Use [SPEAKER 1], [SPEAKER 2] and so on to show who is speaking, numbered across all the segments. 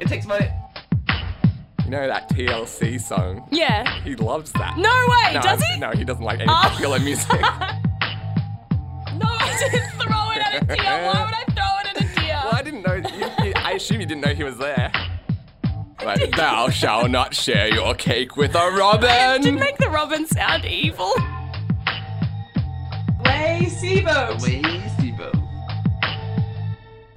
[SPEAKER 1] It takes money. You know that TLC song?
[SPEAKER 2] Yeah.
[SPEAKER 1] He loves that.
[SPEAKER 2] No way,
[SPEAKER 1] No,
[SPEAKER 2] does he?
[SPEAKER 1] No, he doesn't like any
[SPEAKER 2] Oh.
[SPEAKER 1] popular music.
[SPEAKER 2] No, I didn't throw it at a deer. Why would I throw it at a deer?
[SPEAKER 1] Well, I didn't know. You, you, I assume you didn't know he was there. Like, thou shall not share your cake with a
[SPEAKER 2] I did
[SPEAKER 1] robin.
[SPEAKER 2] make the robin sound evil.
[SPEAKER 3] Way Sibo.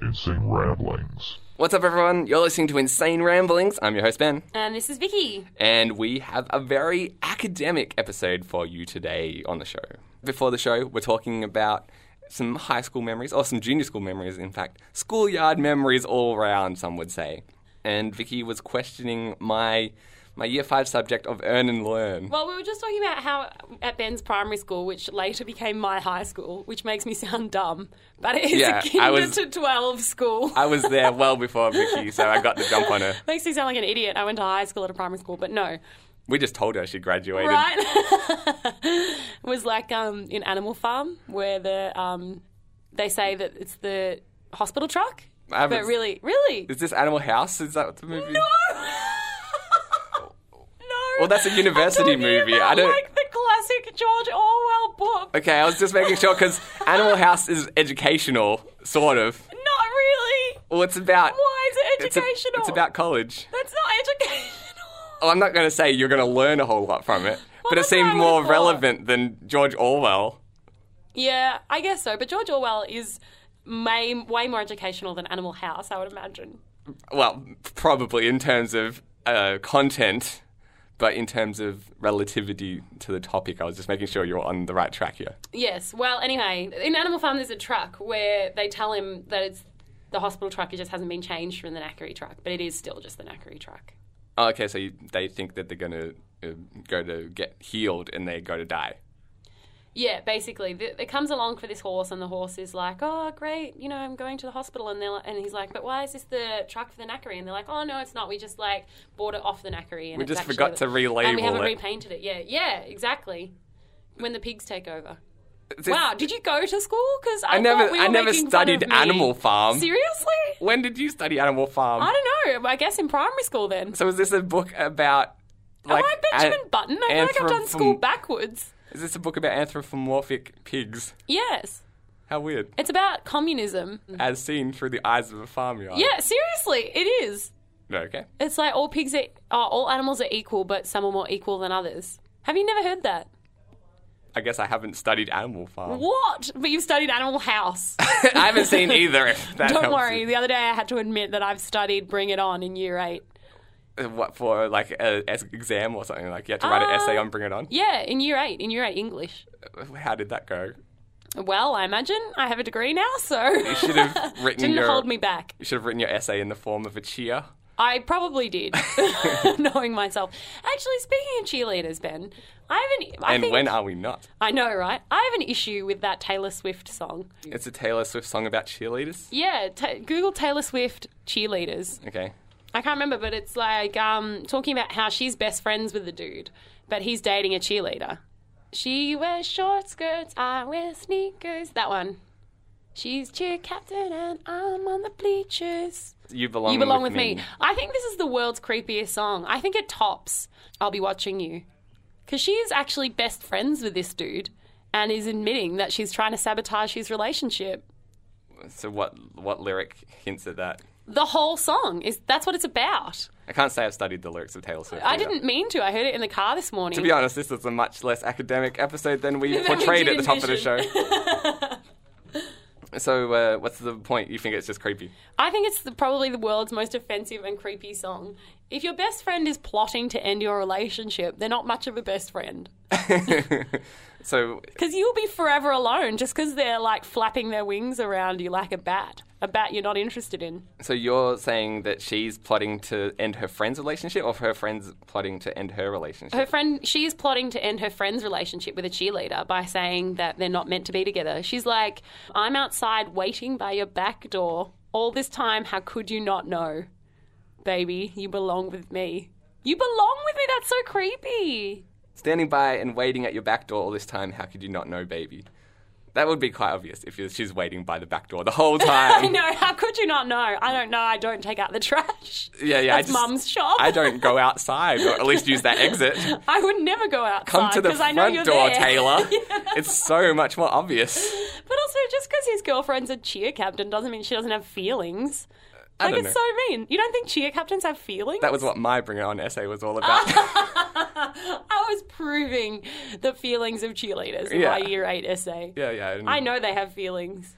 [SPEAKER 4] Insane Ramblings.
[SPEAKER 1] What's up, everyone? You're listening to Insane Ramblings. I'm your host, Ben.
[SPEAKER 2] And this is Vicky.
[SPEAKER 1] And we have a very academic episode for you today on the show. Before the show, we're talking about some high school memories, or some junior school memories, in fact, schoolyard memories all round, some would say. And Vicky was questioning my my year five subject of earn and learn.
[SPEAKER 2] Well, we were just talking about how at Ben's primary school, which later became my high school, which makes me sound dumb, but it is
[SPEAKER 1] Yeah, I
[SPEAKER 2] a kinder
[SPEAKER 1] was-
[SPEAKER 2] to 12 school.
[SPEAKER 1] I was there well before Vicky, so I got the jump on her.
[SPEAKER 2] makes me sound like an idiot. I went to high school at a primary school, but no.
[SPEAKER 1] We just told her she graduated.
[SPEAKER 2] Right? it was like um, in Animal Farm where the um, they say that it's the hospital truck.
[SPEAKER 1] I haven't-
[SPEAKER 2] But really, really?
[SPEAKER 1] Is this Animal House? Is that the movie?
[SPEAKER 2] No. no.
[SPEAKER 1] Well, that's a university
[SPEAKER 2] I'm talking
[SPEAKER 1] movie.
[SPEAKER 2] about,
[SPEAKER 1] I don't-
[SPEAKER 2] like the classic George Orwell book.
[SPEAKER 1] Okay, I was just making sure because Animal House is educational, sort of.
[SPEAKER 2] Not really.
[SPEAKER 1] Well, it's about.
[SPEAKER 2] Why is it
[SPEAKER 1] It's, a-
[SPEAKER 2] educational?
[SPEAKER 1] it's about college.
[SPEAKER 2] That's not educational.
[SPEAKER 1] Oh, I'm not going to say you're going to learn a whole lot from it, but it
[SPEAKER 2] that's what
[SPEAKER 1] seemed
[SPEAKER 2] I would've
[SPEAKER 1] more
[SPEAKER 2] thought.
[SPEAKER 1] relevant than George Orwell.
[SPEAKER 2] Yeah, I guess so. But George Orwell is may, way more educational than Animal House, I would imagine.
[SPEAKER 1] Well, probably in terms of uh, content, but in terms of relativity to the topic, I was just making sure you're on the right track here.
[SPEAKER 2] Yes. Well, anyway, in Animal Farm, there's a truck where they tell him that it's the hospital truck. It just hasn't been changed from the knackery truck, but it is still just the knackery truck.
[SPEAKER 1] Oh, okay, so you, they think that they're going to uh, go to get healed and they go to die.
[SPEAKER 2] Yeah, basically, th it comes along for this horse, and the horse is like, "Oh, great, you know, I'm going to the hospital," and they're li- and he's like, "But why is this the truck for the knackery?" And they're like, "Oh no, it's not. We just like bought it off the knackery, and
[SPEAKER 1] We
[SPEAKER 2] it's
[SPEAKER 1] just
[SPEAKER 2] actually
[SPEAKER 1] forgot to
[SPEAKER 2] and we
[SPEAKER 1] relabel it."
[SPEAKER 2] haven't repainted it. Yeah, yeah, exactly. When the pigs take over.
[SPEAKER 1] This-
[SPEAKER 2] Wow, did you go to school? Because I,
[SPEAKER 1] I never,
[SPEAKER 2] thought we were
[SPEAKER 1] I never
[SPEAKER 2] making fun
[SPEAKER 1] studied
[SPEAKER 2] of me.
[SPEAKER 1] Animal Farm.
[SPEAKER 2] Seriously.
[SPEAKER 1] When did you study Animal Farm?
[SPEAKER 2] I don't know. I guess in primary school then.
[SPEAKER 1] so is this a book about
[SPEAKER 2] Am
[SPEAKER 1] like
[SPEAKER 2] I Benjamin
[SPEAKER 1] an-
[SPEAKER 2] Button? I feel like I've done
[SPEAKER 1] anthropom-
[SPEAKER 2] school backwards.
[SPEAKER 1] Is this a book about anthropomorphic pigs?
[SPEAKER 2] Yes.
[SPEAKER 1] How weird.
[SPEAKER 2] It's about communism.
[SPEAKER 1] As seen through the eyes of a farmyard.
[SPEAKER 2] Yeah, seriously, it is.
[SPEAKER 1] No, okay.
[SPEAKER 2] It's like all pigs are, uh, all animals are equal, but some are more equal than others. Have you never heard that?
[SPEAKER 1] I guess I haven't studied Animal Farm.
[SPEAKER 2] What? But you've studied Animal House.
[SPEAKER 1] I haven't seen either. If that
[SPEAKER 2] Don't
[SPEAKER 1] helps
[SPEAKER 2] worry.
[SPEAKER 1] you.
[SPEAKER 2] The other day I had to admit that I've studied Bring It On in year eight.
[SPEAKER 1] Uh, What for? Like an exam or something? Like you had to write an
[SPEAKER 2] Uh,
[SPEAKER 1] essay on Bring It On.
[SPEAKER 2] Yeah, in year eight, in year eight English.
[SPEAKER 1] How did that go?
[SPEAKER 2] Well, I imagine I have a degree now, so
[SPEAKER 1] Should have written
[SPEAKER 2] didn't
[SPEAKER 1] your.
[SPEAKER 2] hold me back.
[SPEAKER 1] You should have written your essay in the form of a cheer.
[SPEAKER 2] I probably did, knowing myself. Actually, speaking of cheerleaders, Ben, I have an. I
[SPEAKER 1] and
[SPEAKER 2] think,
[SPEAKER 1] when are we not?
[SPEAKER 2] I know, right? I have an issue with that Taylor Swift song.
[SPEAKER 1] It's a Taylor Swift song about cheerleaders.
[SPEAKER 2] Yeah, ta Google Taylor Swift cheerleaders.
[SPEAKER 1] Okay.
[SPEAKER 2] I can't remember, but it's like um, talking about how she's best friends with the dude, but he's dating a cheerleader. She wears short skirts, I wear sneakers. That one. She's cheer captain and I'm on the bleachers.
[SPEAKER 1] You belong.
[SPEAKER 2] You belong with me. I think this is the world's creepiest song. I think it tops I'll Be Watching You. Because she is actually best friends with this dude and is admitting that she's trying to sabotage his relationship.
[SPEAKER 1] So what? What lyric hints at that?
[SPEAKER 2] The whole song is that's what it's about.
[SPEAKER 1] I can't say I've studied the lyrics of Taylor Swift.
[SPEAKER 2] I
[SPEAKER 1] either.
[SPEAKER 2] didn't mean to. I heard it in the car this morning.
[SPEAKER 1] To be honest, this is a much less academic episode than we
[SPEAKER 2] we
[SPEAKER 1] portrayed
[SPEAKER 2] did
[SPEAKER 1] at the top of the show.
[SPEAKER 2] envision.
[SPEAKER 1] so, uh, what's the point? You think it's just creepy?
[SPEAKER 2] I think it's the, probably the world's most offensive and creepy song. If your best friend is plotting to end your relationship, they're not much of a best friend.
[SPEAKER 1] So,
[SPEAKER 2] Because you'll be forever alone just because they're like flapping their wings around you like a bat. A bat you're not interested in.
[SPEAKER 1] so you're saying that she's plotting to end her friend's relationship, or her friend's plotting to end her relationship?
[SPEAKER 2] Her friend, she is plotting to end her friend's relationship with a cheerleader by saying that they're not meant to be together. She's like, I'm outside waiting by your back door all this time. How could you not know? Baby, you belong with me. You belong with me. That's so creepy.
[SPEAKER 1] Standing by and waiting at your back door all this time. How could you not know, baby? That would be quite obvious if you- she's waiting by the back door the whole
[SPEAKER 2] I
[SPEAKER 1] time.
[SPEAKER 2] know. How could you not know? I don't know. I don't take out the trash.
[SPEAKER 1] yeah, yeah. I just-
[SPEAKER 2] That's mum's shop.
[SPEAKER 1] I don't go outside, or at least use that exit.
[SPEAKER 2] I would never go outside.
[SPEAKER 1] Come to the
[SPEAKER 2] 'cause I know
[SPEAKER 1] front
[SPEAKER 2] you're
[SPEAKER 1] door,
[SPEAKER 2] there.
[SPEAKER 1] Taylor. It's so much more obvious.
[SPEAKER 2] But also, just because his girlfriend's a cheer captain doesn't mean she doesn't have feelings.
[SPEAKER 1] I
[SPEAKER 2] like
[SPEAKER 1] don't
[SPEAKER 2] it's
[SPEAKER 1] know.
[SPEAKER 2] so mean. You don't think cheer captains have feelings?
[SPEAKER 1] That was what my Bring It On essay was all about.
[SPEAKER 2] I was proving the feelings of cheerleaders in
[SPEAKER 1] Yeah.
[SPEAKER 2] my year eight essay.
[SPEAKER 1] yeah, yeah. and-
[SPEAKER 2] I know they have feelings.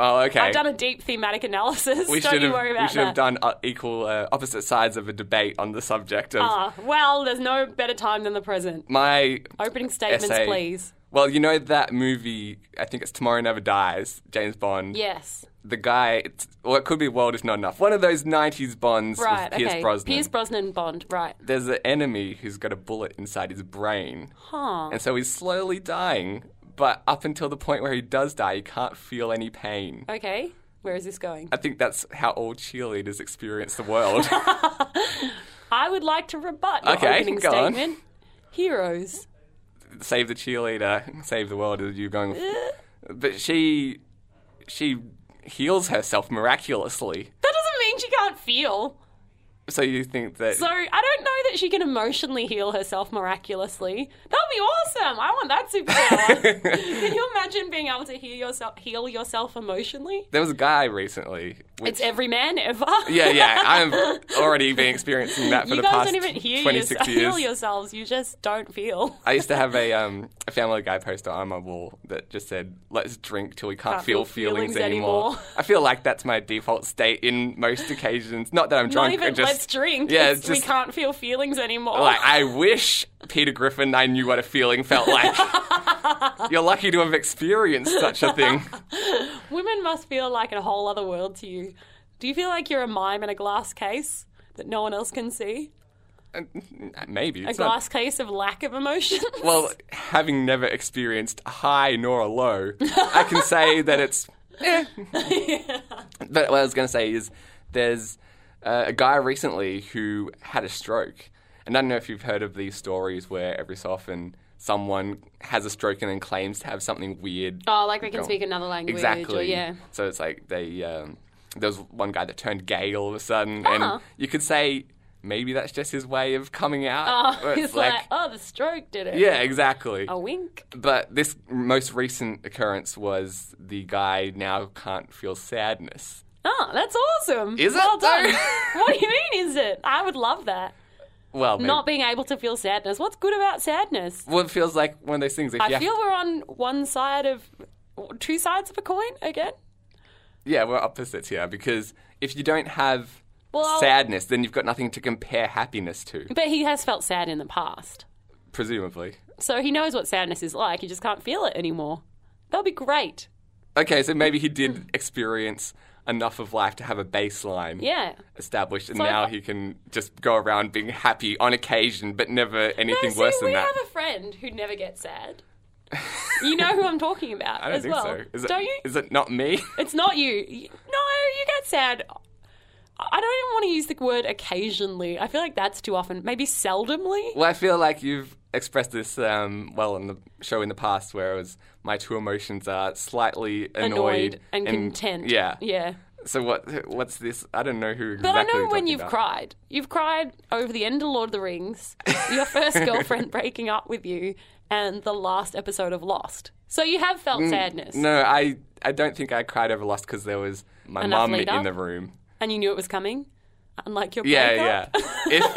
[SPEAKER 1] Oh, okay.
[SPEAKER 2] I've done a deep thematic analysis.
[SPEAKER 1] we
[SPEAKER 2] don't
[SPEAKER 1] should
[SPEAKER 2] you
[SPEAKER 1] have
[SPEAKER 2] worry about
[SPEAKER 1] we should
[SPEAKER 2] that.
[SPEAKER 1] have done uh, equal uh, opposite sides of a debate on the subject of
[SPEAKER 2] Ah, well, there's no better time than the present.
[SPEAKER 1] my
[SPEAKER 2] Opening statements,
[SPEAKER 1] essay.
[SPEAKER 2] please.
[SPEAKER 1] Well, you know that movie. I think it's Tomorrow Never Dies. James Bond.
[SPEAKER 2] Yes.
[SPEAKER 1] The guy. It's, or it could be World Is Not Enough. One of those '90s Bonds
[SPEAKER 2] Right.
[SPEAKER 1] with Pierce
[SPEAKER 2] okay.
[SPEAKER 1] Brosnan.
[SPEAKER 2] Pierce Brosnan Bond. Right.
[SPEAKER 1] There's an enemy who's got a bullet inside his brain,
[SPEAKER 2] Huh.
[SPEAKER 1] and so he's slowly dying. But up until the point where he does die, he can't feel any pain.
[SPEAKER 2] Okay. Where is this going?
[SPEAKER 1] I think that's how all cheerleaders experience the world.
[SPEAKER 2] I would like to rebut your
[SPEAKER 1] Okay,
[SPEAKER 2] opening
[SPEAKER 1] go on.
[SPEAKER 2] statement. Heroes.
[SPEAKER 1] save the cheerleader, save the world as you going. but she, she heals herself miraculously.
[SPEAKER 2] That doesn't mean she can't feel.
[SPEAKER 1] So you think that?
[SPEAKER 2] So I don't know that she can emotionally heal herself miraculously. That would be awesome. I want that superpower. can you imagine being able to heal yourself, heal yourself emotionally?
[SPEAKER 1] there was a guy recently. Which,
[SPEAKER 2] It's every man ever.
[SPEAKER 1] yeah, yeah. I'm already been experiencing that for
[SPEAKER 2] you
[SPEAKER 1] the
[SPEAKER 2] guys
[SPEAKER 1] past
[SPEAKER 2] don't even hear
[SPEAKER 1] 26
[SPEAKER 2] yourself, heal
[SPEAKER 1] years.
[SPEAKER 2] yourselves. You just don't feel.
[SPEAKER 1] I used to have a um, a Family Guy poster on my wall that just said, "Let's drink till we can't,
[SPEAKER 2] Can't
[SPEAKER 1] feel,
[SPEAKER 2] feel feelings
[SPEAKER 1] feelings anymore."
[SPEAKER 2] anymore.
[SPEAKER 1] I feel like that's my default state in most occasions. Not that I'm drunk.
[SPEAKER 2] Not
[SPEAKER 1] I
[SPEAKER 2] even
[SPEAKER 1] just,
[SPEAKER 2] let's drink.
[SPEAKER 1] Yeah,
[SPEAKER 2] it's, we
[SPEAKER 1] just-
[SPEAKER 2] can't feel feelings anymore.
[SPEAKER 1] Like, I wish Peter Griffin, I knew what a feeling felt like. You're lucky to have experienced such a thing.
[SPEAKER 2] Women must feel like a whole other world to you. Do you feel like you're a mime in a glass case that no one else can see?
[SPEAKER 1] Maybe.
[SPEAKER 2] A
[SPEAKER 1] It's
[SPEAKER 2] glass case of lack of emotion?
[SPEAKER 1] Not, well, having never experienced a high nor a low, I can say that it's. eh. But what I was going to say is there's uh, a guy recently who had a stroke. And I don't know if you've heard of these stories where every so often someone has a stroke and then claims to have something weird
[SPEAKER 2] oh, like they can
[SPEAKER 1] Go.
[SPEAKER 2] speak another language.
[SPEAKER 1] Exactly.
[SPEAKER 2] Or, yeah.
[SPEAKER 1] So it's like they. Um, there was one guy that turned gay all of a sudden,
[SPEAKER 2] Ah.
[SPEAKER 1] and you could say maybe that's just his way of coming out.
[SPEAKER 2] Oh,
[SPEAKER 1] Where
[SPEAKER 2] it's like, oh, the stroke did it.
[SPEAKER 1] yeah, exactly.
[SPEAKER 2] A wink.
[SPEAKER 1] But this most recent occurrence was the guy now can't feel sadness.
[SPEAKER 2] Oh, that's awesome.
[SPEAKER 1] Is it,
[SPEAKER 2] well Done.
[SPEAKER 1] though?
[SPEAKER 2] what do you mean, is it? I would love that.
[SPEAKER 1] Well, maybe,
[SPEAKER 2] Not being able to feel sadness. What's good about sadness?
[SPEAKER 1] well, it feels like one of those things. If you
[SPEAKER 2] I
[SPEAKER 1] have
[SPEAKER 2] feel we're on one side of, two sides of a coin again.
[SPEAKER 1] yeah, we're opposites here because if you don't have
[SPEAKER 2] Well-
[SPEAKER 1] sadness, then you've got nothing to compare happiness to,
[SPEAKER 2] But he has felt sad in the past.
[SPEAKER 1] presumably.
[SPEAKER 2] So he knows what sadness is like. He just can't feel it anymore. That would be great.
[SPEAKER 1] Okay, so maybe he did experience enough of life to have a baseline.
[SPEAKER 2] Yeah.
[SPEAKER 1] established, and
[SPEAKER 2] So
[SPEAKER 1] now
[SPEAKER 2] if-
[SPEAKER 1] he can just go around being happy on occasion, but never anything
[SPEAKER 2] No, see,
[SPEAKER 1] worse than
[SPEAKER 2] we
[SPEAKER 1] that.
[SPEAKER 2] have a friend who never gets sad. You know who I'm talking about
[SPEAKER 1] I don't
[SPEAKER 2] as
[SPEAKER 1] think
[SPEAKER 2] well.
[SPEAKER 1] so. Is it,
[SPEAKER 2] don't you?
[SPEAKER 1] Is it not me?
[SPEAKER 2] It's not you. You- No, you get sad. I don't even want to use the word occasionally. I feel like that's too often. Maybe seldomly.
[SPEAKER 1] well, I feel like you've expressed this um, well in the show in the past, where it was my two emotions are slightly annoyed,
[SPEAKER 2] and, content.
[SPEAKER 1] Yeah.
[SPEAKER 2] Yeah.
[SPEAKER 1] So what? What's this? I don't know who exactly.
[SPEAKER 2] But I
[SPEAKER 1] you're
[SPEAKER 2] know when
[SPEAKER 1] talking
[SPEAKER 2] you've
[SPEAKER 1] about.
[SPEAKER 2] cried. You've cried over the end of Lord of the Rings, your first girlfriend breaking up with you, and the last episode of Lost. So you have felt sadness,
[SPEAKER 1] Mm, No, I I don't think I cried over Lost because there was my
[SPEAKER 2] Enough
[SPEAKER 1] mum
[SPEAKER 2] lead up?
[SPEAKER 1] in the room.
[SPEAKER 2] and you knew it was coming. Unlike your
[SPEAKER 1] Yeah,
[SPEAKER 2] breakup.
[SPEAKER 1] yeah. If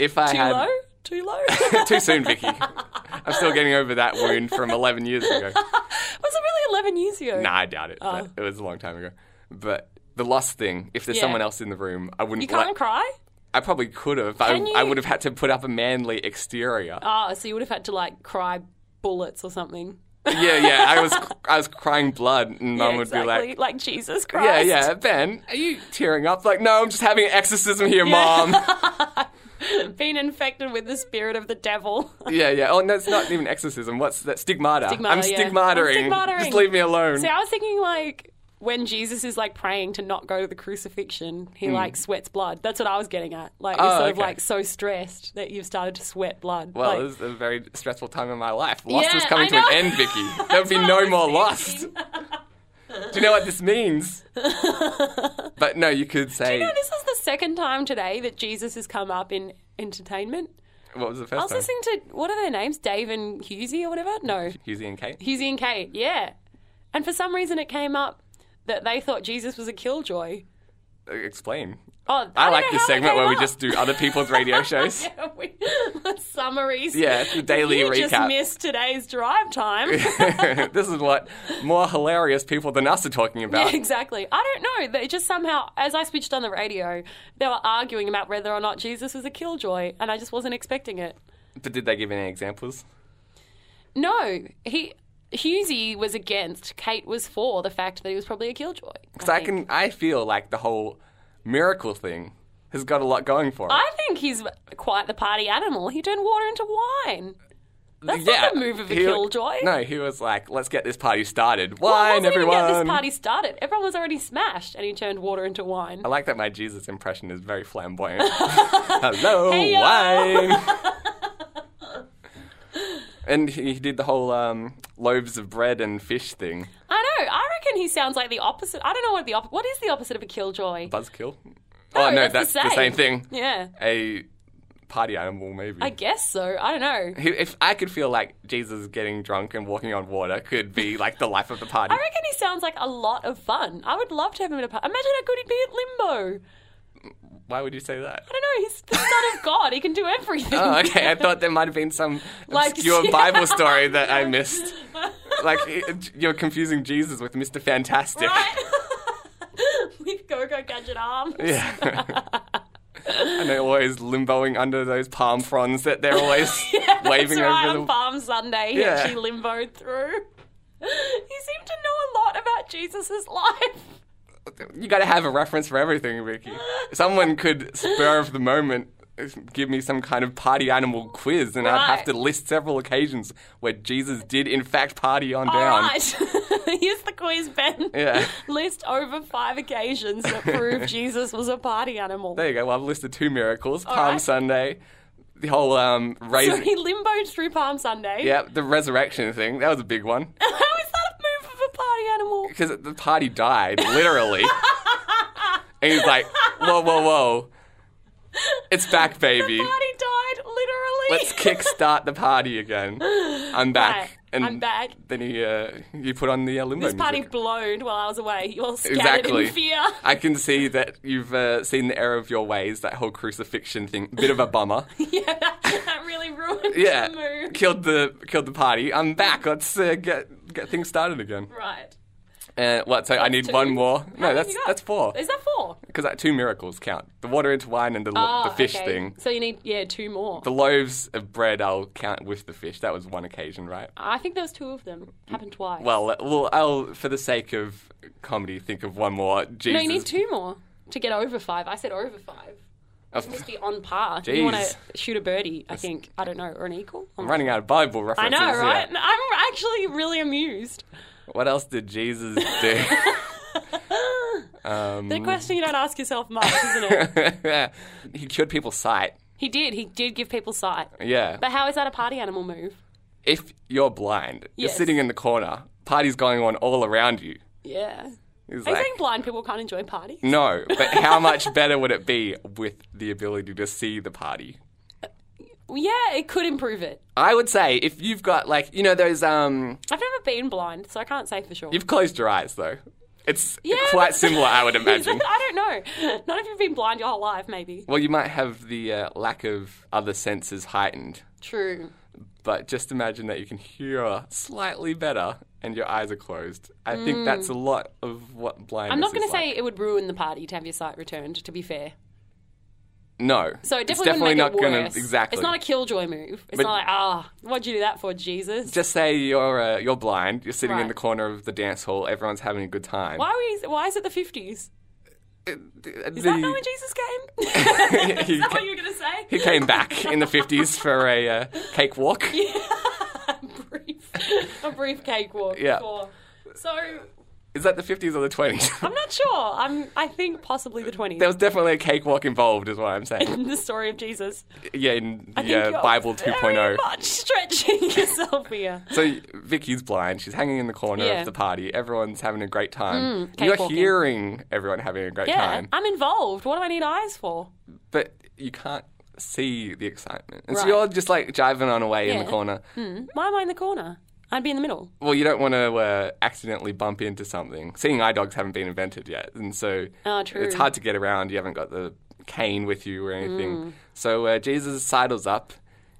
[SPEAKER 1] if I
[SPEAKER 2] Too
[SPEAKER 1] had
[SPEAKER 2] low. Too low.
[SPEAKER 1] Too soon, Vicky. I'm still getting over that wound from 11 years ago.
[SPEAKER 2] Was it really 11 years ago?
[SPEAKER 1] Nah, I doubt it.
[SPEAKER 2] Oh.
[SPEAKER 1] but it was a long time ago. But the lost thing, if there's
[SPEAKER 2] Yeah.
[SPEAKER 1] someone else in the room, I wouldn't.
[SPEAKER 2] You can't
[SPEAKER 1] like-
[SPEAKER 2] cry?
[SPEAKER 1] I probably could have, but I,
[SPEAKER 2] Can you-
[SPEAKER 1] I would have had to put up a manly exterior.
[SPEAKER 2] Oh, so you would have had to like cry bullets or something.
[SPEAKER 1] yeah, yeah. I was, I was crying blood, and Mum
[SPEAKER 2] yeah,
[SPEAKER 1] would
[SPEAKER 2] exactly.
[SPEAKER 1] be like.
[SPEAKER 2] Jesus Christ.
[SPEAKER 1] Yeah, yeah, Ben, are you tearing up? Like, no, I'm just having an exorcism here, Mom.
[SPEAKER 2] Being infected with the spirit of the devil.
[SPEAKER 1] yeah, yeah. Oh, no, it's not even exorcism. What's that? Stigmata.
[SPEAKER 2] Stigmata,
[SPEAKER 1] I'm
[SPEAKER 2] yeah.
[SPEAKER 1] stigmatering.
[SPEAKER 2] I'm stigmatering.
[SPEAKER 1] Just leave me alone.
[SPEAKER 2] See, I was thinking like when Jesus is like praying to not go to the crucifixion, he like sweats blood. That's what I was getting at. Like you're
[SPEAKER 1] Hmm. Oh,
[SPEAKER 2] sort of
[SPEAKER 1] okay.
[SPEAKER 2] like so stressed that you've started to sweat blood.
[SPEAKER 1] Well,
[SPEAKER 2] Like-
[SPEAKER 1] this is a very stressful time in my life. Lost
[SPEAKER 2] Yeah,
[SPEAKER 1] was coming
[SPEAKER 2] I
[SPEAKER 1] to an
[SPEAKER 2] know.
[SPEAKER 1] end, Vicky. There would be
[SPEAKER 2] what I
[SPEAKER 1] no
[SPEAKER 2] was
[SPEAKER 1] more
[SPEAKER 2] thinking.
[SPEAKER 1] Lost. Do you know what this means? but no, you could say.
[SPEAKER 2] You know, this is the second time today that Jesus has come up in entertainment.
[SPEAKER 1] what was the
[SPEAKER 2] I
[SPEAKER 1] first
[SPEAKER 2] was
[SPEAKER 1] time?
[SPEAKER 2] listening to what are their names? Dave and Husey or whatever? No.
[SPEAKER 1] Husey and Kate.
[SPEAKER 2] Husey and Kate, yeah. And for some reason it came up that they thought Jesus was a killjoy.
[SPEAKER 1] Uh, Explain.
[SPEAKER 2] Oh,
[SPEAKER 1] I,
[SPEAKER 2] don't
[SPEAKER 1] like
[SPEAKER 2] know
[SPEAKER 1] this
[SPEAKER 2] how it
[SPEAKER 1] segment
[SPEAKER 2] came
[SPEAKER 1] where we
[SPEAKER 2] up.
[SPEAKER 1] just do other people's radio shows.
[SPEAKER 2] Yeah, we- summaries.
[SPEAKER 1] Yeah, it's the daily
[SPEAKER 2] you just
[SPEAKER 1] recap.
[SPEAKER 2] missed today's drive time.
[SPEAKER 1] this is what more hilarious people than us are talking about.
[SPEAKER 2] exactly. I don't know. They just somehow, as I switched on the radio, they were arguing about whether or not Jesus was a killjoy, and I just wasn't expecting it.
[SPEAKER 1] But did they give any examples?
[SPEAKER 2] No, he Husey was against. Kate was for the fact that he was probably a killjoy.
[SPEAKER 1] Because I,
[SPEAKER 2] think.
[SPEAKER 1] can, I feel like the whole miracle thing has got a lot going for it.
[SPEAKER 2] I think he's quite the party animal. He turned water into wine. That's
[SPEAKER 1] yeah,
[SPEAKER 2] not the move of a
[SPEAKER 1] he-
[SPEAKER 2] killjoy.
[SPEAKER 1] No, he was like, "Let's get this party started."
[SPEAKER 2] Why
[SPEAKER 1] Wine,
[SPEAKER 2] wasn't even
[SPEAKER 1] everyone!
[SPEAKER 2] get this party started. Everyone was already smashed, and he turned water into wine.
[SPEAKER 1] I like that my Jesus impression is very flamboyant. Hello,
[SPEAKER 2] Hey-yo.
[SPEAKER 1] wine. and he he did the whole um, loaves of bread and fish thing.
[SPEAKER 2] I know. I reckon he sounds like the opposite. I don't know what the op- what is the opposite of a killjoy.
[SPEAKER 1] Buzzkill. oh no,
[SPEAKER 2] that's the
[SPEAKER 1] the
[SPEAKER 2] same.
[SPEAKER 1] same thing.
[SPEAKER 2] Yeah,
[SPEAKER 1] A party animal, maybe.
[SPEAKER 2] I guess so. I don't know.
[SPEAKER 1] He- if I could feel like Jesus getting drunk and walking on water could be like the life of the party.
[SPEAKER 2] I reckon he sounds like a lot of fun. I would love to have him at a party. Imagine how good he'd be at Limbo.
[SPEAKER 1] Why would you say that?
[SPEAKER 2] I don't know. He's the son of God. He can do everything.
[SPEAKER 1] Oh, okay. I thought there might have been some
[SPEAKER 2] Like-
[SPEAKER 1] obscure Bible story that I missed. Like it- you're confusing Jesus with Mr. Fantastic.
[SPEAKER 2] right? With go-go gadget arms.
[SPEAKER 1] Yeah. and they're always limboing under those palm fronds that they're always waving
[SPEAKER 2] That's right,
[SPEAKER 1] over
[SPEAKER 2] on
[SPEAKER 1] the.
[SPEAKER 2] Palm Sunday, he
[SPEAKER 1] Yeah.
[SPEAKER 2] actually limboed through. He seemed to know a lot about Jesus' life.
[SPEAKER 1] You got to have a reference for everything, Ricky. Someone could spur of the moment uh, give me some kind of party animal quiz, and I'd have
[SPEAKER 2] Right.
[SPEAKER 1] to list several occasions where Jesus did in fact party on
[SPEAKER 2] All
[SPEAKER 1] down.
[SPEAKER 2] right. Here's the quiz, Ben.
[SPEAKER 1] Yeah.
[SPEAKER 2] List over five occasions that prove Jesus was a party animal.
[SPEAKER 1] There you go. Well, I've listed two miracles: Palm
[SPEAKER 2] right.
[SPEAKER 1] Sunday, the whole um,
[SPEAKER 2] so
[SPEAKER 1] raising.
[SPEAKER 2] he limboed through Palm Sunday.
[SPEAKER 1] Yeah, the resurrection thing. That was a big one.
[SPEAKER 2] How is that a move of a party animal?
[SPEAKER 1] Because the party died, literally. and he's like, whoa, whoa, whoa. It's back, baby.
[SPEAKER 2] Party died, literally.
[SPEAKER 1] Let's kickstart the party again. I'm back.
[SPEAKER 2] Right,
[SPEAKER 1] And
[SPEAKER 2] I'm back.
[SPEAKER 1] Then he, uh, he put on the uh, limbo
[SPEAKER 2] This party
[SPEAKER 1] music.
[SPEAKER 2] blown while I was away. You all scattered
[SPEAKER 1] Exactly.
[SPEAKER 2] in fear.
[SPEAKER 1] I can see that you've uh, seen the error of your ways, that whole crucifixion thing. Bit of a bummer.
[SPEAKER 2] yeah, that, that really ruined
[SPEAKER 1] Yeah.
[SPEAKER 2] the move.
[SPEAKER 1] Killed the killed the party. I'm back. Let's uh, get get things started again.
[SPEAKER 2] Right.
[SPEAKER 1] Uh, what? So I need
[SPEAKER 2] two.
[SPEAKER 1] one more.
[SPEAKER 2] How
[SPEAKER 1] no,
[SPEAKER 2] many
[SPEAKER 1] that's
[SPEAKER 2] you got?
[SPEAKER 1] that's four.
[SPEAKER 2] Is that four?
[SPEAKER 1] Because like, two miracles count the water into wine and the,
[SPEAKER 2] Oh,
[SPEAKER 1] the fish
[SPEAKER 2] okay.
[SPEAKER 1] thing.
[SPEAKER 2] So you need yeah two more.
[SPEAKER 1] The loaves of bread I'll count with the fish. That was one occasion, right?
[SPEAKER 2] I think there was two of them. Happened twice.
[SPEAKER 1] Well, uh, well I'll, for the sake of comedy, think of one more. Jesus.
[SPEAKER 2] no, you need two more to get over five. I said over five.
[SPEAKER 1] Oh,
[SPEAKER 2] It must be on par. You want
[SPEAKER 1] Jeez.
[SPEAKER 2] to shoot a birdie? I think I don't know or an eagle. Oh,
[SPEAKER 1] I'm running out of Bible
[SPEAKER 2] I
[SPEAKER 1] references.
[SPEAKER 2] know,
[SPEAKER 1] here.
[SPEAKER 2] right? I'm actually really amused.
[SPEAKER 1] What else did Jesus do?
[SPEAKER 2] The
[SPEAKER 1] Mm.
[SPEAKER 2] question you don't ask yourself much, isn't it?
[SPEAKER 1] he cured people's sight.
[SPEAKER 2] he did. He did give people sight.
[SPEAKER 1] Yeah.
[SPEAKER 2] But how is that a party animal move?
[SPEAKER 1] if you're blind,
[SPEAKER 2] Yes.
[SPEAKER 1] you're sitting in the corner, parties going on all around you.
[SPEAKER 2] Yeah.
[SPEAKER 1] He's
[SPEAKER 2] Are you
[SPEAKER 1] like,
[SPEAKER 2] saying blind people can't enjoy parties?
[SPEAKER 1] no, but how much better would it be with the ability to see the party?
[SPEAKER 2] Well, Yeah, it could improve it.
[SPEAKER 1] I would say if you've got like you know those um
[SPEAKER 2] I've never been blind, so I can't say for sure.
[SPEAKER 1] you've closed your eyes though. It's
[SPEAKER 2] Yeah,
[SPEAKER 1] quite
[SPEAKER 2] but- "Ah!"
[SPEAKER 1] similar, I would imagine.
[SPEAKER 2] I don't know. Not if you've been blind your whole life, maybe.
[SPEAKER 1] well, you might have the uh, lack of other senses heightened,
[SPEAKER 2] True.
[SPEAKER 1] but just imagine that you can hear slightly better and your eyes are closed. I think that's a lot of what blindness.
[SPEAKER 2] Mm. I'm not going
[SPEAKER 1] is
[SPEAKER 2] to
[SPEAKER 1] like.
[SPEAKER 2] say it would ruin the party to have your sight returned, to be fair.
[SPEAKER 1] no.
[SPEAKER 2] So it
[SPEAKER 1] It's
[SPEAKER 2] definitely, wouldn't
[SPEAKER 1] not
[SPEAKER 2] make it
[SPEAKER 1] gonna-
[SPEAKER 2] worse.
[SPEAKER 1] exactly.
[SPEAKER 2] It's not a killjoy move. It's
[SPEAKER 1] But-
[SPEAKER 2] not like, ah, what'd you do that for, Jesus?
[SPEAKER 1] just say you're uh, you're blind. You're sitting in
[SPEAKER 2] Right.
[SPEAKER 1] the corner of the dance hall. Everyone's having a good time. uh,
[SPEAKER 2] why, are we, why is it the 50s? Is
[SPEAKER 1] Is
[SPEAKER 2] that not when Jesus came? Is that what you were going to say?
[SPEAKER 1] He came back in the 50s for a uh, cakewalk.
[SPEAKER 2] brief, a brief cakewalk.
[SPEAKER 1] Yeah.
[SPEAKER 2] for- So
[SPEAKER 1] Is that the 50s or the 20s?
[SPEAKER 2] I'm not sure. I'm. I think possibly the 20s.
[SPEAKER 1] there was definitely a cakewalk involved, is what I'm saying.
[SPEAKER 2] in the story of Jesus.
[SPEAKER 1] Yeah, in
[SPEAKER 2] I
[SPEAKER 1] the
[SPEAKER 2] think
[SPEAKER 1] uh,
[SPEAKER 2] you're
[SPEAKER 1] Bible
[SPEAKER 2] Very
[SPEAKER 1] 2.0.
[SPEAKER 2] much stretching yourself here.
[SPEAKER 1] So Vicky's blind. She's hanging in the corner
[SPEAKER 2] Yeah.
[SPEAKER 1] of the party. Everyone's having a great time.
[SPEAKER 2] Mm,
[SPEAKER 1] You're
[SPEAKER 2] cakewalking.
[SPEAKER 1] hearing everyone having a great
[SPEAKER 2] Yeah,
[SPEAKER 1] time,
[SPEAKER 2] I'm involved. What do I need eyes for?
[SPEAKER 1] but you can't see the excitement. And so
[SPEAKER 2] Right.
[SPEAKER 1] you're just like jiving on away in the
[SPEAKER 2] Yeah.
[SPEAKER 1] corner.
[SPEAKER 2] Why am I in the corner? I'd be in the middle.
[SPEAKER 1] Well, you don't want to uh, accidentally bump into something. Seeing eye dogs haven't been invented yet, and so
[SPEAKER 2] Ah, true.
[SPEAKER 1] it's hard to get around. You haven't got the cane with you or anything.
[SPEAKER 2] Mm.
[SPEAKER 1] So uh, Jesus sidles up.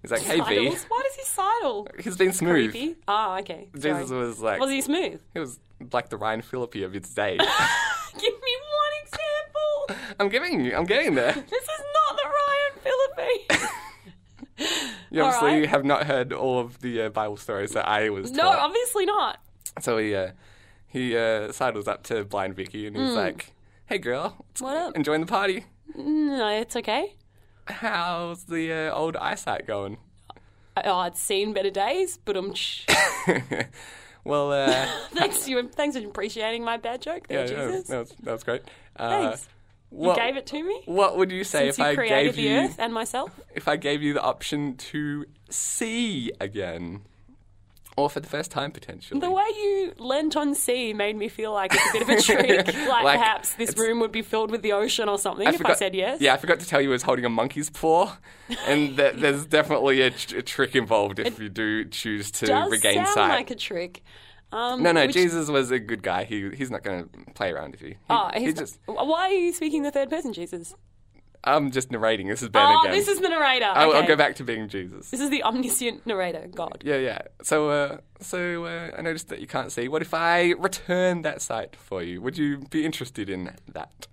[SPEAKER 1] He's like, "Hey, V."
[SPEAKER 2] Sidles? Why does he sidle?
[SPEAKER 1] He's been smooth.
[SPEAKER 2] V? Ah, okay.
[SPEAKER 1] Jesus
[SPEAKER 2] Sorry.
[SPEAKER 1] was like,
[SPEAKER 2] Was he smooth?
[SPEAKER 1] he was like the Ryan Philippi of his day.
[SPEAKER 2] Give me one example.
[SPEAKER 1] I'm giving you. I'm getting there.
[SPEAKER 2] This is not the Ryan Philippi.
[SPEAKER 1] You
[SPEAKER 2] All
[SPEAKER 1] obviously
[SPEAKER 2] right.
[SPEAKER 1] have not heard all of the uh, Bible stories that I was
[SPEAKER 2] no,
[SPEAKER 1] taught.
[SPEAKER 2] obviously not.
[SPEAKER 1] So he uh, he uh, sidles up to blind Vicky and he's like, "Hey, girl,
[SPEAKER 2] Mm. What up?
[SPEAKER 1] enjoying the party?
[SPEAKER 2] No, it's okay.
[SPEAKER 1] How's the uh, old eyesight going?"
[SPEAKER 2] Oh, I'd seen better days, but um, tsh.
[SPEAKER 1] Well, uh,
[SPEAKER 2] thanks you, thanks for appreciating my bad joke there,
[SPEAKER 1] yeah, no,
[SPEAKER 2] Jesus.
[SPEAKER 1] that was, that was great. Uh,
[SPEAKER 2] thanks.
[SPEAKER 1] What,
[SPEAKER 2] Gave it to me.
[SPEAKER 1] What would you say
[SPEAKER 2] Since
[SPEAKER 1] if
[SPEAKER 2] you
[SPEAKER 1] I
[SPEAKER 2] created
[SPEAKER 1] gave
[SPEAKER 2] the
[SPEAKER 1] you
[SPEAKER 2] earth and myself.
[SPEAKER 1] if I gave you the option to see again, or for the first time potentially?
[SPEAKER 2] The way you lent on sea made me feel like it's a bit of a trick. like,
[SPEAKER 1] Like,
[SPEAKER 2] perhaps this
[SPEAKER 1] it's-
[SPEAKER 2] room would be filled with the ocean or something if I
[SPEAKER 1] forgot-
[SPEAKER 2] said yes.
[SPEAKER 1] Yeah, I forgot to tell you, it was holding a monkey's paw, and th- there's definitely a, tr- a trick involved if you do choose to
[SPEAKER 2] does
[SPEAKER 1] regain
[SPEAKER 2] sound
[SPEAKER 1] sight.
[SPEAKER 2] like a trick. Um,
[SPEAKER 1] no, no,
[SPEAKER 2] which-
[SPEAKER 1] Jesus was a good guy. He he's not going to play around if he. he-
[SPEAKER 2] Oh,
[SPEAKER 1] he
[SPEAKER 2] he's not-
[SPEAKER 1] just.
[SPEAKER 2] why are you speaking the third person, Jesus?
[SPEAKER 1] I'm just narrating. This is Ben
[SPEAKER 2] oh,
[SPEAKER 1] again.
[SPEAKER 2] this is the narrator.
[SPEAKER 1] I'll, I'll
[SPEAKER 2] Okay.
[SPEAKER 1] go back to being Jesus.
[SPEAKER 2] This is the omniscient narrator, God.
[SPEAKER 1] Yeah, yeah. So, uh, so uh, I noticed that you can't see. What if I return that sight for you? Would you be interested in that?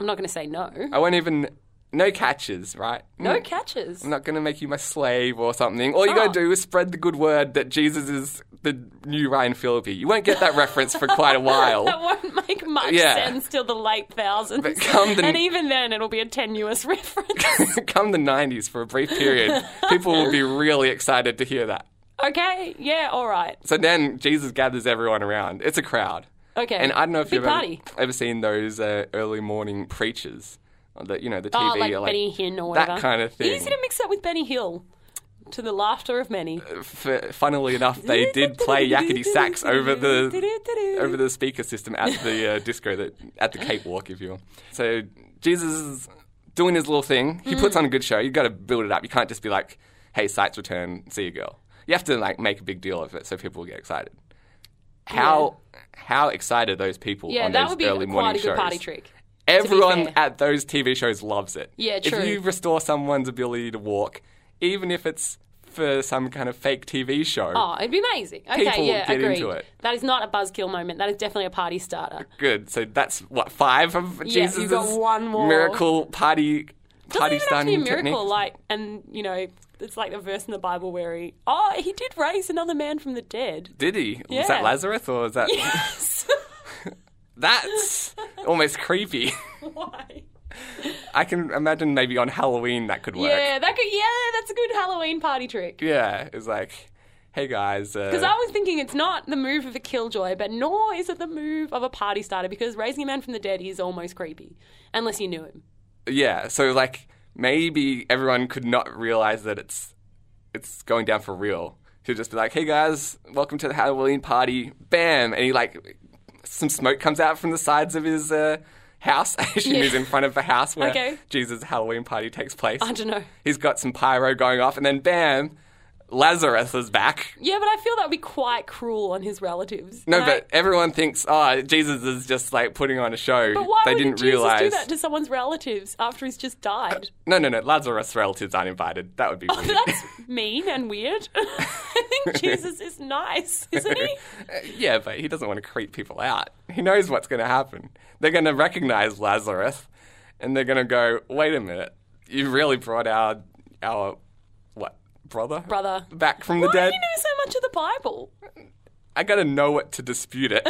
[SPEAKER 2] I'm not going to say no.
[SPEAKER 1] I won't even. No catches, right?
[SPEAKER 2] No
[SPEAKER 1] Mm.
[SPEAKER 2] catches.
[SPEAKER 1] I'm not going to make you my slave or something. All you got
[SPEAKER 2] Oh.
[SPEAKER 1] to do is spread the good word that Jesus is the new Ryan Philippi. You won't get that reference for quite a
[SPEAKER 2] That
[SPEAKER 1] while.
[SPEAKER 2] won't make much
[SPEAKER 1] Yeah.
[SPEAKER 2] sense till the late thousands.
[SPEAKER 1] But come the-
[SPEAKER 2] and even then, it'll be a tenuous reference.
[SPEAKER 1] Come the 90s for a brief period, people will be really excited to hear that.
[SPEAKER 2] okay, yeah, all right.
[SPEAKER 1] So then Jesus gathers everyone around. It's a crowd.
[SPEAKER 2] Okay.
[SPEAKER 1] And I don't know if
[SPEAKER 2] Big
[SPEAKER 1] you've ever,
[SPEAKER 2] party.
[SPEAKER 1] ever seen those uh, early morning preachers, on the, you know, the TV,
[SPEAKER 2] Oh, like,
[SPEAKER 1] or,
[SPEAKER 2] Benny Hinn or
[SPEAKER 1] that
[SPEAKER 2] whatever.
[SPEAKER 1] kind of thing.
[SPEAKER 2] Easy to mix up with Benny Hill. To the laughter of many.
[SPEAKER 1] F- funnily enough, they did play yakety sax over the over the speaker system at the uh, disco, that, at the cakewalk, if you will. So Jesus is doing his little thing. He puts on a good show. You've got to build it up. You can't just be like, hey, sights return, see you, girl. You have to like make a big deal of it so people will get excited. How how excited are those people
[SPEAKER 2] Yeah,
[SPEAKER 1] on
[SPEAKER 2] that
[SPEAKER 1] those
[SPEAKER 2] would be
[SPEAKER 1] early morning
[SPEAKER 2] quite a good
[SPEAKER 1] shows.
[SPEAKER 2] party trick.
[SPEAKER 1] Everyone
[SPEAKER 2] fair.
[SPEAKER 1] at those TV shows loves it.
[SPEAKER 2] Yeah, true.
[SPEAKER 1] If you restore someone's ability to walk, even if it's for some kind of fake TV show,
[SPEAKER 2] Oh, it'd be amazing. Okay,
[SPEAKER 1] People
[SPEAKER 2] yeah,
[SPEAKER 1] get
[SPEAKER 2] agreed.
[SPEAKER 1] into it.
[SPEAKER 2] That is not a buzzkill moment. That is definitely a party starter.
[SPEAKER 1] good. So that's what five of
[SPEAKER 2] Yeah,
[SPEAKER 1] Jesus'
[SPEAKER 2] you got one more.
[SPEAKER 1] miracle party
[SPEAKER 2] Doesn't
[SPEAKER 1] party
[SPEAKER 2] even have to be a
[SPEAKER 1] starting
[SPEAKER 2] miracle,
[SPEAKER 1] technique.
[SPEAKER 2] like, and you know, it's like the verse in the Bible where he, oh, he did raise another man from the dead.
[SPEAKER 1] Did he? Was that
[SPEAKER 2] Yeah.
[SPEAKER 1] Lazarus or was that?
[SPEAKER 2] Yes.
[SPEAKER 1] That's almost creepy.
[SPEAKER 2] Why?
[SPEAKER 1] I can imagine maybe on Halloween that could work.
[SPEAKER 2] Yeah, that could. Yeah, that's a good Halloween party trick.
[SPEAKER 1] Yeah, it's like, hey guys. uh,
[SPEAKER 2] Because I was thinking it's not the move of a killjoy, but nor is it the move of a party starter because raising a man from the dead is almost creepy, unless you knew him.
[SPEAKER 1] Yeah, so like maybe everyone could not realize that it's it's going down for real. He'll just be like, "Hey guys, welcome to the Halloween party!" Bam, and he like some smoke comes out from the sides of his uh, house. I assume he's
[SPEAKER 2] Yeah.
[SPEAKER 1] in front of the house where
[SPEAKER 2] Okay.
[SPEAKER 1] Jesus' Halloween party takes place.
[SPEAKER 2] I don't know.
[SPEAKER 1] He's got some pyro going off, and then bam, Lazarus is back.
[SPEAKER 2] Yeah, but I feel that would be quite cruel on his relatives.
[SPEAKER 1] No,
[SPEAKER 2] Like,
[SPEAKER 1] but everyone thinks, "Oh, Jesus is just like putting on a show."
[SPEAKER 2] But why
[SPEAKER 1] they
[SPEAKER 2] would
[SPEAKER 1] didn't
[SPEAKER 2] Jesus
[SPEAKER 1] realize.
[SPEAKER 2] do that to someone's relatives after he's just died?
[SPEAKER 1] No, no, no. Lazarus' relatives aren't invited. That would be weird.
[SPEAKER 2] Oh, That's mean and weird. I think Jesus is nice, isn't he?
[SPEAKER 1] Yeah, but he doesn't want to creep people out. He knows what's going to happen. They're going to recognize Lazarus, and they're going to go, "Wait a minute, you really brought our our what brother
[SPEAKER 2] Brother.
[SPEAKER 1] back from
[SPEAKER 2] Why
[SPEAKER 1] the
[SPEAKER 2] do you
[SPEAKER 1] dead?
[SPEAKER 2] know so much of the Bible?
[SPEAKER 1] I got to know what to dispute it."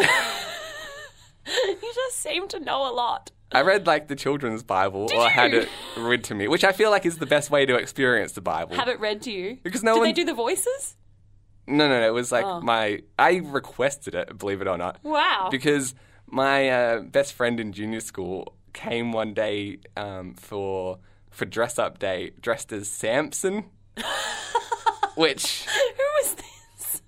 [SPEAKER 2] You just seem to know a lot.
[SPEAKER 1] I read like the children's Bible or
[SPEAKER 2] you?
[SPEAKER 1] had it read to me, which I feel like is the best way to experience the Bible.
[SPEAKER 2] Have it read to you.
[SPEAKER 1] Because no
[SPEAKER 2] Did
[SPEAKER 1] one-
[SPEAKER 2] they do the voices?
[SPEAKER 1] No, no, no. It was like
[SPEAKER 2] Oh.
[SPEAKER 1] my. I requested it, believe it or not.
[SPEAKER 2] Wow.
[SPEAKER 1] Because my uh, best friend in junior school came one day um, for for dress up day, dressed as Samson, which
[SPEAKER 2] Who was this?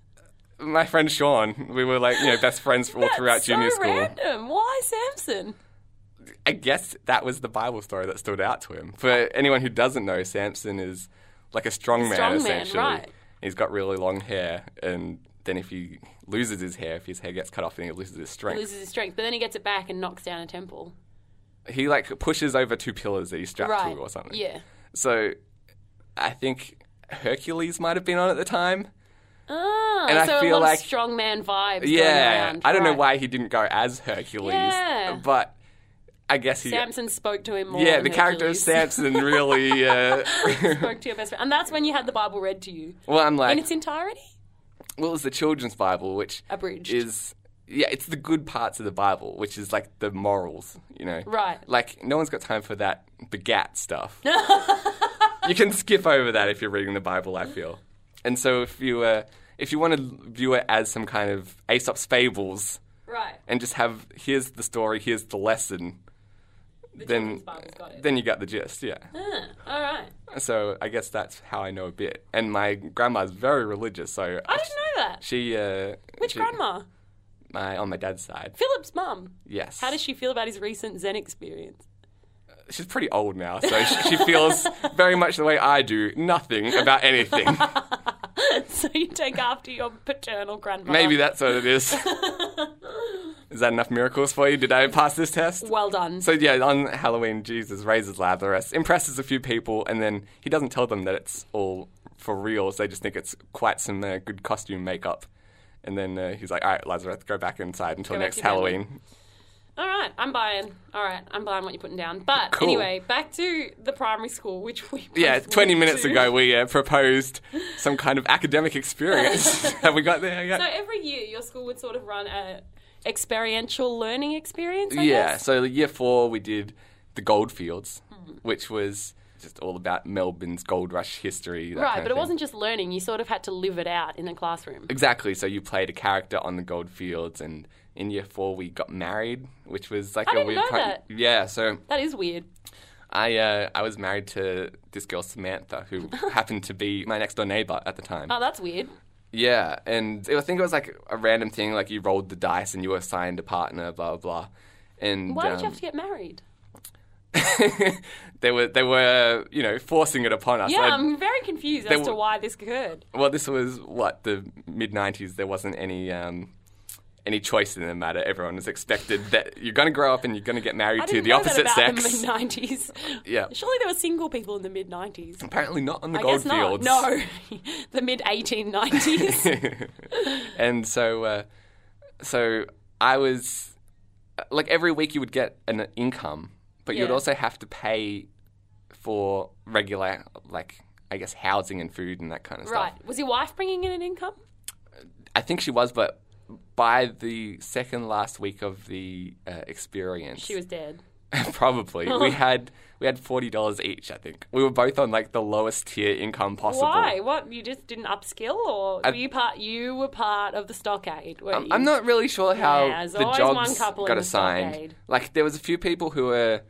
[SPEAKER 1] my friend Sean. We were like you know best friends all throughout
[SPEAKER 2] That's
[SPEAKER 1] junior
[SPEAKER 2] so
[SPEAKER 1] school.
[SPEAKER 2] random. Why Samson?
[SPEAKER 1] I guess that was the Bible story that stood out to him. For anyone who doesn't know, Samson is like a strong man,
[SPEAKER 2] Strong man,
[SPEAKER 1] essentially.
[SPEAKER 2] right.
[SPEAKER 1] He's got really long hair, and then if he loses his hair, if his hair gets cut off, then he loses his strength.
[SPEAKER 2] Loses his strength, but then he gets it back and knocks down a temple.
[SPEAKER 1] he like pushes over two pillars that he's strapped
[SPEAKER 2] Right.
[SPEAKER 1] to or something.
[SPEAKER 2] Yeah.
[SPEAKER 1] So I think Hercules might have been on at the time.
[SPEAKER 2] Ah,
[SPEAKER 1] And I
[SPEAKER 2] so
[SPEAKER 1] feel
[SPEAKER 2] a lot
[SPEAKER 1] like-
[SPEAKER 2] of strongman vibes. going
[SPEAKER 1] Yeah.
[SPEAKER 2] around.
[SPEAKER 1] I don't know
[SPEAKER 2] Right.
[SPEAKER 1] why he didn't go as Hercules,
[SPEAKER 2] Yeah.
[SPEAKER 1] but I guess he.
[SPEAKER 2] Samson spoke to him more.
[SPEAKER 1] yeah,
[SPEAKER 2] than
[SPEAKER 1] the character of
[SPEAKER 2] Hercules.
[SPEAKER 1] Samson really. Uh,
[SPEAKER 2] spoke to your best friend, and that's when you had the Bible read to you
[SPEAKER 1] well, I'm like.
[SPEAKER 2] in its entirety.
[SPEAKER 1] well, it's the children's Bible, which
[SPEAKER 2] Abridged.
[SPEAKER 1] is yeah, it's the good parts of the Bible, which is like the morals, you know.
[SPEAKER 2] Right.
[SPEAKER 1] Like no one's got time for that begat stuff. you can skip over that if you're reading the Bible. I feel, and so if you uh, if you want to view it as some kind of Aesop's fables
[SPEAKER 2] Right.
[SPEAKER 1] and just have here's the story, here's the lesson, then
[SPEAKER 2] children's Bible's got it.
[SPEAKER 1] then you got the gist. Yeah.
[SPEAKER 2] All right.
[SPEAKER 1] So I guess that's how I know a bit. And my grandma's very religious, so
[SPEAKER 2] I didn't know that.
[SPEAKER 1] she uh,
[SPEAKER 2] Which
[SPEAKER 1] she-
[SPEAKER 2] grandma?
[SPEAKER 1] my on my dad's side.
[SPEAKER 2] Philip's mum.
[SPEAKER 1] Yes.
[SPEAKER 2] How does she feel about his recent Zen experience?
[SPEAKER 1] She's pretty old now, so she, she feels very much the way I do, nothing about anything.
[SPEAKER 2] so you take after your paternal grandmother.
[SPEAKER 1] Maybe that's what it is. Is that enough miracles for you? Did I pass this test?
[SPEAKER 2] Well done.
[SPEAKER 1] So yeah, on Halloween, Jesus raises Lazarus, impresses a few people, and then he doesn't tell them that it's all for real. So they just think it's quite some uh, good costume makeup. And then uh, he's like, "All right, Lazarus, go back inside until
[SPEAKER 2] Go back
[SPEAKER 1] next
[SPEAKER 2] to your family."
[SPEAKER 1] Halloween."
[SPEAKER 2] All right, I'm buying. All right, I'm buying what you're putting down. But
[SPEAKER 1] Cool.
[SPEAKER 2] anyway, back to the primary school, which we both
[SPEAKER 1] Yeah,
[SPEAKER 2] went
[SPEAKER 1] 20 minutes
[SPEAKER 2] to.
[SPEAKER 1] ago we uh, proposed some kind of academic experience. Have we got there yet?
[SPEAKER 2] So every year, your school would sort of run a experiential learning experience. I
[SPEAKER 1] yeah,
[SPEAKER 2] guess?
[SPEAKER 1] so year four we did the goldfields, which was just all about Melbourne's gold rush history. that kind
[SPEAKER 2] Right,
[SPEAKER 1] of
[SPEAKER 2] but it
[SPEAKER 1] thing.
[SPEAKER 2] wasn't just learning. You sort of had to live it out in the classroom.
[SPEAKER 1] Exactly, so you played a character on the goldfields, and in year four we got married, which was like a
[SPEAKER 2] didn't
[SPEAKER 1] weird
[SPEAKER 2] know
[SPEAKER 1] part.
[SPEAKER 2] that.
[SPEAKER 1] Yeah, so
[SPEAKER 2] That is weird.
[SPEAKER 1] I uh, I was married to this girl Samantha, who happened to be my next door neighbor at the time.
[SPEAKER 2] Oh, that's weird.
[SPEAKER 1] Yeah, and it, I think it was like a random thing, like you rolled the dice and you were assigned a partner, blah blah. blah. And
[SPEAKER 2] Why did you
[SPEAKER 1] um,
[SPEAKER 2] have to get married?
[SPEAKER 1] they were they were you know forcing it upon us.
[SPEAKER 2] Yeah, um,
[SPEAKER 1] I'd-
[SPEAKER 2] I'm very confused as to
[SPEAKER 1] were-
[SPEAKER 2] why this occurred.
[SPEAKER 1] well, this was what the mid '90s. There wasn't any um, any choice in the matter. Everyone was expected that you're going to grow up and you're going to get married
[SPEAKER 2] I
[SPEAKER 1] to
[SPEAKER 2] didn't
[SPEAKER 1] the
[SPEAKER 2] know
[SPEAKER 1] opposite
[SPEAKER 2] that about
[SPEAKER 1] sex.
[SPEAKER 2] the mid 90s.
[SPEAKER 1] Yeah.
[SPEAKER 2] Surely there were single people in the mid 90s.
[SPEAKER 1] Apparently not on the
[SPEAKER 2] I guess not.
[SPEAKER 1] goldfields.
[SPEAKER 2] No, the mid 1890s.
[SPEAKER 1] and so, uh, so I was like every week you would get an income, but you would
[SPEAKER 2] Yeah.
[SPEAKER 1] also have to pay for regular like I guess housing and food and that kind of
[SPEAKER 2] right.
[SPEAKER 1] stuff.
[SPEAKER 2] Was your wife bringing in an income?
[SPEAKER 1] I think she was, but by the second last week of the uh, experience,
[SPEAKER 2] She was dead.
[SPEAKER 1] probably we had we had forty dollars each. I think we were both on like the lowest tier income possible.
[SPEAKER 2] Why? What? You just didn't upskill, or were you part? You were part of the stockade. Were you?
[SPEAKER 1] I'm not really sure how
[SPEAKER 2] Yeah, there's
[SPEAKER 1] the
[SPEAKER 2] always
[SPEAKER 1] jobs
[SPEAKER 2] one couple in
[SPEAKER 1] got
[SPEAKER 2] the
[SPEAKER 1] assigned.
[SPEAKER 2] stockade.
[SPEAKER 1] Like there was a few people who were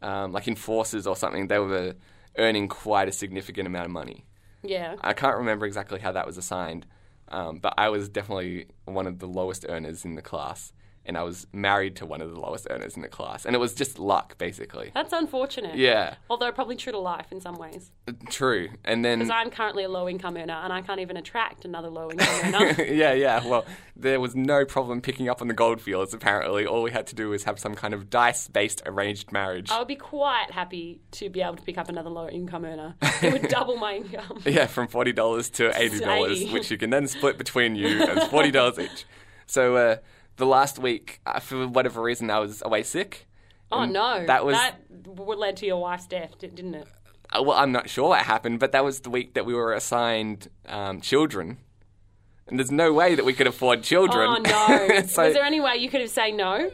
[SPEAKER 1] um, like enforcers or something. They were earning quite a significant amount of money.
[SPEAKER 2] Yeah.
[SPEAKER 1] I can't remember exactly how that was assigned, um, but I was definitely one of the lowest earners in the class, and I was married to one of the lowest earners in the class, and it was just luck basically.
[SPEAKER 2] That's unfortunate.
[SPEAKER 1] Yeah, Mm.
[SPEAKER 2] Although probably true to life in some ways,
[SPEAKER 1] true. And then
[SPEAKER 2] because I'm currently a low income earner and I can't even attract another low income earner.
[SPEAKER 1] yeah, yeah. Well, there was no problem picking up on the goldfields, apparently. All we had to do was have some kind of dice based arranged marriage.
[SPEAKER 2] I would be quite happy to be able to pick up another low income earner. It would double my income.
[SPEAKER 1] Yeah, from $40 to $80,
[SPEAKER 2] 80.
[SPEAKER 1] which you can then split between you as $40 each. So uh, the last week, uh, for whatever reason, I was away sick.
[SPEAKER 2] Oh no,
[SPEAKER 1] Mm, that was-
[SPEAKER 2] that w- led to your wife's death, di- didn't it?
[SPEAKER 1] Uh, Well, I'm not sure what happened, but that was the week that we were assigned um, children. And there's no way that we could afford children.
[SPEAKER 2] Oh no.
[SPEAKER 1] so,
[SPEAKER 2] Was there any way you could have said no?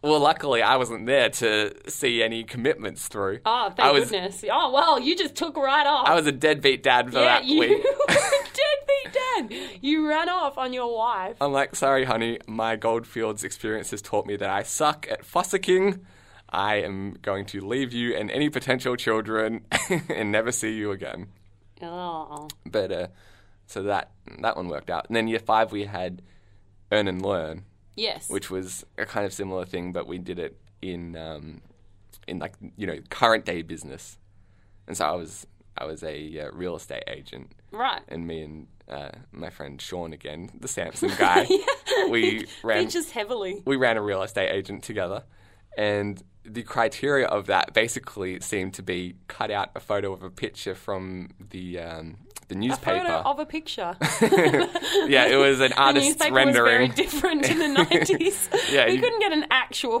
[SPEAKER 1] Well, luckily, I wasn't there to see any commitments through.
[SPEAKER 2] Oh,
[SPEAKER 1] I
[SPEAKER 2] thank
[SPEAKER 1] was,
[SPEAKER 2] goodness. Oh well, you just took right off.
[SPEAKER 1] I was a deadbeat dad for
[SPEAKER 2] yeah,
[SPEAKER 1] that
[SPEAKER 2] you
[SPEAKER 1] week.
[SPEAKER 2] dead beat dead. You ran off on your wife.
[SPEAKER 1] I'm like, sorry, honey, my Goldfields experience has taught me that I suck at fussicking. I am going to leave you and any potential children and never see you again.
[SPEAKER 2] Oh.
[SPEAKER 1] But uh, so that that one worked out. And then year five, we had Earn and Learn,
[SPEAKER 2] Yes.
[SPEAKER 1] which was a kind of similar thing, but we did it in um, in like you know current day business. And so I was I was a uh, real estate agent
[SPEAKER 2] right.
[SPEAKER 1] and me and uh, my friend Sean again, the Samson guy, we ran
[SPEAKER 2] Features heavily.
[SPEAKER 1] we ran a real estate agent together, and the criteria of that basically seemed to be cut out a photo of a picture from the um, the newspaper.
[SPEAKER 2] Photo of a picture.
[SPEAKER 1] yeah, it was an
[SPEAKER 2] The
[SPEAKER 1] artist's
[SPEAKER 2] newspaper
[SPEAKER 1] rendering.
[SPEAKER 2] was very different in the 90s.
[SPEAKER 1] Yeah,
[SPEAKER 2] we
[SPEAKER 1] you-
[SPEAKER 2] couldn't get an actual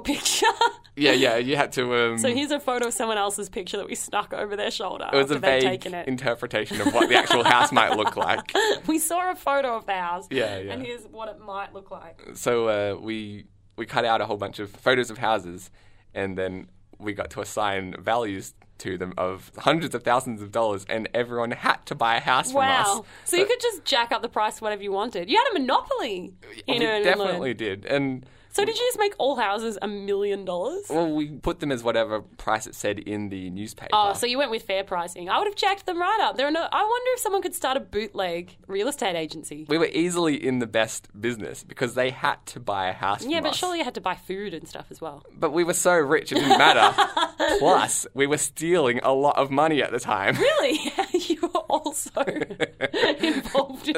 [SPEAKER 2] picture.
[SPEAKER 1] yeah, yeah, you had to. Um,
[SPEAKER 2] so here's a photo of someone else's picture that we snuck over their shoulder
[SPEAKER 1] it was
[SPEAKER 2] after
[SPEAKER 1] a
[SPEAKER 2] they'd
[SPEAKER 1] vague
[SPEAKER 2] taken it.
[SPEAKER 1] interpretation of what the actual house might look like.
[SPEAKER 2] we saw a photo of the house.
[SPEAKER 1] Yeah, yeah.
[SPEAKER 2] And here's what it might look like.
[SPEAKER 1] so uh, we we cut out a whole bunch of photos of houses, and then we got to assign values to them of hundreds of thousands of dollars, and everyone had to buy a house from
[SPEAKER 2] Wow.
[SPEAKER 1] us.
[SPEAKER 2] So you could just jack up the price to whatever you wanted. You had a monopoly in
[SPEAKER 1] we
[SPEAKER 2] Earn and Learn.
[SPEAKER 1] definitely did, and
[SPEAKER 2] So did you just make all houses a million dollars?
[SPEAKER 1] well, we put them as whatever price it said in the newspaper.
[SPEAKER 2] Oh, so you went with fair pricing. I would have jacked them right up. There are no. I wonder if someone could start a bootleg real estate agency.
[SPEAKER 1] we were easily in the best business because they had to buy a house.
[SPEAKER 2] Yeah,
[SPEAKER 1] from
[SPEAKER 2] but
[SPEAKER 1] us.
[SPEAKER 2] surely you had to buy food and stuff as well.
[SPEAKER 1] But we were so rich it didn't matter. Plus, we were stealing a lot of money at the time.
[SPEAKER 2] Really? you were also involved in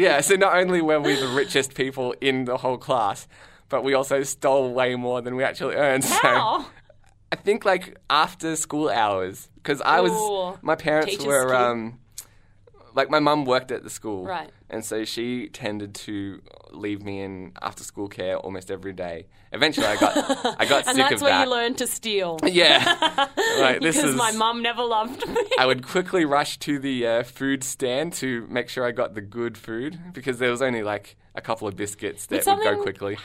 [SPEAKER 1] Yeah, so not only were we the richest people in the whole class, but we also stole way more than we actually earned. So
[SPEAKER 2] How?
[SPEAKER 1] I think like after school hours, because I was
[SPEAKER 2] Ooh.
[SPEAKER 1] my parents
[SPEAKER 2] Teachers
[SPEAKER 1] were
[SPEAKER 2] scheme.
[SPEAKER 1] um, like my mum worked at the school,
[SPEAKER 2] Right.
[SPEAKER 1] And so she tended to leave me in after school care almost every day. Eventually, I got I got sick
[SPEAKER 2] And that's
[SPEAKER 1] of
[SPEAKER 2] where
[SPEAKER 1] that.
[SPEAKER 2] you learned to steal.
[SPEAKER 1] yeah, like this
[SPEAKER 2] Because
[SPEAKER 1] is
[SPEAKER 2] my mum never loved me.
[SPEAKER 1] I would quickly rush to the uh, food stand to make sure I got the good food because there was only like a couple of biscuits that would go
[SPEAKER 2] something-
[SPEAKER 1] quickly.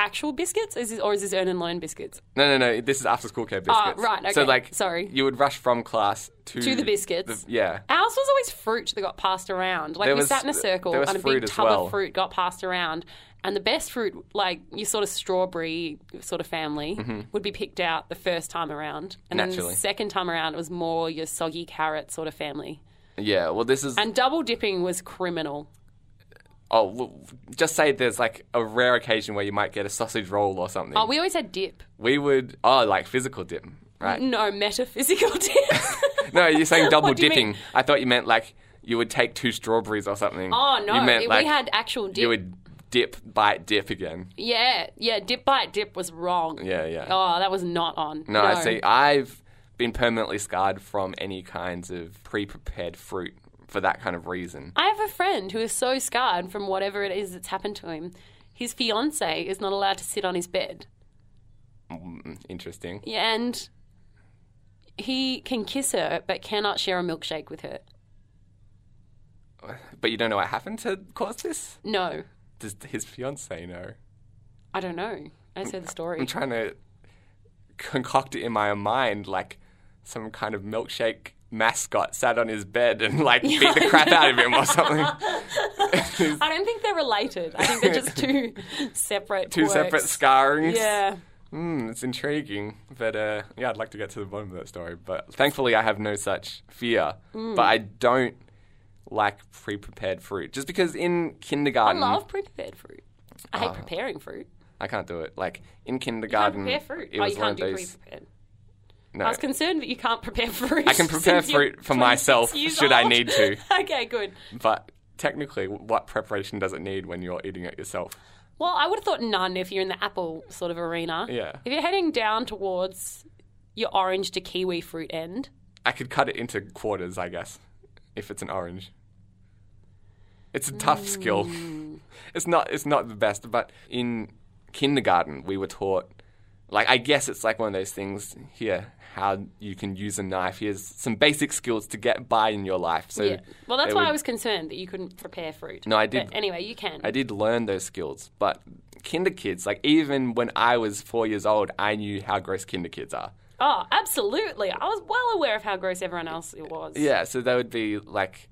[SPEAKER 2] Actual biscuits? Is this, or is this earn and learn biscuits?
[SPEAKER 1] No, no, no. This is after school care biscuits.
[SPEAKER 2] Ah, right,
[SPEAKER 1] So
[SPEAKER 2] okay,
[SPEAKER 1] like,
[SPEAKER 2] sorry.
[SPEAKER 1] you would rush from class to
[SPEAKER 2] To the biscuits.
[SPEAKER 1] the- yeah.
[SPEAKER 2] Ours was always fruit that got passed around. Like
[SPEAKER 1] There
[SPEAKER 2] we
[SPEAKER 1] was-
[SPEAKER 2] sat in a circle
[SPEAKER 1] there was
[SPEAKER 2] and a
[SPEAKER 1] fruit
[SPEAKER 2] big
[SPEAKER 1] as
[SPEAKER 2] tub
[SPEAKER 1] well.
[SPEAKER 2] of fruit got passed around. And the best fruit, like your sort of strawberry sort of family, would be picked out the first time around. And then
[SPEAKER 1] Mm-hmm. Naturally.
[SPEAKER 2] the second time around, it was more your soggy carrot sort of family.
[SPEAKER 1] Yeah. Well, this is.
[SPEAKER 2] And double dipping was criminal.
[SPEAKER 1] oh, well, just say there's like a rare occasion where you might get a sausage roll or something.
[SPEAKER 2] Oh, we always had dip.
[SPEAKER 1] we would. Oh, like physical dip, right?
[SPEAKER 2] No, metaphysical dip.
[SPEAKER 1] no, you're saying double
[SPEAKER 2] What do you
[SPEAKER 1] dipping.
[SPEAKER 2] mean?
[SPEAKER 1] I thought you meant like you would take two strawberries or something.
[SPEAKER 2] oh, no.
[SPEAKER 1] You meant
[SPEAKER 2] it-
[SPEAKER 1] like
[SPEAKER 2] we had actual dip.
[SPEAKER 1] you would dip, bite, dip again.
[SPEAKER 2] Yeah, yeah. Dip bite dip was wrong.
[SPEAKER 1] Yeah, yeah.
[SPEAKER 2] Oh, that was not on.
[SPEAKER 1] No, I see. I've been permanently scarred from any kinds of pre-prepared fruit for that kind of reason.
[SPEAKER 2] I have a friend who is so scarred from whatever it is that's happened to him. His fiance is not allowed to sit on his bed.
[SPEAKER 1] Interesting.
[SPEAKER 2] Yeah, and he can kiss her but cannot share a milkshake with her.
[SPEAKER 1] But you don't know what happened to cause this?
[SPEAKER 2] No.
[SPEAKER 1] Does his fiance know?
[SPEAKER 2] I don't know. I just heard the
[SPEAKER 1] I'm
[SPEAKER 2] story.
[SPEAKER 1] trying to concoct it in my mind like some kind of milkshake mascot sat on his bed and like beat the crap out of him or something.
[SPEAKER 2] I don't think they're related. I think they're just two separate
[SPEAKER 1] Two
[SPEAKER 2] quirks.
[SPEAKER 1] separate scarrings.
[SPEAKER 2] Yeah.
[SPEAKER 1] Mm, it's intriguing, but uh, yeah, I'd like to get to the bottom of that story. But thankfully, I have no such fear.
[SPEAKER 2] Hmm.
[SPEAKER 1] But I don't like pre-prepared fruit, just because in
[SPEAKER 2] I
[SPEAKER 1] kindergarten,
[SPEAKER 2] love prepared fruit. I
[SPEAKER 1] Ah.
[SPEAKER 2] hate preparing fruit.
[SPEAKER 1] I can't do it. Like in
[SPEAKER 2] Can't
[SPEAKER 1] kindergarten,
[SPEAKER 2] prepare fruit.
[SPEAKER 1] it
[SPEAKER 2] oh,
[SPEAKER 1] was
[SPEAKER 2] you
[SPEAKER 1] one of
[SPEAKER 2] can't do
[SPEAKER 1] those.
[SPEAKER 2] pre-prepared.
[SPEAKER 1] No,
[SPEAKER 2] I was concerned that you can't prepare fruit.
[SPEAKER 1] I can prepare
[SPEAKER 2] since you're
[SPEAKER 1] fruit for
[SPEAKER 2] 26
[SPEAKER 1] myself
[SPEAKER 2] years
[SPEAKER 1] should I
[SPEAKER 2] old.
[SPEAKER 1] need to.
[SPEAKER 2] okay, good.
[SPEAKER 1] but technically, what preparation does it need when you're eating it yourself?
[SPEAKER 2] Well, I would have thought none if you're in the apple sort of arena.
[SPEAKER 1] Yeah.
[SPEAKER 2] If you're heading down towards your orange to kiwi fruit end,
[SPEAKER 1] I could cut it into quarters, I guess, if it's an orange. It's a tough skill. It's not it's not the best, but in kindergarten we were taught like I guess it's like one of those things here how you can use a knife. Here's some basic skills to get by in your life. So
[SPEAKER 2] yeah. Well, that's
[SPEAKER 1] they
[SPEAKER 2] why I
[SPEAKER 1] would-
[SPEAKER 2] was concerned that you couldn't prepare fruit.
[SPEAKER 1] No, I did-
[SPEAKER 2] But anyway, you can.
[SPEAKER 1] I did learn those skills, but kinder kids, like even when I was 4 years old, I knew how gross kinder kids are.
[SPEAKER 2] oh, absolutely. I was well aware of how gross everyone else it was.
[SPEAKER 1] Yeah, so they would be like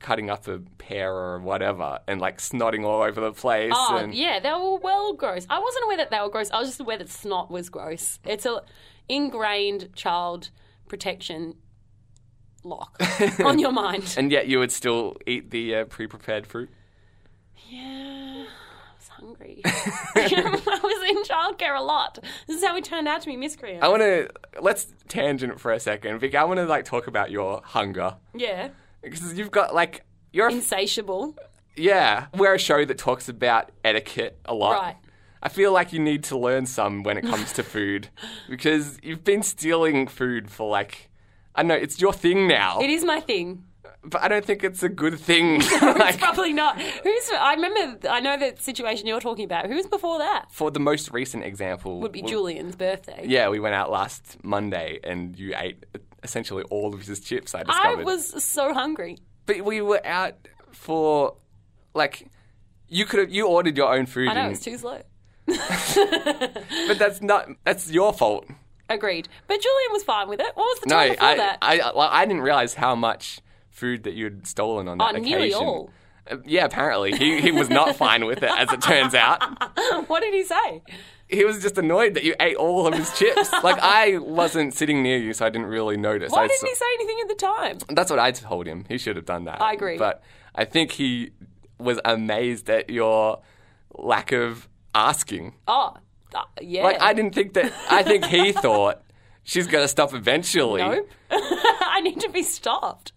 [SPEAKER 1] cutting up a pear or whatever and like snotting all over the place.
[SPEAKER 2] Oh,
[SPEAKER 1] and
[SPEAKER 2] yeah, they were well gross. I wasn't aware that they were gross. I was just aware that snot was gross. It's a ingrained child protection lock on your mind.
[SPEAKER 1] And yet you would still eat the uh, pre-prepared fruit.
[SPEAKER 2] Yeah, I was hungry. I was in childcare a lot. This is how we turned out to be miscreants.
[SPEAKER 1] I want to let's tangent for a second, Vic. I want to like talk about your hunger
[SPEAKER 2] yeah,
[SPEAKER 1] because you've got like you're a,
[SPEAKER 2] insatiable.
[SPEAKER 1] yeah we're a show that talks about etiquette a lot.
[SPEAKER 2] Right.
[SPEAKER 1] I feel like you need to learn some when it comes to food because you've been stealing food for like I know it's your thing now,
[SPEAKER 2] It is my thing.
[SPEAKER 1] but I don't think it's a good thing. like,
[SPEAKER 2] Probably not. Who's? I remember. I know the situation you're talking about. Who was before that?
[SPEAKER 1] for the most recent example,
[SPEAKER 2] Would be Julian's birthday.
[SPEAKER 1] Yeah, we went out last Monday and you ate essentially all of his chips. I
[SPEAKER 2] I
[SPEAKER 1] discovered.
[SPEAKER 2] was so hungry.
[SPEAKER 1] but we were out for like you could have you ordered your own food
[SPEAKER 2] I know it
[SPEAKER 1] and-
[SPEAKER 2] was too slow.
[SPEAKER 1] but that's not that's your fault
[SPEAKER 2] Agreed. But Julian was fine with it. What was the
[SPEAKER 1] no
[SPEAKER 2] time
[SPEAKER 1] I,
[SPEAKER 2] before
[SPEAKER 1] I
[SPEAKER 2] that?
[SPEAKER 1] I like, I didn't realize how much food that you'd stolen on that
[SPEAKER 2] Oh,
[SPEAKER 1] occasion
[SPEAKER 2] nearly all.
[SPEAKER 1] Uh, yeah apparently he, he was not fine with it as it turns out
[SPEAKER 2] what did he say?
[SPEAKER 1] he was just annoyed that you ate all of his chips like i wasn't sitting near you so i didn't really notice
[SPEAKER 2] Why
[SPEAKER 1] I
[SPEAKER 2] didn't
[SPEAKER 1] saw-
[SPEAKER 2] he say anything at the time?
[SPEAKER 1] That's what I told him. He should have done that.
[SPEAKER 2] I agree.
[SPEAKER 1] But I think he was amazed at your lack of asking.
[SPEAKER 2] Oh, uh, yeah.
[SPEAKER 1] Like I didn't think that. I think he thought she's gonna stop eventually.
[SPEAKER 2] nope. I need to be stopped.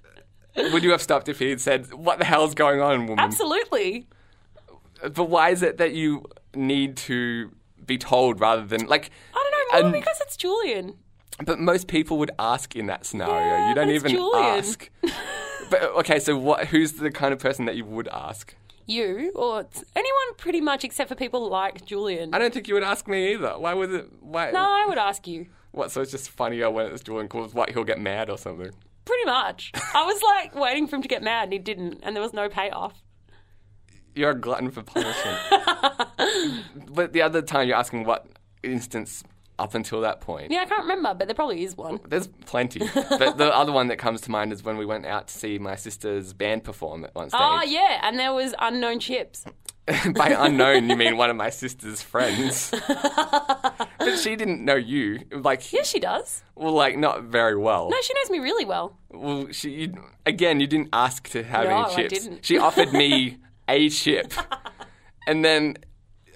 [SPEAKER 1] Mm. Would you have stopped if he had said, "What the hell's going on, woman"?
[SPEAKER 2] Absolutely.
[SPEAKER 1] But why is it that you need to be told rather than like?
[SPEAKER 2] I don't know. More
[SPEAKER 1] And-
[SPEAKER 2] because it's Julian.
[SPEAKER 1] But most people would ask in that scenario.
[SPEAKER 2] Yeah,
[SPEAKER 1] you don't
[SPEAKER 2] but it's
[SPEAKER 1] even
[SPEAKER 2] Julian.
[SPEAKER 1] ask. but okay, so what? Who's the kind of person that you would ask?
[SPEAKER 2] You or it's anyone pretty much except for people like Julian.
[SPEAKER 1] I don't think you would ask me either. Why would it? Why?
[SPEAKER 2] no, I would ask you.
[SPEAKER 1] What? So it's just funnier when it's Jordan calls what he'll get mad or something.
[SPEAKER 2] Pretty much. I was like waiting for him to get mad and he didn't and there was no payoff.
[SPEAKER 1] You're a glutton for punishment. but the other time you're asking what instance up until that point.
[SPEAKER 2] Yeah, I can't remember, but there probably is one.
[SPEAKER 1] There's plenty. but the other one that comes to mind is when we went out to see my sister's band perform at one stage.
[SPEAKER 2] Oh yeah, and there was unknown chips.
[SPEAKER 1] By unknown, you mean one of my sister's friends. but she didn't know you. Like,
[SPEAKER 2] Yes, she does.
[SPEAKER 1] well, like not very well.
[SPEAKER 2] No, she knows me really well.
[SPEAKER 1] Well, she you, again, you didn't ask to have
[SPEAKER 2] No,
[SPEAKER 1] any
[SPEAKER 2] I
[SPEAKER 1] chips.
[SPEAKER 2] didn't.
[SPEAKER 1] She offered me a chip, and then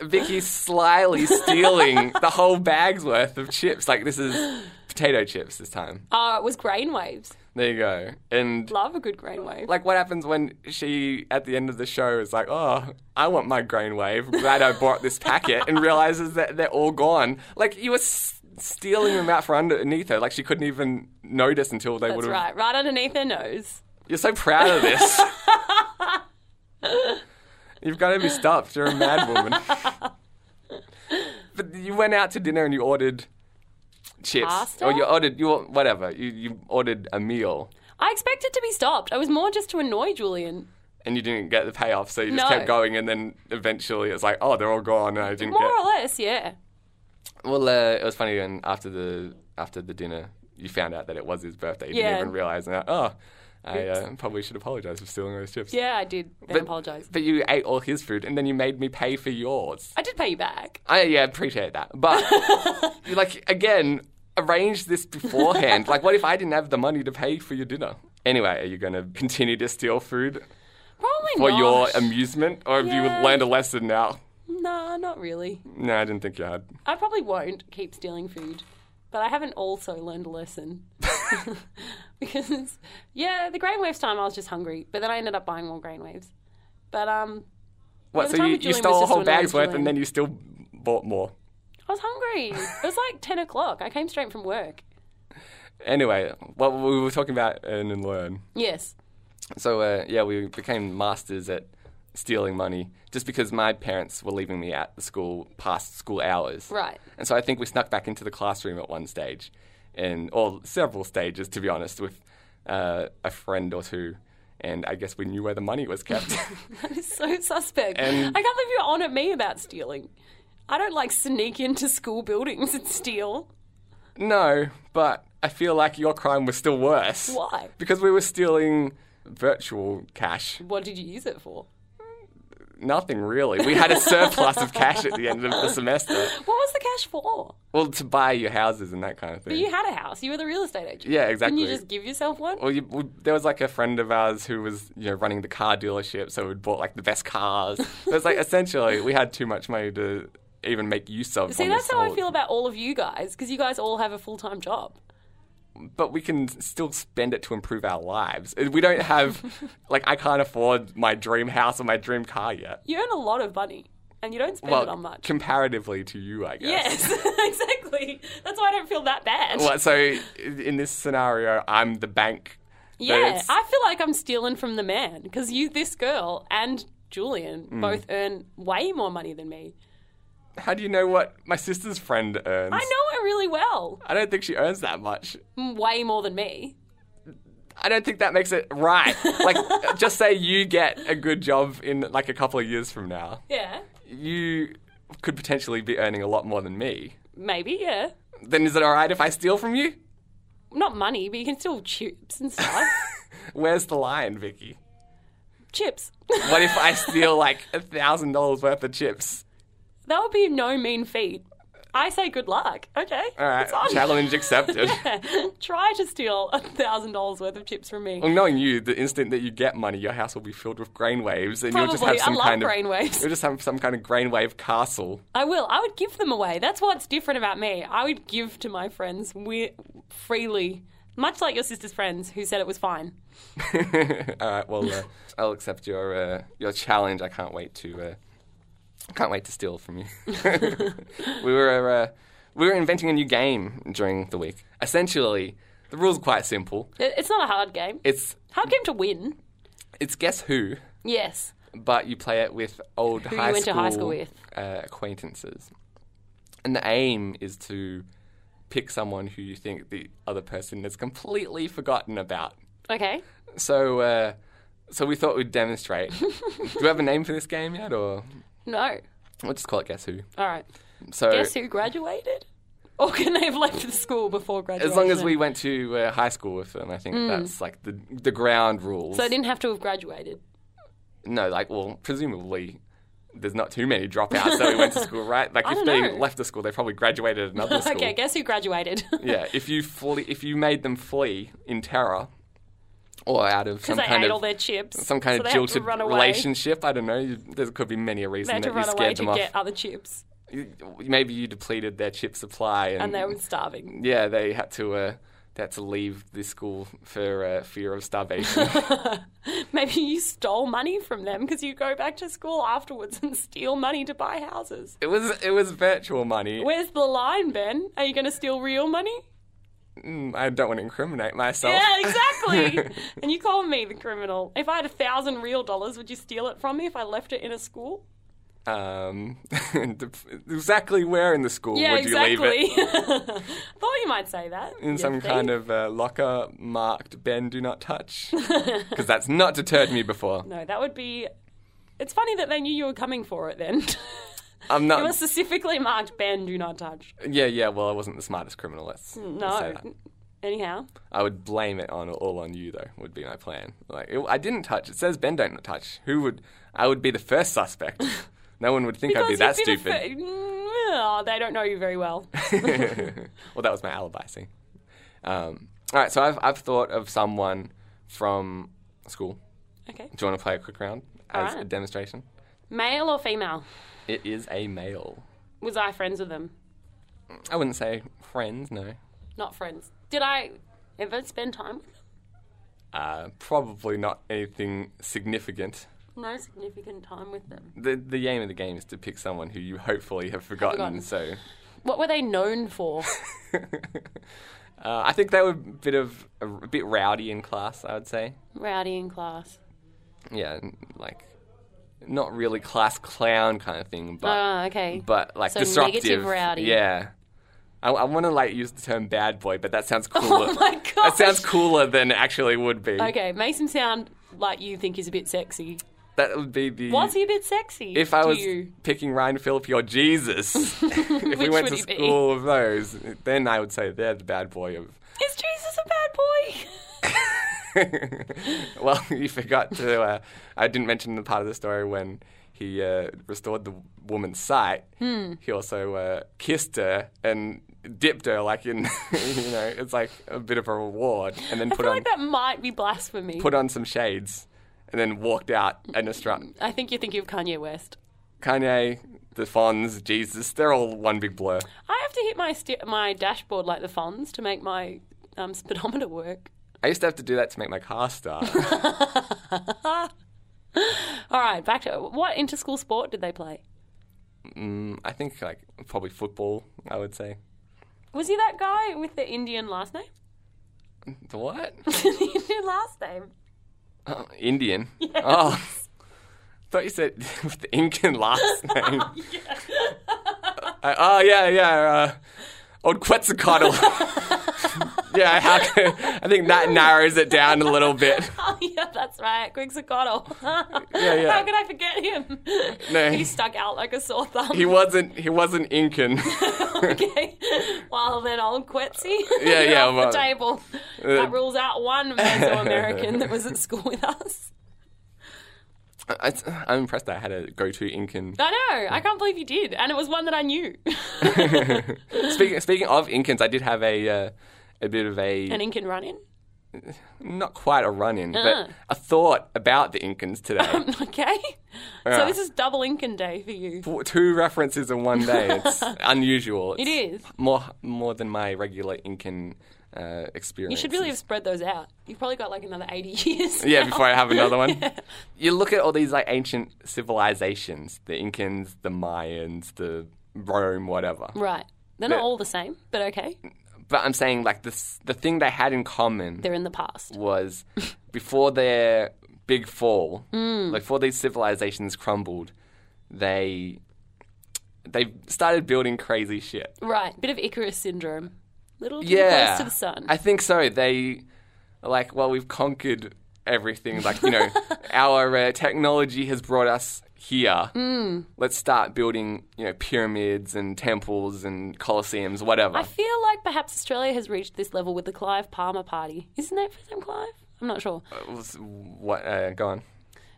[SPEAKER 1] Vicky slyly stealing the whole bag's worth of chips. Like this is potato chips this time.
[SPEAKER 2] Oh, it was grain waves.
[SPEAKER 1] There you go. And
[SPEAKER 2] Love a good grain wave.
[SPEAKER 1] like, what happens when she at the end of the show is like, "Oh, I want my grain wave. Glad I bought this packet," and realizes that they're all gone. Like you were. S- Stealing them out from underneath her, like she couldn't even notice until they would
[SPEAKER 2] That's
[SPEAKER 1] have
[SPEAKER 2] right, right underneath her nose.
[SPEAKER 1] You're so proud of this. You've got to be stopped. You're a mad woman. but you went out to dinner and you ordered chips,
[SPEAKER 2] Pasta?
[SPEAKER 1] or you ordered you or- whatever. You you ordered a meal
[SPEAKER 2] I expected to be stopped. I was more just to annoy Julian.
[SPEAKER 1] and you didn't get the payoff, so you just
[SPEAKER 2] No.
[SPEAKER 1] kept going, and then eventually it's like, oh, they're all gone, and I didn't
[SPEAKER 2] More or
[SPEAKER 1] get.
[SPEAKER 2] less, yeah.
[SPEAKER 1] Well, uh, it was funny, and after the after the dinner, you found out that it was his birthday. You
[SPEAKER 2] Yeah.
[SPEAKER 1] didn't even realize that. Oh, I uh, probably should apologize for stealing those chips.
[SPEAKER 2] Yeah, I did then apologise.
[SPEAKER 1] But you ate all his food, and then you made me pay for yours.
[SPEAKER 2] I did pay you back.
[SPEAKER 1] I yeah appreciate that, but you, like again, arrange this beforehand. like, what if I didn't have the money to pay for your dinner? Anyway, are you going to continue to steal food
[SPEAKER 2] Probably
[SPEAKER 1] for
[SPEAKER 2] not.
[SPEAKER 1] your amusement, or have
[SPEAKER 2] Yeah.
[SPEAKER 1] you learned a lesson now?
[SPEAKER 2] Nah, not really.
[SPEAKER 1] No, I didn't think you had.
[SPEAKER 2] I probably won't keep stealing food, but I haven't also learned a lesson. because, yeah, the grain waves time I was just hungry, but then I ended up buying more grain waves. But um,
[SPEAKER 1] What?
[SPEAKER 2] the
[SPEAKER 1] So
[SPEAKER 2] time
[SPEAKER 1] you,
[SPEAKER 2] with
[SPEAKER 1] you
[SPEAKER 2] Julian
[SPEAKER 1] stole a
[SPEAKER 2] was just
[SPEAKER 1] whole
[SPEAKER 2] when I
[SPEAKER 1] bag's
[SPEAKER 2] was
[SPEAKER 1] worth,
[SPEAKER 2] Julian.
[SPEAKER 1] and then you still bought more.
[SPEAKER 2] I was hungry. It was like 10 o'clock. I came straight from work.
[SPEAKER 1] Anyway, what we were talking about, earn and learn.
[SPEAKER 2] Yes.
[SPEAKER 1] So uh, yeah, we became masters at stealing money just because my parents were leaving me at the school past school hours.
[SPEAKER 2] Right.
[SPEAKER 1] And so I think we snuck back into the classroom at one stage, and or several stages to be honest, with uh, a friend or two. And I guess we knew where the money was kept.
[SPEAKER 2] That is so suspect.
[SPEAKER 1] And-
[SPEAKER 2] I can't believe you're on at me about stealing. I don't like sneak into school buildings and steal.
[SPEAKER 1] no, but I feel like your crime was still worse.
[SPEAKER 2] Why?
[SPEAKER 1] Because we were stealing virtual cash.
[SPEAKER 2] What did you use it for?
[SPEAKER 1] Nothing really. We had a surplus of cash at the end of the semester.
[SPEAKER 2] What was the cash for?
[SPEAKER 1] Well, to buy your houses and that kind of
[SPEAKER 2] But
[SPEAKER 1] thing.
[SPEAKER 2] you had a house. You were the real estate agent.
[SPEAKER 1] Yeah, exactly.
[SPEAKER 2] Couldn't you just give yourself one?
[SPEAKER 1] Well, you, we, there was like a friend of ours who was, you know, running the car dealership, so we bought like the best cars. It was like essentially we had too much money to even make use of.
[SPEAKER 2] See,
[SPEAKER 1] on
[SPEAKER 2] that's
[SPEAKER 1] this
[SPEAKER 2] how I
[SPEAKER 1] whole-
[SPEAKER 2] feel about all of you guys because you guys all have a full time job.
[SPEAKER 1] But we can still spend it to improve our lives. Uh, We don't have, like, I can't afford my dream house or my dream car yet.
[SPEAKER 2] You earn a lot of money and you don't spend it on much.
[SPEAKER 1] comparatively to you, I guess.
[SPEAKER 2] Yes, exactly. That's why I don't feel that bad.
[SPEAKER 1] Well, so in this scenario, I'm the bank. but
[SPEAKER 2] yeah,
[SPEAKER 1] it's-
[SPEAKER 2] I feel like I'm stealing from the man because you, this girl, and Julian
[SPEAKER 1] Mm.
[SPEAKER 2] both earn way more money than me.
[SPEAKER 1] how do you know what my sister's friend earns?
[SPEAKER 2] I know her really well,
[SPEAKER 1] I don't think she earns that much.
[SPEAKER 2] Mm, way more than me.
[SPEAKER 1] I don't think that makes it right. Like, just say you get a good job in like a couple of years from now,
[SPEAKER 2] Yeah,
[SPEAKER 1] you could potentially be earning a lot more than me.
[SPEAKER 2] maybe. Yeah,
[SPEAKER 1] Then is it all right if I steal from you?
[SPEAKER 2] not money, but you can still chips and stuff.
[SPEAKER 1] Where's the line, Vicky?
[SPEAKER 2] chips.
[SPEAKER 1] What if I steal like a thousand dollars worth of chips?
[SPEAKER 2] That would be no mean feat. I say good luck. Okay.
[SPEAKER 1] All right,
[SPEAKER 2] It's on.
[SPEAKER 1] challenge accepted.
[SPEAKER 2] Try to steal a thousand dollars worth of chips from me.
[SPEAKER 1] Well, knowing you, the instant that you get money, your house will be filled with brainwaves, and you'll just
[SPEAKER 2] Probably.
[SPEAKER 1] have
[SPEAKER 2] I
[SPEAKER 1] some
[SPEAKER 2] love
[SPEAKER 1] kind of
[SPEAKER 2] brainwaves.
[SPEAKER 1] You'll just have some kind of brainwave castle.
[SPEAKER 2] I will. I would give them away. That's what's different about me. I would give to my friends we- freely, much like your sister's friends who said it was fine.
[SPEAKER 1] All right, well, uh, I'll accept your uh, your challenge. I can't wait to uh, can't wait to steal from you. we were uh, we were inventing a new game during the week. Essentially, the rules are quite simple.
[SPEAKER 2] It- It's not a hard game.
[SPEAKER 1] It's
[SPEAKER 2] Hard game to win.
[SPEAKER 1] it's guess who,
[SPEAKER 2] Yes.
[SPEAKER 1] but you play it with old
[SPEAKER 2] you
[SPEAKER 1] high
[SPEAKER 2] went to
[SPEAKER 1] school
[SPEAKER 2] high school with.
[SPEAKER 1] Uh, acquaintances, and the aim is to pick someone who you think the other person has completely forgotten about.
[SPEAKER 2] Okay.
[SPEAKER 1] So, uh, so we thought we'd demonstrate. Do we have a name for this game yet, or
[SPEAKER 2] No.
[SPEAKER 1] we'll just call it Guess Who?
[SPEAKER 2] All right.
[SPEAKER 1] So,
[SPEAKER 2] Guess who graduated? Or can they have left the school before graduation?
[SPEAKER 1] as long as we went to uh, high school with them, I think that's like the the ground rules.
[SPEAKER 2] Mm. So they didn't have to have graduated.
[SPEAKER 1] no, like well, presumably. There's not too many dropouts that we went to school, right? Like if
[SPEAKER 2] don't
[SPEAKER 1] they
[SPEAKER 2] know.
[SPEAKER 1] left the school, they probably graduated at another school.
[SPEAKER 2] Okay, guess who graduated?
[SPEAKER 1] Yeah, if you flee, if you made them flee in terror, or out of some
[SPEAKER 2] Because they
[SPEAKER 1] kind
[SPEAKER 2] ate
[SPEAKER 1] of
[SPEAKER 2] all their chips.
[SPEAKER 1] some kind
[SPEAKER 2] so
[SPEAKER 1] of
[SPEAKER 2] they had to
[SPEAKER 1] jilted
[SPEAKER 2] run away.
[SPEAKER 1] relationship, I don't know. You, there could be many a
[SPEAKER 2] They
[SPEAKER 1] reason
[SPEAKER 2] had to
[SPEAKER 1] that you
[SPEAKER 2] run away
[SPEAKER 1] scared
[SPEAKER 2] to
[SPEAKER 1] them off.
[SPEAKER 2] get other chips,
[SPEAKER 1] you- maybe you depleted their chip supply, and,
[SPEAKER 2] and they were starving.
[SPEAKER 1] yeah, they had to uh, they had to leave the school for uh, fear of starvation.
[SPEAKER 2] Maybe you stole money from them because you go back to school afterwards and steal money to buy houses.
[SPEAKER 1] it was it was virtual money.
[SPEAKER 2] Where's the line, Ben? Are you going to steal real money?
[SPEAKER 1] Mm, I don't want to incriminate myself.
[SPEAKER 2] Yeah, exactly. and you call me the criminal. If I had a thousand real dollars, would you steal it from me if I left it in a school?
[SPEAKER 1] Um, dep- exactly where in the school
[SPEAKER 2] Yeah,
[SPEAKER 1] would you
[SPEAKER 2] exactly. eh?
[SPEAKER 1] leave it?
[SPEAKER 2] Thought you might say that.
[SPEAKER 1] In some kind of uh, locker marked "Ben, do not touch," because that's not deterred me before.
[SPEAKER 2] No, that would be. It's funny that they knew you were coming for it then.
[SPEAKER 1] I'm
[SPEAKER 2] It
[SPEAKER 1] not.
[SPEAKER 2] was specifically marked Ben, do not touch.
[SPEAKER 1] Yeah, yeah. Well, I wasn't the smartest criminal. Let's let's say
[SPEAKER 2] No.
[SPEAKER 1] that.
[SPEAKER 2] Anyhow,
[SPEAKER 1] I would blame it on all on you though. Would be my plan. Like it, I didn't touch. It says Ben don't touch. Who would? I would be the first suspect. No one would think I'd be
[SPEAKER 2] Because
[SPEAKER 1] that
[SPEAKER 2] you've been a
[SPEAKER 1] stupid.
[SPEAKER 2] fa- Mm, oh, they don't know you very well.
[SPEAKER 1] well, that was my alibi scene. Um, all right, so I've I've thought of someone from school.
[SPEAKER 2] Okay.
[SPEAKER 1] Do you want to play a quick round as a
[SPEAKER 2] Alright.
[SPEAKER 1] demonstration?
[SPEAKER 2] Male or female?
[SPEAKER 1] It is a male.
[SPEAKER 2] Was I friends with them?
[SPEAKER 1] I wouldn't say friends. No,
[SPEAKER 2] Not friends. Did I ever spend time with them?
[SPEAKER 1] uh, probably not anything significant.
[SPEAKER 2] No significant time with them.
[SPEAKER 1] The the aim of the game is to pick someone who you hopefully have forgotten.
[SPEAKER 2] forgotten.
[SPEAKER 1] So.
[SPEAKER 2] What were they known for?
[SPEAKER 1] Uh, I think they were a bit of a, a bit rowdy in class. I would say,
[SPEAKER 2] Rowdy in class.
[SPEAKER 1] yeah, n- like not really class clown kind of thing, but
[SPEAKER 2] Ah, okay.
[SPEAKER 1] but like
[SPEAKER 2] so negative
[SPEAKER 1] disruptive,
[SPEAKER 2] rowdy.
[SPEAKER 1] Yeah, I, I want to like use the term bad boy, but that sounds cooler.
[SPEAKER 2] Oh my god.
[SPEAKER 1] that sounds cooler than it actually would be.
[SPEAKER 2] Okay, makes him sound like you think he's a bit sexy.
[SPEAKER 1] That would be the
[SPEAKER 2] Was he a bit sexy?
[SPEAKER 1] Mm. if I
[SPEAKER 2] to
[SPEAKER 1] was
[SPEAKER 2] you?
[SPEAKER 1] picking Ryan Phillippe or Jesus. if we
[SPEAKER 2] Which
[SPEAKER 1] went
[SPEAKER 2] would
[SPEAKER 1] to
[SPEAKER 2] he be?
[SPEAKER 1] school of those, then I would say they're the bad boy of
[SPEAKER 2] Is Jesus a bad boy?
[SPEAKER 1] well, you forgot to. Uh, I didn't mention the part of the story when he uh, restored the woman's sight.
[SPEAKER 2] Hmm.
[SPEAKER 1] He also uh, kissed her and dipped her, like in, you know, it's like a bit of a reward, and then
[SPEAKER 2] I
[SPEAKER 1] put
[SPEAKER 2] feel
[SPEAKER 1] on
[SPEAKER 2] like that might be blasphemy.
[SPEAKER 1] put on some shades, and then walked out and astro-
[SPEAKER 2] I think you're thinking of Kanye West.
[SPEAKER 1] Kanye, the Fonz, Jesus, they're all one big blur.
[SPEAKER 2] I have to hit my sti my dashboard like the Fonz to make my um, speedometer work.
[SPEAKER 1] I used to have to do that to make my car start.
[SPEAKER 2] All right, back to what inter-school sport did they play?
[SPEAKER 1] I think like probably football. I would say
[SPEAKER 2] Was he that guy with the Indian last name?
[SPEAKER 1] the what?
[SPEAKER 2] the Indian last name.
[SPEAKER 1] Oh, Indian. Oh, thought you said with the Incan last name. Uh, oh yeah, yeah. Uh, old Quetzalcoatl. yeah, how could, I think that narrows it down a little bit.
[SPEAKER 2] Oh yeah, that's right, Quixicotl.
[SPEAKER 1] Yeah, yeah.
[SPEAKER 2] How could I forget him?
[SPEAKER 1] No.
[SPEAKER 2] he stuck out like a sore thumb.
[SPEAKER 1] He wasn't. He wasn't Incan.
[SPEAKER 2] okay. Well, then old Quetzy.
[SPEAKER 1] Yeah,
[SPEAKER 2] you're
[SPEAKER 1] yeah,
[SPEAKER 2] Off
[SPEAKER 1] well,
[SPEAKER 2] the table. that rules out one Mesoamerican that was at school with us.
[SPEAKER 1] I, I'm impressed. That I had a go-to Incan.
[SPEAKER 2] I know. I can't believe you did, and it was one that I knew.
[SPEAKER 1] Speaking, speaking of Incans, I did have a uh, a bit of a
[SPEAKER 2] An Incan run-in.
[SPEAKER 1] not quite a run in,
[SPEAKER 2] Uh.
[SPEAKER 1] but a thought about the Incans today.
[SPEAKER 2] Okay. So this is double Incan day for you.
[SPEAKER 1] Two references in one day. It's unusual. It's
[SPEAKER 2] It is.
[SPEAKER 1] more more than my regular Incan uh, experience.
[SPEAKER 2] You should really have spread those out. You've probably got like another eighty years.
[SPEAKER 1] Yeah,
[SPEAKER 2] now.
[SPEAKER 1] before I have another one. You look at all these like ancient civilizations, the Incans, the Mayans, the Rome, whatever.
[SPEAKER 2] Right. They're not all the same, but okay.
[SPEAKER 1] But I'm saying like this the thing they had in common
[SPEAKER 2] They're in the past.
[SPEAKER 1] was before their big fall,
[SPEAKER 2] Mm.
[SPEAKER 1] like before these civilizations crumbled, they they started building crazy shit.
[SPEAKER 2] Right. Bit of Icarus syndrome. Little too
[SPEAKER 1] Yeah,
[SPEAKER 2] close to the sun.
[SPEAKER 1] I think so. They are like, well, we've conquered everything. Like you know, our uh, technology has brought us here.
[SPEAKER 2] Mm.
[SPEAKER 1] Let's start building, you know, pyramids and temples and colosseums, whatever.
[SPEAKER 2] I feel like perhaps Australia has reached this level with the Clive Palmer party. Isn't that for some Clive? I'm not sure.
[SPEAKER 1] Uh, what? Uh, go on.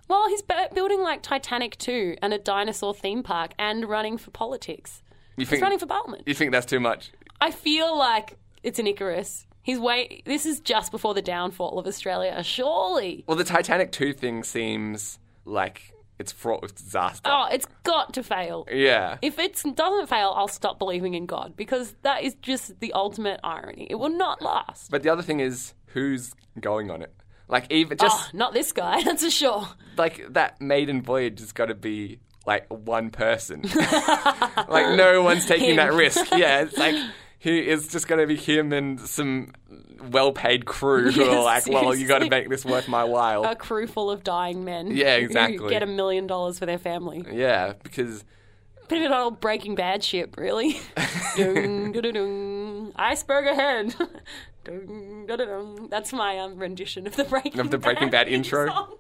[SPEAKER 2] Well, he's bu- building like Titanic 2 and a dinosaur theme park and running for politics.
[SPEAKER 1] You
[SPEAKER 2] He's
[SPEAKER 1] think
[SPEAKER 2] running for parliament.
[SPEAKER 1] you think that's too much?
[SPEAKER 2] I feel like it's an Icarus. He's way. This is just before the downfall of Australia, surely.
[SPEAKER 1] Well, the Titanic 2 thing seems like it's fraught with disaster.
[SPEAKER 2] Oh, it's got to fail.
[SPEAKER 1] Yeah.
[SPEAKER 2] If it doesn't fail, I'll stop believing in God because that is just the ultimate irony. It will not last.
[SPEAKER 1] But the other thing is, who's going on it? Like, even
[SPEAKER 2] Oh,
[SPEAKER 1] just
[SPEAKER 2] not this guy, that's for sure.
[SPEAKER 1] like that maiden voyage has got to be like one person. like, no one's taking
[SPEAKER 2] Him.
[SPEAKER 1] that risk. Yeah. It's like, he is just going to be him and some well paid crew who
[SPEAKER 2] Yeah,
[SPEAKER 1] are like, well, you got to
[SPEAKER 2] seriously.
[SPEAKER 1] make this worth my while.
[SPEAKER 2] a crew full of dying men.
[SPEAKER 1] Yeah,
[SPEAKER 2] who
[SPEAKER 1] exactly.
[SPEAKER 2] get a million dollars for their family.
[SPEAKER 1] Yeah, because
[SPEAKER 2] Bit of an old Breaking Bad ship, really. dung, dung, dung, iceberg ahead. dung, dung, dung. That's my um, rendition of the Breaking
[SPEAKER 1] Of the Breaking Bad
[SPEAKER 2] theme
[SPEAKER 1] intro?
[SPEAKER 2] song.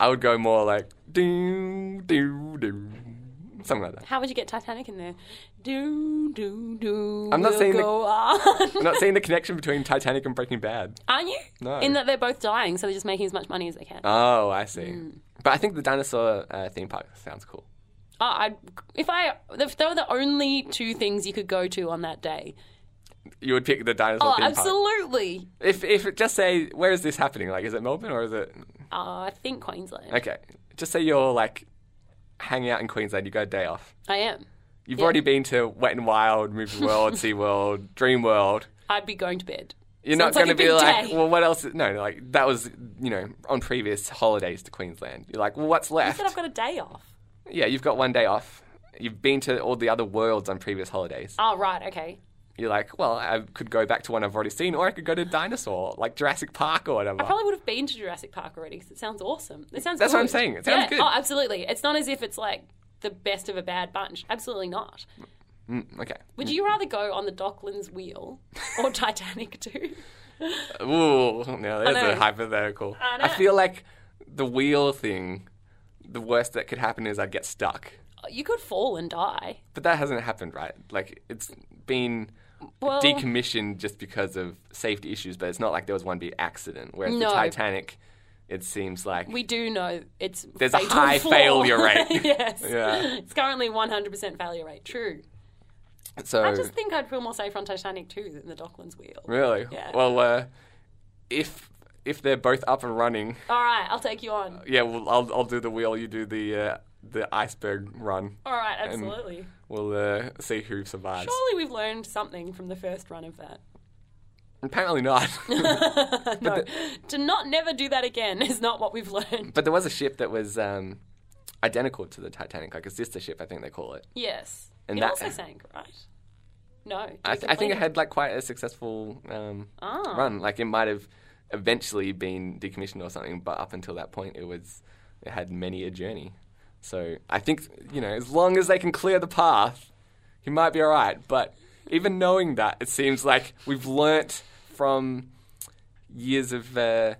[SPEAKER 1] I would go more like, do, do, do, something like that.
[SPEAKER 2] How would you get Titanic in there? Do do do.
[SPEAKER 1] I'm not
[SPEAKER 2] we'll
[SPEAKER 1] saying the-
[SPEAKER 2] go on.
[SPEAKER 1] I'm not seeing the connection between Titanic and Breaking Bad.
[SPEAKER 2] Aren't you?
[SPEAKER 1] No.
[SPEAKER 2] In that they're both dying, so they're just making as much money as they can.
[SPEAKER 1] Oh, I see.
[SPEAKER 2] Hmm.
[SPEAKER 1] But I think the dinosaur uh, theme park sounds cool.
[SPEAKER 2] Oh, I, if I, if they were the only two things you could go to on that day.
[SPEAKER 1] You would pick the dinosaur
[SPEAKER 2] Oh,
[SPEAKER 1] theme park.
[SPEAKER 2] absolutely.
[SPEAKER 1] If if it- just say where is this happening? Like, is it Melbourne or is it?
[SPEAKER 2] Uh, I think Queensland.
[SPEAKER 1] Okay, just say you're like hanging out in Queensland. You got a day off.
[SPEAKER 2] I am.
[SPEAKER 1] You've already been to Wet and Wild, Movie World, Sea World, Dream World.
[SPEAKER 2] I'd be going to bed.
[SPEAKER 1] You're
[SPEAKER 2] So
[SPEAKER 1] not
[SPEAKER 2] it's like
[SPEAKER 1] going
[SPEAKER 2] a
[SPEAKER 1] to be
[SPEAKER 2] big
[SPEAKER 1] like,
[SPEAKER 2] day.
[SPEAKER 1] well, what else? is-" No, like that was you know on previous holidays to Queensland. You're like, well, what's left?
[SPEAKER 2] But I've got a day off.
[SPEAKER 1] yeah, you've got one day off. You've been to all the other worlds on previous holidays.
[SPEAKER 2] Oh, right, okay.
[SPEAKER 1] you're like, well, I could go back to one I've already seen, or I could go to dinosaur, like Jurassic Park or whatever.
[SPEAKER 2] Probably would have been to Jurassic Park already 'cause it sounds awesome. It sounds
[SPEAKER 1] That's
[SPEAKER 2] good.
[SPEAKER 1] what I'm saying. It sounds
[SPEAKER 2] yeah.
[SPEAKER 1] good.
[SPEAKER 2] Oh, absolutely. It's not as if it's like the best of a bad bunch. Absolutely not.
[SPEAKER 1] okay.
[SPEAKER 2] Would you rather go on the Docklands wheel or Titanic 2?
[SPEAKER 1] Ooh, no, that's
[SPEAKER 2] I
[SPEAKER 1] a
[SPEAKER 2] know.
[SPEAKER 1] hypothetical.
[SPEAKER 2] I know.
[SPEAKER 1] I feel like the wheel thing, the worst that could happen is I'd get stuck.
[SPEAKER 2] You could fall and die.
[SPEAKER 1] But that hasn't happened, right? Like, it's been
[SPEAKER 2] Well-
[SPEAKER 1] decommissioned just because of safety issues, but it's not like there was one big accident. Whereas
[SPEAKER 2] No.
[SPEAKER 1] the Titanic, it seems like
[SPEAKER 2] We do know it's
[SPEAKER 1] There's a
[SPEAKER 2] fatal
[SPEAKER 1] high
[SPEAKER 2] flaw.
[SPEAKER 1] failure rate.
[SPEAKER 2] yes.
[SPEAKER 1] Yeah.
[SPEAKER 2] It's currently 100% failure rate. True.
[SPEAKER 1] so.
[SPEAKER 2] I just think I'd feel more safe on Titanic 2 than the Docklands wheel.
[SPEAKER 1] Really?
[SPEAKER 2] Yeah.
[SPEAKER 1] Well, uh, if if they're both up and running,
[SPEAKER 2] All right, I'll take you on.
[SPEAKER 1] yeah, well, I'll I'll do the wheel. You do the uh, the iceberg run.
[SPEAKER 2] All right, absolutely.
[SPEAKER 1] We'll uh, see who survives.
[SPEAKER 2] Surely we've learned something from the first run of that.
[SPEAKER 1] Apparently not.
[SPEAKER 2] no, to not never do that again is not what we've learned.
[SPEAKER 1] but there was a ship that was um, identical to the Titanic, like a sister ship, I think they call it.
[SPEAKER 2] Yes.
[SPEAKER 1] And
[SPEAKER 2] it
[SPEAKER 1] that-
[SPEAKER 2] also sank, right? No. did
[SPEAKER 1] I,
[SPEAKER 2] you
[SPEAKER 1] th- I think
[SPEAKER 2] complete
[SPEAKER 1] it had like quite a successful um,
[SPEAKER 2] Ah.
[SPEAKER 1] run. Like it might have eventually been decommissioned or something, but up until that point, it was it had many a journey. So I think you know, as long as they can clear the path, he might be all right. But even knowing that, it seems like we've learnt from years of uh,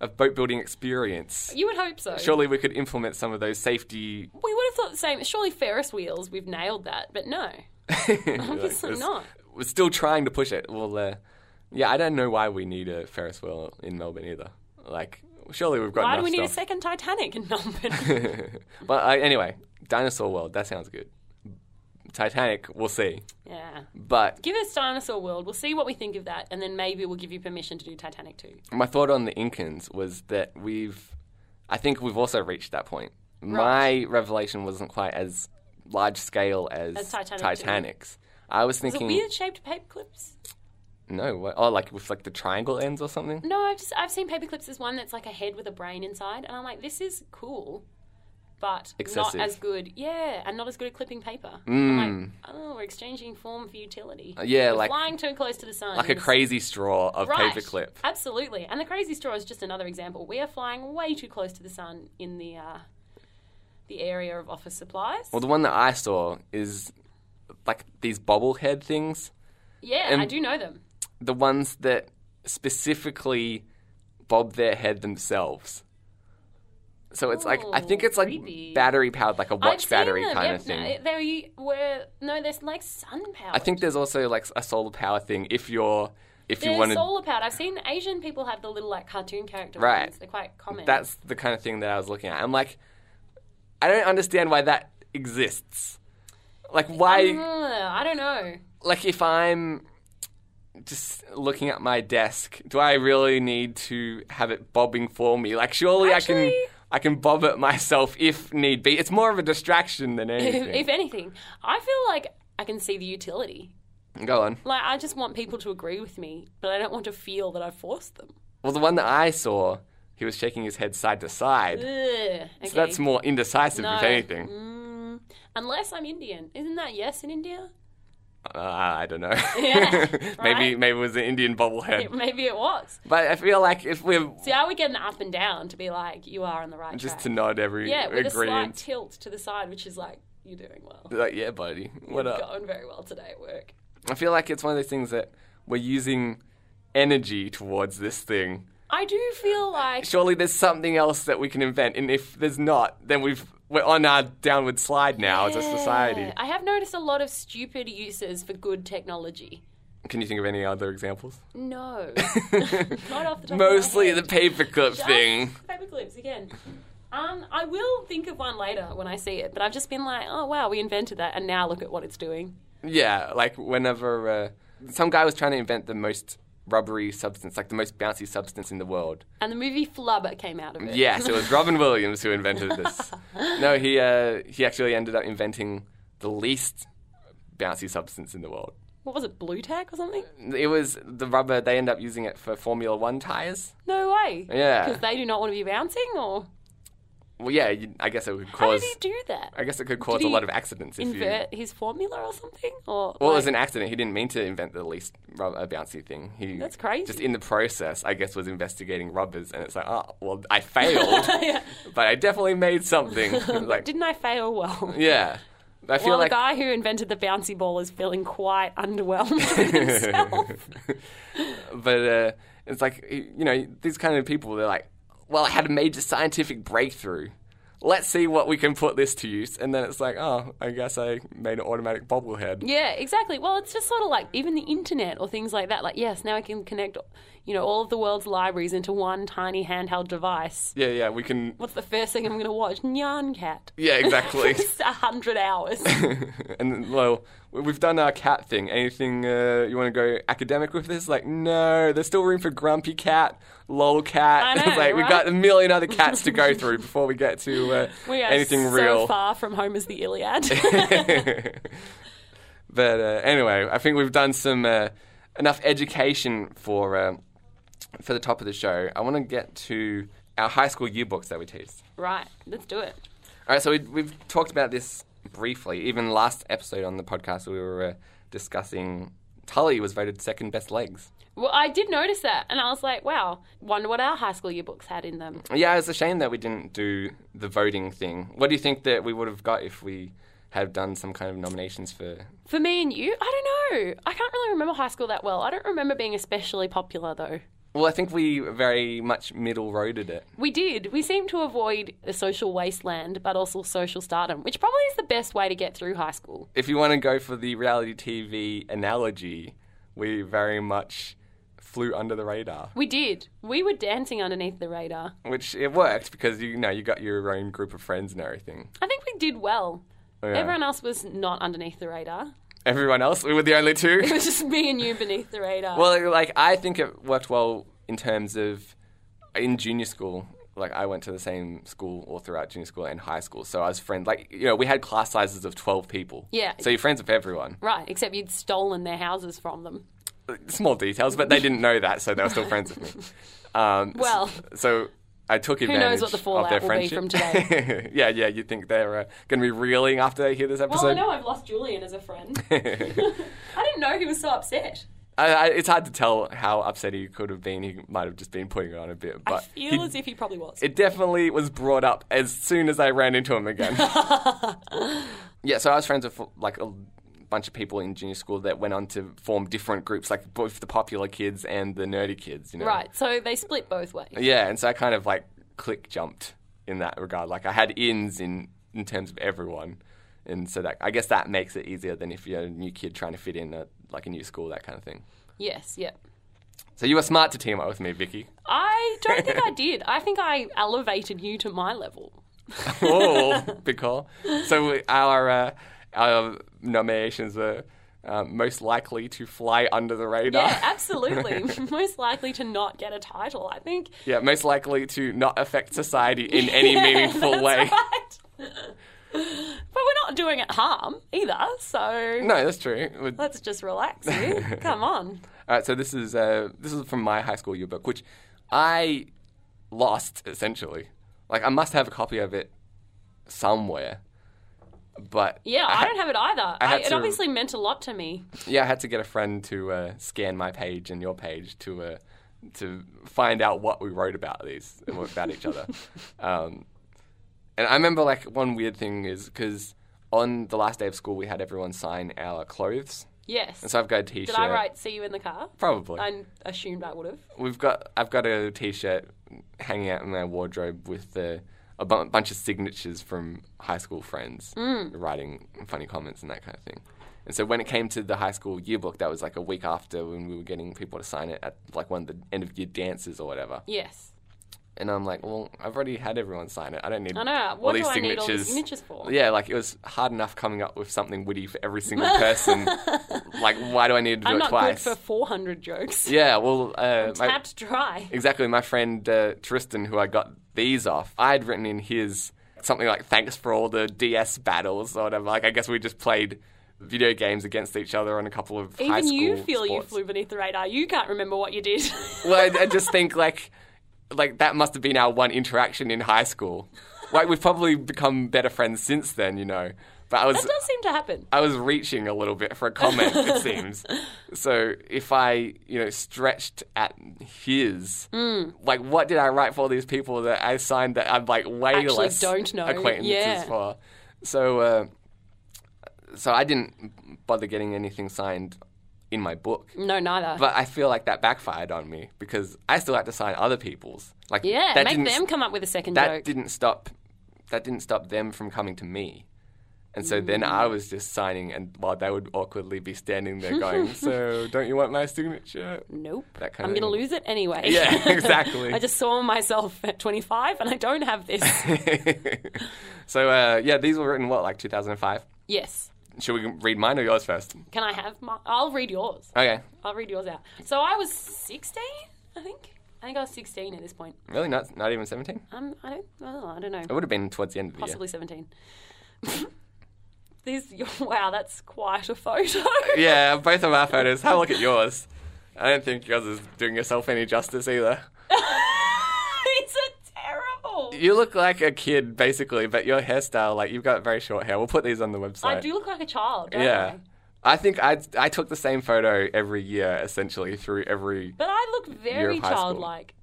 [SPEAKER 1] of boat building experience.
[SPEAKER 2] You would hope so.
[SPEAKER 1] Surely we could implement some of those safety.
[SPEAKER 2] We would have thought the same. Surely Ferris wheels, we've nailed that, but no.
[SPEAKER 1] Obviously
[SPEAKER 2] not.
[SPEAKER 1] We're still trying to push it. Well, uh, yeah, I don't know why we need a Ferris wheel in Melbourne either. Like, surely we've got.
[SPEAKER 2] Why do
[SPEAKER 1] enough
[SPEAKER 2] we need a
[SPEAKER 1] stuff.
[SPEAKER 2] second Titanic in Melbourne?
[SPEAKER 1] But uh, anyway, Dinosaur World. That sounds good. Titanic. We'll see.
[SPEAKER 2] yeah.
[SPEAKER 1] But
[SPEAKER 2] Give us Dinosaur World. We'll see what we think of that, and then maybe we'll give you permission to do Titanic too.
[SPEAKER 1] my thought on the Incans was that we've, I think we've also reached that point. My
[SPEAKER 2] Right.
[SPEAKER 1] revelation wasn't quite as large scale as,
[SPEAKER 2] As Titanic too.
[SPEAKER 1] Titanic's. I was
[SPEAKER 2] Is it
[SPEAKER 1] thinking,
[SPEAKER 2] weird shaped paper clips?
[SPEAKER 1] no, what, oh, like with like the triangle ends or something.
[SPEAKER 2] No, I've just I've seen paper clips as one that's like a head with a brain inside, and I'm like, this is cool, but
[SPEAKER 1] Excessive. Mm.
[SPEAKER 2] not as good. Yeah, and not as good at clipping paper. I'm like, oh, we're exchanging form for utility.
[SPEAKER 1] Uh, yeah,
[SPEAKER 2] We're
[SPEAKER 1] like-
[SPEAKER 2] flying too close to the sun.
[SPEAKER 1] Like a crazy straw of
[SPEAKER 2] Right.
[SPEAKER 1] paperclip.
[SPEAKER 2] Absolutely. And the crazy straw is just another example. We are flying way too close to the sun in the uh, the area of office supplies.
[SPEAKER 1] Well, the one that I saw is like these bobblehead things.
[SPEAKER 2] yeah,
[SPEAKER 1] and-
[SPEAKER 2] I do know them.
[SPEAKER 1] The ones that specifically bob their head themselves. So it's like I think
[SPEAKER 2] Ooh,
[SPEAKER 1] it's like
[SPEAKER 2] creepy.
[SPEAKER 1] battery powered, like a watch
[SPEAKER 2] I've seen
[SPEAKER 1] battery
[SPEAKER 2] them,
[SPEAKER 1] kind
[SPEAKER 2] yeah,
[SPEAKER 1] of thing.
[SPEAKER 2] no, They were no, they're like sun powered.
[SPEAKER 1] I think there's also like a solar power thing if you're if you
[SPEAKER 2] they're
[SPEAKER 1] wanted.
[SPEAKER 2] solar powered. I've seen Asian people have the little like cartoon character
[SPEAKER 1] Right.
[SPEAKER 2] ones. They're quite common.
[SPEAKER 1] That's the kind of thing that I was looking at. I'm like, I don't understand why that exists. Like why?
[SPEAKER 2] Ugh, Uh-huh. I don't know.
[SPEAKER 1] like if I'm just looking at my desk, do I really need to have it bobbing for me? Like surely I
[SPEAKER 2] Actually-
[SPEAKER 1] can I can bob it myself if need be. It's more of a distraction than anything.
[SPEAKER 2] if anything, I feel like I can see the utility.
[SPEAKER 1] Go on.
[SPEAKER 2] Like I just want people to agree with me, but I don't want to feel that I've forced them.
[SPEAKER 1] Well, the one that I saw, he was shaking his head side to side.
[SPEAKER 2] Ugh, okay.
[SPEAKER 1] So that's more indecisive,
[SPEAKER 2] No.
[SPEAKER 1] if anything.
[SPEAKER 2] Mm, unless I'm Indian, isn't that yes in India?
[SPEAKER 1] Uh, I don't know.
[SPEAKER 2] Yeah,
[SPEAKER 1] maybe
[SPEAKER 2] right?
[SPEAKER 1] maybe it was an Indian bobblehead.
[SPEAKER 2] Maybe it was.
[SPEAKER 1] But I feel like if we're
[SPEAKER 2] See, I would get an up and down to be like, you are on the right
[SPEAKER 1] just
[SPEAKER 2] track.
[SPEAKER 1] to nod every
[SPEAKER 2] yeah, with a slight
[SPEAKER 1] ingredient,
[SPEAKER 2] tilt to the side, which is like, you're doing well.
[SPEAKER 1] like yeah, buddy, what
[SPEAKER 2] You're
[SPEAKER 1] up?
[SPEAKER 2] Going very well today at work.
[SPEAKER 1] I feel like it's one of those things that we're using energy towards this thing.
[SPEAKER 2] I do feel like
[SPEAKER 1] Surely there's something else that we can invent, and if there's not, then we've we're on our downward slide now as a
[SPEAKER 2] Yeah.
[SPEAKER 1] society.
[SPEAKER 2] I have noticed a lot of stupid uses for good technology.
[SPEAKER 1] Can you think of any other examples?
[SPEAKER 2] No, not off the top
[SPEAKER 1] Mostly
[SPEAKER 2] of
[SPEAKER 1] the
[SPEAKER 2] my head.
[SPEAKER 1] paperclip
[SPEAKER 2] Just
[SPEAKER 1] thing.
[SPEAKER 2] Paperclips again. Um, I will think of one later when I see it, but I've just been like, oh wow, we invented that, and now look at what it's doing.
[SPEAKER 1] Yeah, like whenever uh, some guy was trying to invent the most rubbery substance, like the most bouncy substance in the world.
[SPEAKER 2] And the movie Flubber came out of it.
[SPEAKER 1] Yes, it was Robin Williams who invented this. No, he uh, he actually ended up inventing the least bouncy substance in the world.
[SPEAKER 2] What was it, Blue Tack or something?
[SPEAKER 1] It was the rubber. They end up using it for Formula One tires.
[SPEAKER 2] No way.
[SPEAKER 1] Yeah.
[SPEAKER 2] Because they do not want to be bouncing, or
[SPEAKER 1] Well, yeah, you, I guess it would
[SPEAKER 2] how
[SPEAKER 1] cause.
[SPEAKER 2] did he do that?
[SPEAKER 1] I guess it could cause
[SPEAKER 2] Did
[SPEAKER 1] a lot
[SPEAKER 2] he
[SPEAKER 1] of accidents if you.
[SPEAKER 2] Invert his formula or something, or
[SPEAKER 1] Well, it
[SPEAKER 2] like-
[SPEAKER 1] was an accident. He didn't mean to invent the least rubber uh, bouncy thing. He
[SPEAKER 2] That's crazy.
[SPEAKER 1] Just in the process, I guess was investigating rubbers, and it's like, oh, well, I failed,
[SPEAKER 2] Yeah.
[SPEAKER 1] but I definitely made something. like,
[SPEAKER 2] Didn't I fail well?
[SPEAKER 1] yeah, I feel
[SPEAKER 2] Well,
[SPEAKER 1] like
[SPEAKER 2] the guy who invented the bouncy ball is feeling quite underwhelmed with himself.
[SPEAKER 1] but uh, it's like you know these kind of people they're like well i had a major scientific breakthrough let's see what we can put this to use. And then it's like, oh, I guess I made an automatic bobblehead.
[SPEAKER 2] Yeah, exactly. Well, it's just sort of like even the internet or things like that. Like, yes, now I can connect, you know, all of the world's libraries into one tiny handheld device.
[SPEAKER 1] Yeah, yeah, we can.
[SPEAKER 2] What's the first thing I'm going to watch? Nyan Cat.
[SPEAKER 1] Yeah, exactly.
[SPEAKER 2] Just a hundred hours.
[SPEAKER 1] and then, well, we've done our cat thing. Anything uh, you want to go academic with this? Like, no, there's still room for grumpy cat, lol cat.
[SPEAKER 2] I know,
[SPEAKER 1] It's like we've
[SPEAKER 2] right?
[SPEAKER 1] got a million other cats to go through before we get to uh,
[SPEAKER 2] We are
[SPEAKER 1] anything
[SPEAKER 2] so
[SPEAKER 1] real.
[SPEAKER 2] far from Homer's The Iliad.
[SPEAKER 1] But uh, anyway, I think we've done some uh, enough education for uh, for the top of the show. I want to get to our high school yearbooks that we teach.
[SPEAKER 2] right, let's do it.
[SPEAKER 1] All right, so we, we've talked about this briefly. Even last episode on the podcast, we were uh, discussing Tully was voted second best legs.
[SPEAKER 2] Well, I did notice that, and I was like, wow, wonder what our high school yearbooks had in them.
[SPEAKER 1] Yeah, it's a shame that we didn't do the voting thing. What do you think that we would have got if we had done some kind of nominations for?
[SPEAKER 2] For me and you, I don't know. I can't really remember high school that well. I don't remember being especially popular, though.
[SPEAKER 1] Well, I think we very much middle roaded it.
[SPEAKER 2] We did. We seemed to avoid the social wasteland, but also social stardom, which probably is the best way to get through high school.
[SPEAKER 1] if you want to go for the reality TV analogy, we very much flew under the radar,
[SPEAKER 2] We did. We were dancing underneath the radar.
[SPEAKER 1] which it worked because you know you got your own group of friends and everything.
[SPEAKER 2] I think we did well.
[SPEAKER 1] Yeah.
[SPEAKER 2] Everyone else was not underneath the radar.
[SPEAKER 1] Everyone else, we were the only two.
[SPEAKER 2] It was just me and you beneath the radar.
[SPEAKER 1] well, like I think it worked well in terms of in junior school. Like I went to the same school all throughout junior school and high school, so I was friends. Like you know, we had class sizes of twelve people.
[SPEAKER 2] Yeah.
[SPEAKER 1] So you're friends with everyone.
[SPEAKER 2] right, except you'd stolen their houses from them.
[SPEAKER 1] small details, but they didn't know that, so they were still friends with me. Um,
[SPEAKER 2] Well.
[SPEAKER 1] s- so, I took advantage
[SPEAKER 2] knows what the
[SPEAKER 1] of their
[SPEAKER 2] fallout will be
[SPEAKER 1] friendship.
[SPEAKER 2] from
[SPEAKER 1] today. yeah, yeah, you think they're uh, going to be reeling after they hear this
[SPEAKER 2] Well,
[SPEAKER 1] episode?
[SPEAKER 2] I know I've lost Julian as a friend. I didn't know he was so upset.
[SPEAKER 1] I, I, it's hard to tell how upset he could have been. He might have just been putting it on a bit,
[SPEAKER 2] I
[SPEAKER 1] but
[SPEAKER 2] feel
[SPEAKER 1] he-
[SPEAKER 2] as if he probably was.
[SPEAKER 1] it definitely was brought up as soon as I ran into him again. yeah, so I was friends with like a bunch of people in junior school that went on to form different groups, like both the popular kids and the nerdy kids. You know,
[SPEAKER 2] right, so they split both ways.
[SPEAKER 1] Yeah, and so I kind of like click jumped in that regard. Like I had ins in in terms of everyone, and so that I guess that makes it easier than if you're a new kid trying to fit in at like a new school that kind of thing.
[SPEAKER 2] Yes, yep.
[SPEAKER 1] So you were smart to team up with me, Vicky.
[SPEAKER 2] I don't think I did. I think I elevated you to my level.
[SPEAKER 1] Oh, big call. So our uh, our nominations were. Um, most likely to fly under the radar.
[SPEAKER 2] Yeah, absolutely. Most likely to not get a title, I think.
[SPEAKER 1] Yeah, most likely to not affect society in any meaningful
[SPEAKER 2] That's
[SPEAKER 1] way.
[SPEAKER 2] right. but we're not doing it harm either, so
[SPEAKER 1] No, that's true. We're-
[SPEAKER 2] let's just relax. You. Come on.
[SPEAKER 1] All right, so this is uh, this is from my high school yearbook, which I lost essentially. Like I must have a copy of it somewhere, but
[SPEAKER 2] Yeah, I, don't have it either. I
[SPEAKER 1] had
[SPEAKER 2] it
[SPEAKER 1] to-
[SPEAKER 2] obviously meant a lot to me.
[SPEAKER 1] yeah, I had to get a friend to uh, scan my page and your page to uh, to find out what we wrote about these about each other. Um, and I remember like one weird thing is because on the last day of school we had everyone sign our clothes,
[SPEAKER 2] Yes.
[SPEAKER 1] and so I've got a T-shirt.
[SPEAKER 2] Did I write "See you in the car"?
[SPEAKER 1] Probably.
[SPEAKER 2] I assumed I would have.
[SPEAKER 1] we've got I've got a T-shirt hanging out in my wardrobe with uh, a bu- bunch of signatures from high school friends
[SPEAKER 2] Mm.
[SPEAKER 1] writing funny comments and that kind of thing. And so when it came to the high school yearbook, that was like a week after when we were getting people to sign it at like one of the end of year dances or whatever.
[SPEAKER 2] Yes.
[SPEAKER 1] And I'm like, well, I've already had everyone sign it. I don't need
[SPEAKER 2] I know.
[SPEAKER 1] all
[SPEAKER 2] What
[SPEAKER 1] these
[SPEAKER 2] do I need
[SPEAKER 1] signatures.
[SPEAKER 2] all these signatures for?
[SPEAKER 1] Yeah, like it was hard enough coming up with something witty for every single person. like, why do I need to do
[SPEAKER 2] I'm
[SPEAKER 1] it
[SPEAKER 2] not
[SPEAKER 1] twice?
[SPEAKER 2] good for 400 jokes.
[SPEAKER 1] yeah, well, uh, my-
[SPEAKER 2] Tapped dry.
[SPEAKER 1] Exactly. My friend uh, Tristan, who I got these off, I had written in his something like "Thanks for all the DS battles" or whatever. Like, I guess we just played video games against each other on a couple of high
[SPEAKER 2] Even
[SPEAKER 1] school
[SPEAKER 2] you feel you
[SPEAKER 1] sports.
[SPEAKER 2] flew beneath the radar. You can't remember what you did.
[SPEAKER 1] Well, I, I just think like like that must have been our one interaction in high school. Like, we've probably become better friends since then, you know. But I was
[SPEAKER 2] It does seem to happen.
[SPEAKER 1] I was reaching a little bit for a comment, it seems. So if I, you know, stretched at his,
[SPEAKER 2] Hmm.
[SPEAKER 1] like, what did I write for all these people that I signed that I'm like way
[SPEAKER 2] Actually
[SPEAKER 1] less
[SPEAKER 2] don't know,
[SPEAKER 1] acquaintances
[SPEAKER 2] yeah.
[SPEAKER 1] for? So, uh, so I didn't bother getting anything signed in my book.
[SPEAKER 2] No, neither.
[SPEAKER 1] But I feel like that backfired on me because I still had to sign other people's. Like,
[SPEAKER 2] yeah,
[SPEAKER 1] that
[SPEAKER 2] make
[SPEAKER 1] didn't
[SPEAKER 2] them come up with a second
[SPEAKER 1] that
[SPEAKER 2] joke.
[SPEAKER 1] didn't stop that didn't stop them from coming to me. And so then I was just signing, and while they would awkwardly be standing there going, "So don't you want my signature?"
[SPEAKER 2] Nope.
[SPEAKER 1] That kind
[SPEAKER 2] I'm
[SPEAKER 1] of
[SPEAKER 2] going to
[SPEAKER 1] thing.
[SPEAKER 2] lose it anyway.
[SPEAKER 1] Yeah, exactly.
[SPEAKER 2] I just saw myself at 25 and I don't have this.
[SPEAKER 1] so uh, yeah, these were written what like 2005.
[SPEAKER 2] yes.
[SPEAKER 1] Should we read mine or yours first?
[SPEAKER 2] Can I have my? I'll read yours.
[SPEAKER 1] Okay,
[SPEAKER 2] I'll read yours out. So I was 16, I think. I think I was 16 at this point.
[SPEAKER 1] really not not even 17.
[SPEAKER 2] Um, I don't. Well, I don't know.
[SPEAKER 1] It would have been towards the end of the
[SPEAKER 2] Possibly 17. These. Wow, that's quite a photo.
[SPEAKER 1] year. Yeah, both of our photos. Have a look at yours. I don't think yours is doing yourself any justice either.
[SPEAKER 2] These are terrible.
[SPEAKER 1] You look like a kid basically, but your hairstyle like you've got very short hair. We'll put these on the website.
[SPEAKER 2] I do look like a child. Don't
[SPEAKER 1] Yeah.
[SPEAKER 2] I?
[SPEAKER 1] I think I I took the same photo every year essentially through every
[SPEAKER 2] But I look very
[SPEAKER 1] high school.
[SPEAKER 2] childlike.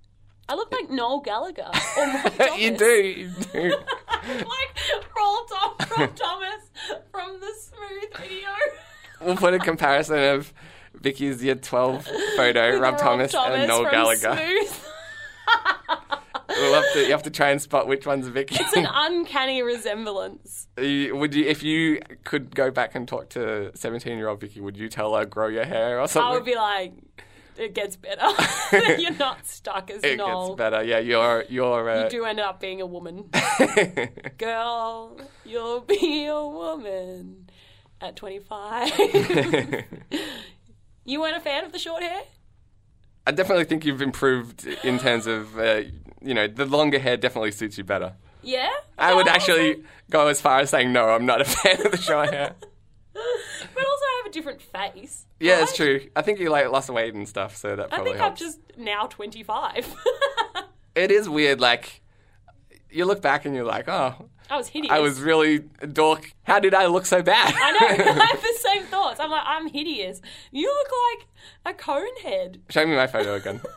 [SPEAKER 2] I look like Noel Gallagher or Rob Thomas.
[SPEAKER 1] You do. You do.
[SPEAKER 2] I'm like Roll Tom from Thomas from the Smooth video.
[SPEAKER 1] we'll put a comparison of Vicky's year 12 photo, Rob Thomas, and Noel
[SPEAKER 2] from
[SPEAKER 1] Gallagher.
[SPEAKER 2] Smooth.
[SPEAKER 1] We'll have to, you have to try and spot which one's Vicky.
[SPEAKER 2] It's an uncanny resemblance.
[SPEAKER 1] You- would you, if you could go back and talk to 17 year old Vicky, would you tell her grow your hair or something?
[SPEAKER 2] I would be like, it gets better. You're not stuck as
[SPEAKER 1] it
[SPEAKER 2] Noel.
[SPEAKER 1] gets better. Yeah, you're you're. Uh,
[SPEAKER 2] You do end up being a woman. Girl, you'll be a woman at 25. you weren't a fan of the short hair?
[SPEAKER 1] I definitely think you've improved in terms of uh, you know the longer hair definitely suits you better.
[SPEAKER 2] Yeah?
[SPEAKER 1] I would
[SPEAKER 2] No,
[SPEAKER 1] actually go as far as saying no, I'm not a fan of the short hair.
[SPEAKER 2] also- But also, I have a different face.
[SPEAKER 1] Yeah, it's
[SPEAKER 2] right?
[SPEAKER 1] true. I think you like lost weight and stuff, so that
[SPEAKER 2] I
[SPEAKER 1] probably
[SPEAKER 2] think I'm
[SPEAKER 1] helps.
[SPEAKER 2] just now 25.
[SPEAKER 1] It is weird. Like you look back and you're like, oh,
[SPEAKER 2] I was hideous.
[SPEAKER 1] I was really a dork. How did I look so bad?
[SPEAKER 2] I know, I have the same thoughts. I'm like, I'm hideous. You look like a cone head.
[SPEAKER 1] Show me my photo again.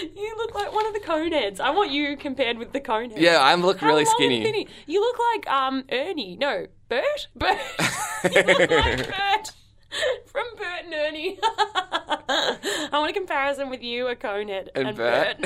[SPEAKER 2] You look like one of the cone heads. I want you compared with the cone heads.
[SPEAKER 1] Yeah, I look
[SPEAKER 2] How
[SPEAKER 1] really
[SPEAKER 2] long and
[SPEAKER 1] skinny.
[SPEAKER 2] thinny. You look like um Ernie. No, Bert. Bert. you look like Bert from Bert and Ernie. I want a comparison with you, a cone head,
[SPEAKER 1] And
[SPEAKER 2] and,
[SPEAKER 1] Bert.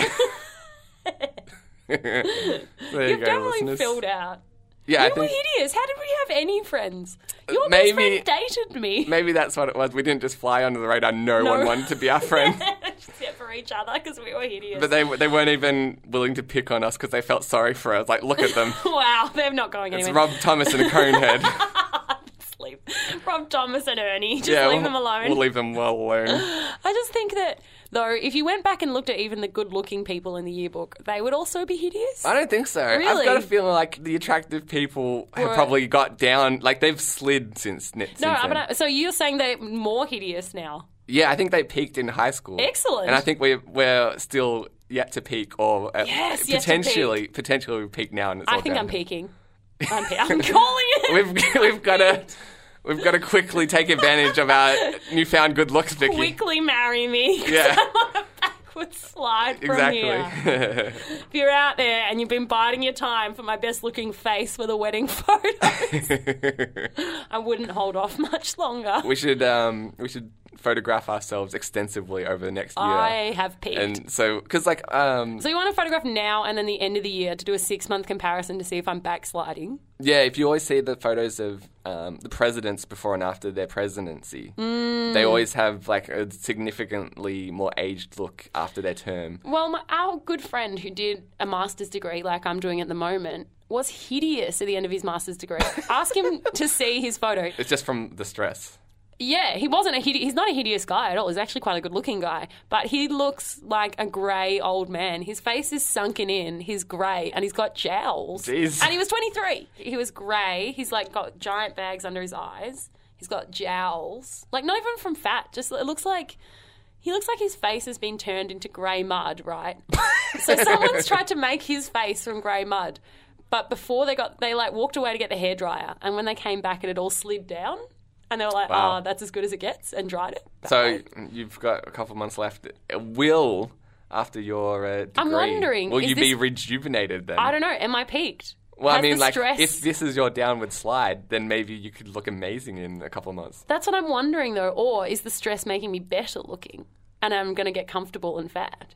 [SPEAKER 2] Bert.
[SPEAKER 1] there you
[SPEAKER 2] You've
[SPEAKER 1] go,
[SPEAKER 2] definitely
[SPEAKER 1] listeners.
[SPEAKER 2] filled out.
[SPEAKER 1] yeah, I
[SPEAKER 2] you were
[SPEAKER 1] think Uh,
[SPEAKER 2] hideous. How did we have any friends? Your
[SPEAKER 1] maybe-
[SPEAKER 2] best friend dated me.
[SPEAKER 1] maybe that's what it was. We didn't just fly under the radar. No,
[SPEAKER 2] No.
[SPEAKER 1] one wanted to be our friend.
[SPEAKER 2] Except for each other because we were hideous.
[SPEAKER 1] But they, they weren't even willing to pick on us because they felt sorry for us. Like, look at them.
[SPEAKER 2] wow, they're not going
[SPEAKER 1] It's
[SPEAKER 2] anywhere.
[SPEAKER 1] Rob Thomas and a conehead.
[SPEAKER 2] Sleep. Rob Thomas and Ernie. Just
[SPEAKER 1] yeah,
[SPEAKER 2] leave
[SPEAKER 1] we'll-
[SPEAKER 2] them alone.
[SPEAKER 1] We'll leave them well alone.
[SPEAKER 2] I just think that though, if you went back and looked at even the good-looking people in the yearbook, they would also be hideous.
[SPEAKER 1] I don't think so. I've
[SPEAKER 2] Really?
[SPEAKER 1] got a feeling like the attractive people have
[SPEAKER 2] Were-
[SPEAKER 1] probably got down. Like they've slid since. No, since
[SPEAKER 2] no,
[SPEAKER 1] then.
[SPEAKER 2] but I- so you're saying they're more hideous now.
[SPEAKER 1] yeah, I think they peaked in high school.
[SPEAKER 2] Excellent.
[SPEAKER 1] And I think we're we're still yet to peak, or uh,
[SPEAKER 2] Yes, yet to
[SPEAKER 1] potentially potentially we peak now. And it's
[SPEAKER 2] I
[SPEAKER 1] all
[SPEAKER 2] think I'm
[SPEAKER 1] downhill.
[SPEAKER 2] peaking. I'm, pe- I'm calling it.
[SPEAKER 1] We've we've got to we've got to quickly take advantage of our newfound good looks, Vicky.
[SPEAKER 2] Quickly marry me. 'cause
[SPEAKER 1] Yeah.
[SPEAKER 2] I'm on a backward slide from here.
[SPEAKER 1] exactly.
[SPEAKER 2] If you're out there and you've been biding your time for my best-looking face with a wedding photo, I wouldn't hold off much longer.
[SPEAKER 1] we should um we should photograph ourselves extensively over the next year.
[SPEAKER 2] I have peaked.
[SPEAKER 1] and so, because like, um,
[SPEAKER 2] So you want to photograph now and then the end of the year to do a six month comparison to see if I'm backsliding.
[SPEAKER 1] yeah, if you always see the photos of um, the presidents before and after their presidency,
[SPEAKER 2] Mm.
[SPEAKER 1] they always have like a significantly more aged look after their term.
[SPEAKER 2] Well, my, our good friend who did a master's degree, like I'm doing at the moment, was hideous at the end of his master's degree. Ask him to see his photo.
[SPEAKER 1] It's just from the stress.
[SPEAKER 2] Yeah, he wasn't a hide- he's not a hideous guy at all. He's actually quite a good looking guy, but he looks like a grey old man. His face is sunken in. He's grey and he's got jowls.
[SPEAKER 1] Jeez.
[SPEAKER 2] And he was 23. He was grey. He's like got giant bags under his eyes. He's got jowls. Like not even from fat. Just it looks like he looks like his face has been turned into grey mud, right? so someone's tried to make his face from grey mud. But before they got, they like walked away to get the hairdryer, and when they came back, it had all slid down, and they were like,
[SPEAKER 1] Wow.
[SPEAKER 2] "Oh, that's as good as it gets," and dried it. that
[SPEAKER 1] So
[SPEAKER 2] way.
[SPEAKER 1] you've got a couple months left. It Will after your uh, degree,
[SPEAKER 2] I'm wondering,
[SPEAKER 1] will
[SPEAKER 2] is
[SPEAKER 1] you be
[SPEAKER 2] this-
[SPEAKER 1] rejuvenated then?
[SPEAKER 2] I don't know. Am I peaked?
[SPEAKER 1] Well, I
[SPEAKER 2] Has
[SPEAKER 1] mean,
[SPEAKER 2] the
[SPEAKER 1] like,
[SPEAKER 2] stress-
[SPEAKER 1] if this is your downward slide, then maybe you could look amazing in a couple of months.
[SPEAKER 2] that's what I'm wondering though, or is the stress making me better looking, and I'm going to get comfortable and fat?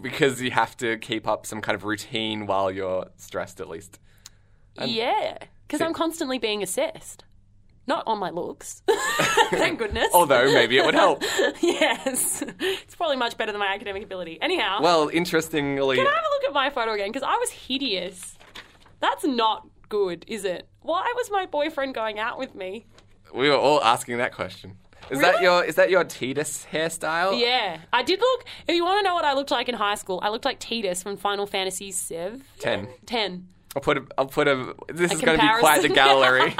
[SPEAKER 1] Because you have to keep up some kind of routine while you're stressed, at least.
[SPEAKER 2] yeah, because I'm constantly being assessed. Not on my looks, thank goodness.
[SPEAKER 1] Although maybe it would help.
[SPEAKER 2] yes, it's probably much better than my academic ability. Anyhow,
[SPEAKER 1] Well, interestingly,
[SPEAKER 2] can I have a look at my photo again? Because I was hideous. That's not good, is it? Why was my boyfriend going out with me?
[SPEAKER 1] we were all asking that question. Is that
[SPEAKER 2] Really?
[SPEAKER 1] your is that your Titus hairstyle?
[SPEAKER 2] Yeah, I did look. If you want to know what I looked like in high school, I looked like Titus from Final Fantasy VII.
[SPEAKER 1] Ten.
[SPEAKER 2] Ten.
[SPEAKER 1] I'll put a, I'll put a. This is going to be
[SPEAKER 2] comparison.
[SPEAKER 1] quite the gallery.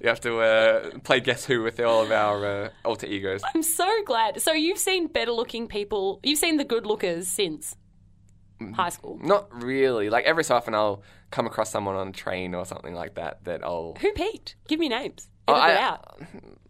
[SPEAKER 1] you have to uh, play guess who with all of our uh, alter egos.
[SPEAKER 2] I'm so glad. So you've seen better looking people. You've seen the good lookers since
[SPEAKER 1] Mm.
[SPEAKER 2] high school.
[SPEAKER 1] Not really. Like every so often, I'll come across someone on a train or something like that. That I'll
[SPEAKER 2] Who peaked? Give me names.
[SPEAKER 1] Oh,
[SPEAKER 2] It'll
[SPEAKER 1] I-
[SPEAKER 2] get out.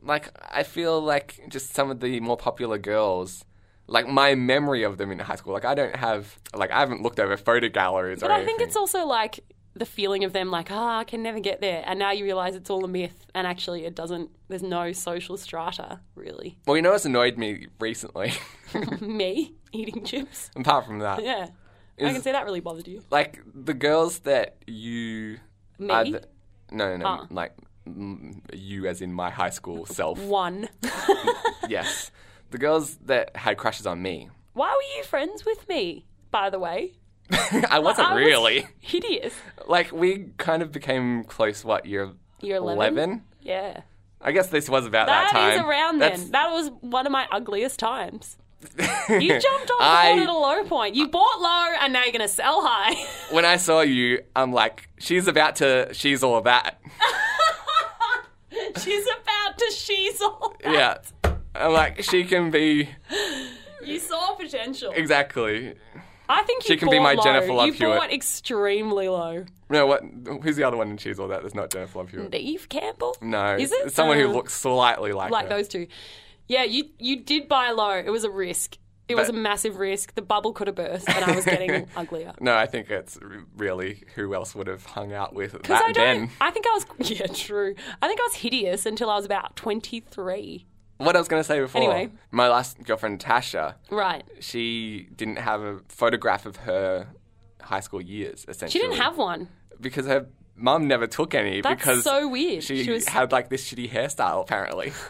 [SPEAKER 1] like. I feel like just some of the more popular girls. Like my memory of them in high school. Like I don't have. Like I haven't looked over photo galleries. or
[SPEAKER 2] But I think
[SPEAKER 1] anything.
[SPEAKER 2] it's also like the feeling of them like, ah, I can never get there. And now you realize it's all a myth. And actually, it doesn't, there's no social strata, really.
[SPEAKER 1] Well, you know what's annoyed me recently,
[SPEAKER 2] me eating chips.
[SPEAKER 1] apart from that,
[SPEAKER 2] Yeah. I
[SPEAKER 1] Is-
[SPEAKER 2] can see that really bothered you.
[SPEAKER 1] like the girls that you
[SPEAKER 2] Me?
[SPEAKER 1] are the- no no no
[SPEAKER 2] Ah.
[SPEAKER 1] like mm, you as in my high school self
[SPEAKER 2] One.
[SPEAKER 1] yes the girls that had crushes on me
[SPEAKER 2] Why were you friends with me, by the way?
[SPEAKER 1] i wasn't
[SPEAKER 2] I was-
[SPEAKER 1] really
[SPEAKER 2] Hideous.
[SPEAKER 1] like we kind of became close what year
[SPEAKER 2] Year 11? Yeah.
[SPEAKER 1] i guess this was about that,
[SPEAKER 2] That is
[SPEAKER 1] time
[SPEAKER 2] around
[SPEAKER 1] That's-
[SPEAKER 2] then. That was one of my ugliest times. You jumped off the
[SPEAKER 1] I-
[SPEAKER 2] board at a low point. You bought low and now you're going to sell high.
[SPEAKER 1] when i saw you i'm like she's about to she's all that
[SPEAKER 2] She's about to sheasel.
[SPEAKER 1] yeah i'm like she can be
[SPEAKER 2] You saw potential.
[SPEAKER 1] exactly
[SPEAKER 2] I think you
[SPEAKER 1] She can be
[SPEAKER 2] bought
[SPEAKER 1] my
[SPEAKER 2] low.
[SPEAKER 1] Jennifer Love
[SPEAKER 2] You
[SPEAKER 1] Hewitt.
[SPEAKER 2] bought extremely low.
[SPEAKER 1] no what who's the other one in she's all that that's not jennifer love hewitt
[SPEAKER 2] Eve Campbell?
[SPEAKER 1] no
[SPEAKER 2] Is it?
[SPEAKER 1] it's someone who
[SPEAKER 2] Uh,
[SPEAKER 1] looks slightly like
[SPEAKER 2] Like
[SPEAKER 1] her.
[SPEAKER 2] those two. Yeah, you, you did buy low. It was a risk. It was a
[SPEAKER 1] But-
[SPEAKER 2] massive risk. The bubble could have burst and I was getting uglier.
[SPEAKER 1] No, I think it's r- really who else would have hung out with
[SPEAKER 2] Because
[SPEAKER 1] that
[SPEAKER 2] I don't.
[SPEAKER 1] then.
[SPEAKER 2] I think I was. Yeah, true. I think I was hideous until I was about twenty three.
[SPEAKER 1] What I was going to say before,
[SPEAKER 2] Anyway.
[SPEAKER 1] my last girlfriend Tasha,
[SPEAKER 2] Right.
[SPEAKER 1] she didn't have a photograph of her high school years.
[SPEAKER 2] She
[SPEAKER 1] Essentially,
[SPEAKER 2] didn't have one.
[SPEAKER 1] because her mum never took any.
[SPEAKER 2] That's
[SPEAKER 1] because
[SPEAKER 2] so weird.
[SPEAKER 1] She,
[SPEAKER 2] She was-
[SPEAKER 1] had like this shitty hairstyle apparently.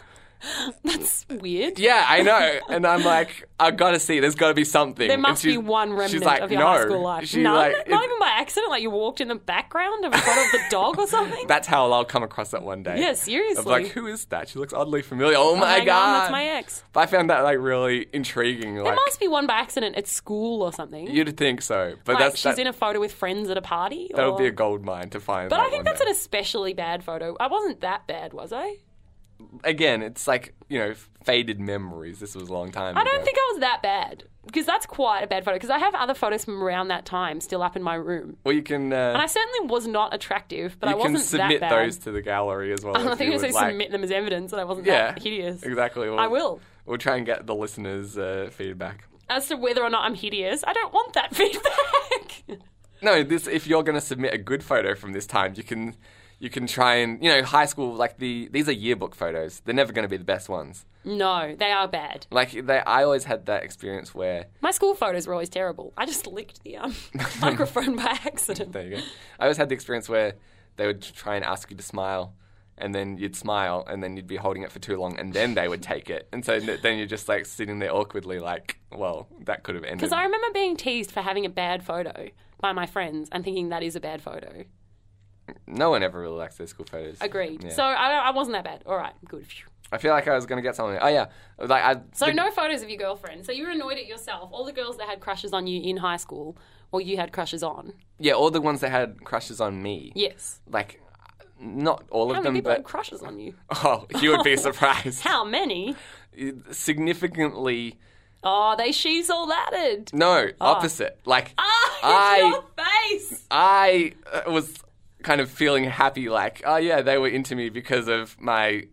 [SPEAKER 2] That's weird.
[SPEAKER 1] yeah, I know, and I'm like, I've got to see. There's got to be something.
[SPEAKER 2] There
[SPEAKER 1] And
[SPEAKER 2] must be
[SPEAKER 1] she's-
[SPEAKER 2] one
[SPEAKER 1] she's
[SPEAKER 2] remnant
[SPEAKER 1] like,
[SPEAKER 2] of your
[SPEAKER 1] no.
[SPEAKER 2] high school life.
[SPEAKER 1] She,
[SPEAKER 2] None?
[SPEAKER 1] like,
[SPEAKER 2] Not
[SPEAKER 1] it-
[SPEAKER 2] even by accident. Like you walked in the background of a photo of the dog or something.
[SPEAKER 1] that's how I'll come across that one day.
[SPEAKER 2] Yeah,
[SPEAKER 1] I'm
[SPEAKER 2] seriously.
[SPEAKER 1] like, who is that? She looks oddly familiar. Oh,
[SPEAKER 2] Oh
[SPEAKER 1] my
[SPEAKER 2] my
[SPEAKER 1] god,
[SPEAKER 2] that's my ex.
[SPEAKER 1] But I found that like really intriguing.
[SPEAKER 2] There
[SPEAKER 1] Like
[SPEAKER 2] must be one by accident at school or something.
[SPEAKER 1] you'd think so, but
[SPEAKER 2] like
[SPEAKER 1] that's
[SPEAKER 2] she's
[SPEAKER 1] that,
[SPEAKER 2] in a photo with friends at a party.
[SPEAKER 1] that
[SPEAKER 2] or-
[SPEAKER 1] would be a gold mine to find.
[SPEAKER 2] But
[SPEAKER 1] that
[SPEAKER 2] I think
[SPEAKER 1] one
[SPEAKER 2] that's
[SPEAKER 1] day.
[SPEAKER 2] an especially bad photo. I wasn't that bad, was I?
[SPEAKER 1] again. It's like you know faded memories. This was a long time.
[SPEAKER 2] I don't think I was that bad because that's quite a bad photo. Because I have other photos from around that time still up in my room,
[SPEAKER 1] Well, you can. Uh,
[SPEAKER 2] and I certainly was not attractive, but
[SPEAKER 1] you
[SPEAKER 2] I wasn't
[SPEAKER 1] can submit
[SPEAKER 2] that bad.
[SPEAKER 1] those to the gallery as well.
[SPEAKER 2] I
[SPEAKER 1] if
[SPEAKER 2] think
[SPEAKER 1] you
[SPEAKER 2] I say
[SPEAKER 1] would like.
[SPEAKER 2] submit them as evidence that I wasn't
[SPEAKER 1] Yeah,
[SPEAKER 2] that hideous.
[SPEAKER 1] Exactly. We'll,
[SPEAKER 2] I will.
[SPEAKER 1] We'll try and get the listeners' uh, feedback.
[SPEAKER 2] As to whether or not I'm hideous, I don't want that feedback.
[SPEAKER 1] No, this if you're going to submit a good photo from this time, you can. You can try and you know high school like the these are yearbook photos. They're never going to be the best ones.
[SPEAKER 2] no, they are bad.
[SPEAKER 1] Like they, I always had that experience where
[SPEAKER 2] My school photos were always terrible. I just licked the um, microphone by accident.
[SPEAKER 1] There you go. I always had the experience where they would try and ask you to smile, and then you'd smile, and then you'd be holding it for too long, and then they would take it, and so th- then you're just like sitting there awkwardly, like, well, that could have ended.
[SPEAKER 2] Because I remember being teased for having a bad photo by my friends and thinking that is a bad photo.
[SPEAKER 1] No one ever really likes their school photos.
[SPEAKER 2] Agreed.
[SPEAKER 1] Yeah.
[SPEAKER 2] So I, I wasn't that bad. All right, good. Phew.
[SPEAKER 1] I feel like I was gonna get something. Oh yeah, like I.
[SPEAKER 2] So
[SPEAKER 1] the-
[SPEAKER 2] no photos of your girlfriend. So you were annoyed at yourself. All the girls that had crushes on you in high school, or you had crushes on.
[SPEAKER 1] Yeah, all the ones that had crushes on me.
[SPEAKER 2] Yes.
[SPEAKER 1] Like, not all
[SPEAKER 2] How
[SPEAKER 1] of
[SPEAKER 2] many
[SPEAKER 1] them,
[SPEAKER 2] people had
[SPEAKER 1] but
[SPEAKER 2] crushes on you?
[SPEAKER 1] oh, you would be surprised.
[SPEAKER 2] How many?
[SPEAKER 1] Significantly,
[SPEAKER 2] Oh, they she's all thatted.
[SPEAKER 1] no, opposite. Like
[SPEAKER 2] Ah,
[SPEAKER 1] I.
[SPEAKER 2] it's your face.
[SPEAKER 1] I uh, was kind of feeling happy, like, oh yeah, they were into me because of my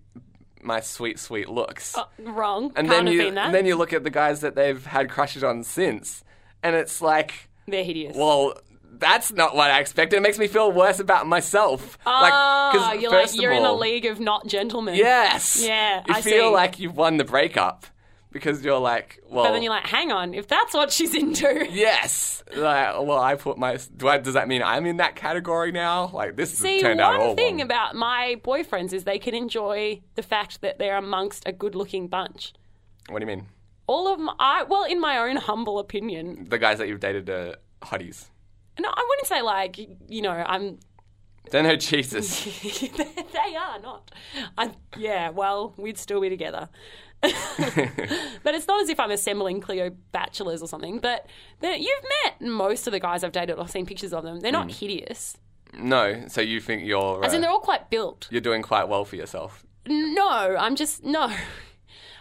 [SPEAKER 1] my sweet, sweet looks.
[SPEAKER 2] Uh, Wrong.
[SPEAKER 1] and
[SPEAKER 2] Oh,
[SPEAKER 1] then
[SPEAKER 2] Can't have
[SPEAKER 1] you
[SPEAKER 2] been that.
[SPEAKER 1] and then you look at the guys that they've had crushes on since, and it's like,
[SPEAKER 2] They're hideous.
[SPEAKER 1] well. That's not what I expected. It makes me feel worse about myself. like,
[SPEAKER 2] Ah,
[SPEAKER 1] 'cause
[SPEAKER 2] you're
[SPEAKER 1] first
[SPEAKER 2] like
[SPEAKER 1] of
[SPEAKER 2] you're in the
[SPEAKER 1] all-
[SPEAKER 2] league of not gentlemen.
[SPEAKER 1] Yes.
[SPEAKER 2] Yeah,
[SPEAKER 1] You
[SPEAKER 2] I
[SPEAKER 1] feel
[SPEAKER 2] see.
[SPEAKER 1] like you've won the breakup because you're like, well,
[SPEAKER 2] But then you're like, hang on, if that's what she's into.
[SPEAKER 1] yes. Like, well, I put my. Do I, does that mean I'm in that category now? Like this
[SPEAKER 2] See,
[SPEAKER 1] turned
[SPEAKER 2] one
[SPEAKER 1] out all
[SPEAKER 2] thing
[SPEAKER 1] wrong.
[SPEAKER 2] about my boyfriends is they can enjoy the fact that they're amongst a good-looking bunch.
[SPEAKER 1] what do you mean?
[SPEAKER 2] All of my, I, well, in my own humble opinion,
[SPEAKER 1] The guys that you've dated are hotties.
[SPEAKER 2] no, I wouldn't say like you know I'm.
[SPEAKER 1] Don't know Jesus.
[SPEAKER 2] they are not. I, yeah, well, we'd still be together. but it's not as if I'm assembling Cleo bachelors or something. But they're- you've met most of the guys I've dated or seen pictures of them. They're
[SPEAKER 1] Mm.
[SPEAKER 2] not hideous.
[SPEAKER 1] no. So you think you're
[SPEAKER 2] As in,
[SPEAKER 1] uh,
[SPEAKER 2] they're all quite built.
[SPEAKER 1] you're doing quite well for yourself.
[SPEAKER 2] No, I'm just no.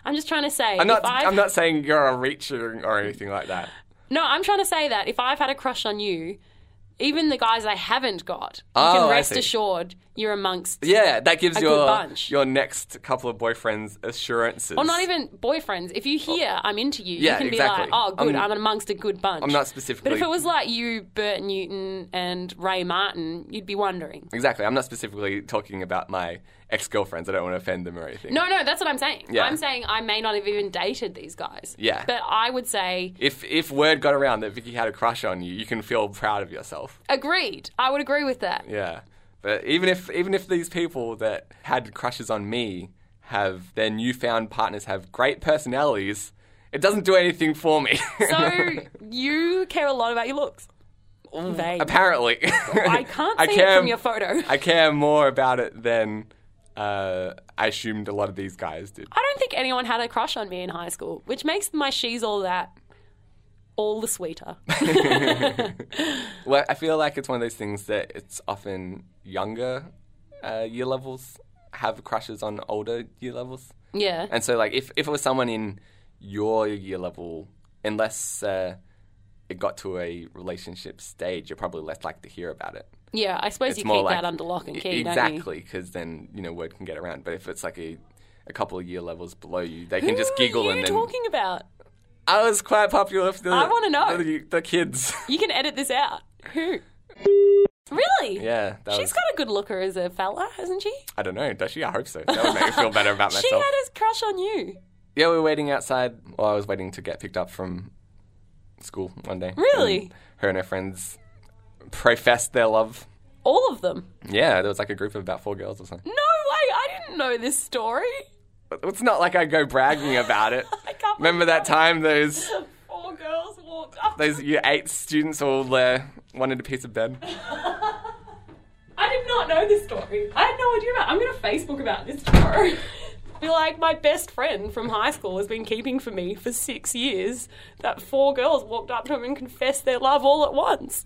[SPEAKER 2] I'm just trying to say.
[SPEAKER 1] I'm not.
[SPEAKER 2] if I've-
[SPEAKER 1] I'm not saying you're a reacher or anything like that.
[SPEAKER 2] No, I'm trying to say that if I've had a crush on you, even the guys I haven't got, you
[SPEAKER 1] Oh,
[SPEAKER 2] can
[SPEAKER 1] I
[SPEAKER 2] rest
[SPEAKER 1] see.
[SPEAKER 2] assured you're amongst.
[SPEAKER 1] Yeah, that gives
[SPEAKER 2] A good
[SPEAKER 1] your
[SPEAKER 2] bunch.
[SPEAKER 1] your next couple of boyfriends assurances.
[SPEAKER 2] Or not even boyfriends. If you hear I'm into you,
[SPEAKER 1] Yeah,
[SPEAKER 2] you can
[SPEAKER 1] exactly.
[SPEAKER 2] be like, oh, good,
[SPEAKER 1] I'm-
[SPEAKER 2] I'm, amongst a good bunch.
[SPEAKER 1] I'm not
[SPEAKER 2] But
[SPEAKER 1] specifically.
[SPEAKER 2] if it was like you, Bert Newton, and Ray Martin, you'd be wondering.
[SPEAKER 1] Exactly. I'm not specifically talking about my ex girlfriends. I don't want to offend them or anything.
[SPEAKER 2] No, no, that's what I'm saying.
[SPEAKER 1] Yeah.
[SPEAKER 2] I'm saying I may not have even dated these guys.
[SPEAKER 1] Yeah.
[SPEAKER 2] But I would say,
[SPEAKER 1] If if word got around that Vicky had a crush on you, you can feel proud of yourself.
[SPEAKER 2] agreed. I would agree with that.
[SPEAKER 1] Yeah. But even if even if these people that had crushes on me have their newfound partners have great personalities, it doesn't do anything for me.
[SPEAKER 2] So you care a lot about your looks. Vague.
[SPEAKER 1] Apparently.
[SPEAKER 2] I can't see
[SPEAKER 1] Mm, I
[SPEAKER 2] it
[SPEAKER 1] care-
[SPEAKER 2] from your photo.
[SPEAKER 1] I care more about it than uh, I assumed a lot of these guys did.
[SPEAKER 2] I don't think anyone had a crush on me in high school, which makes my she's all that all the sweeter.
[SPEAKER 1] Well, I feel like it's one of those things that it's often younger uh, year levels have crushes on older year levels.
[SPEAKER 2] yeah.
[SPEAKER 1] And so, like, if, if it was someone in your year level, unless uh, it got to a relationship stage, you're probably less likely to hear about it.
[SPEAKER 2] yeah, I suppose
[SPEAKER 1] It's
[SPEAKER 2] you
[SPEAKER 1] more
[SPEAKER 2] keep
[SPEAKER 1] like-
[SPEAKER 2] that under lock and key, don't you?
[SPEAKER 1] exactly, because then, you know, word can get around. But if it's like a, a couple of year levels below you, they can just
[SPEAKER 2] Who
[SPEAKER 1] giggle
[SPEAKER 2] are you
[SPEAKER 1] and then.
[SPEAKER 2] talking about?
[SPEAKER 1] I was quite popular with the,
[SPEAKER 2] I wanna know.
[SPEAKER 1] the, the kids.
[SPEAKER 2] You can edit this out. Who? Really?
[SPEAKER 1] yeah. That
[SPEAKER 2] She's
[SPEAKER 1] was,
[SPEAKER 2] got a good looker as a fella, hasn't she?
[SPEAKER 1] I don't know. Does she? I hope so. That would make me feel better about myself.
[SPEAKER 2] She had a crush on you.
[SPEAKER 1] Yeah, we were waiting outside. Well, I was waiting to get picked up from school one day.
[SPEAKER 2] Really?
[SPEAKER 1] And her and her friends professed their love.
[SPEAKER 2] All of them.
[SPEAKER 1] Yeah, there was like a group of about four girls or something.
[SPEAKER 2] No way. I didn't know this story.
[SPEAKER 1] It's not like I go bragging about it.
[SPEAKER 2] I can't
[SPEAKER 1] Remember that time those
[SPEAKER 2] believe four girls walked up.
[SPEAKER 1] those year eight students all uh, wanted a piece of bed?
[SPEAKER 2] I did not know this story. I had no idea about. I'm going to Facebook about this tomorrow. Be like, my best friend from high school has been keeping for me for six years. That four girls walked up to him and confessed their love all at once.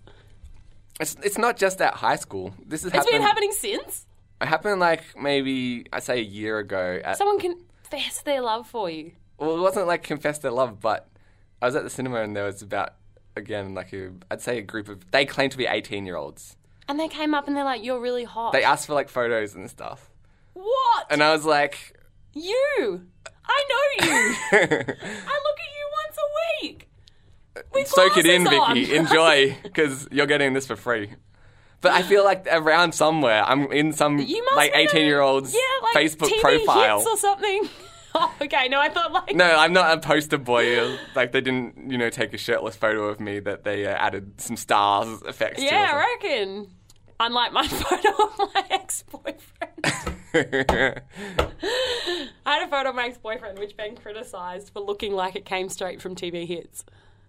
[SPEAKER 1] It's it's not just at high school. This has
[SPEAKER 2] It's
[SPEAKER 1] happened.
[SPEAKER 2] been happening since.
[SPEAKER 1] It happened like maybe I say a year ago. At,
[SPEAKER 2] Someone confessed their love for you.
[SPEAKER 1] well, it wasn't like confess their love, but I was at the cinema and there was about again like a I'd say a group of they claim to be eighteen year olds.
[SPEAKER 2] And they came up and they're like, you're really hot.
[SPEAKER 1] They asked for like photos and stuff,
[SPEAKER 2] what?
[SPEAKER 1] and I was like,
[SPEAKER 2] you! I know you! I look at you once a week! With
[SPEAKER 1] "Soak it in,
[SPEAKER 2] glasses
[SPEAKER 1] Vicky.
[SPEAKER 2] on.
[SPEAKER 1] Enjoy, because you're getting this for free." But I feel like around somewhere, I'm in some
[SPEAKER 2] You must
[SPEAKER 1] like
[SPEAKER 2] be on-
[SPEAKER 1] 18 year old's
[SPEAKER 2] yeah, like
[SPEAKER 1] Facebook
[SPEAKER 2] TV
[SPEAKER 1] profile.
[SPEAKER 2] hits or something. Oh, okay. No, I thought like
[SPEAKER 1] No, I'm not a poster boy. like they didn't, you know, take a shirtless photo of me that they uh, added some stars effects. to or
[SPEAKER 2] yeah,
[SPEAKER 1] something.
[SPEAKER 2] I reckon. Unlike my photo of my ex-boyfriend, I had a photo of my ex-boyfriend which been criticised for looking like it came straight from TV hits.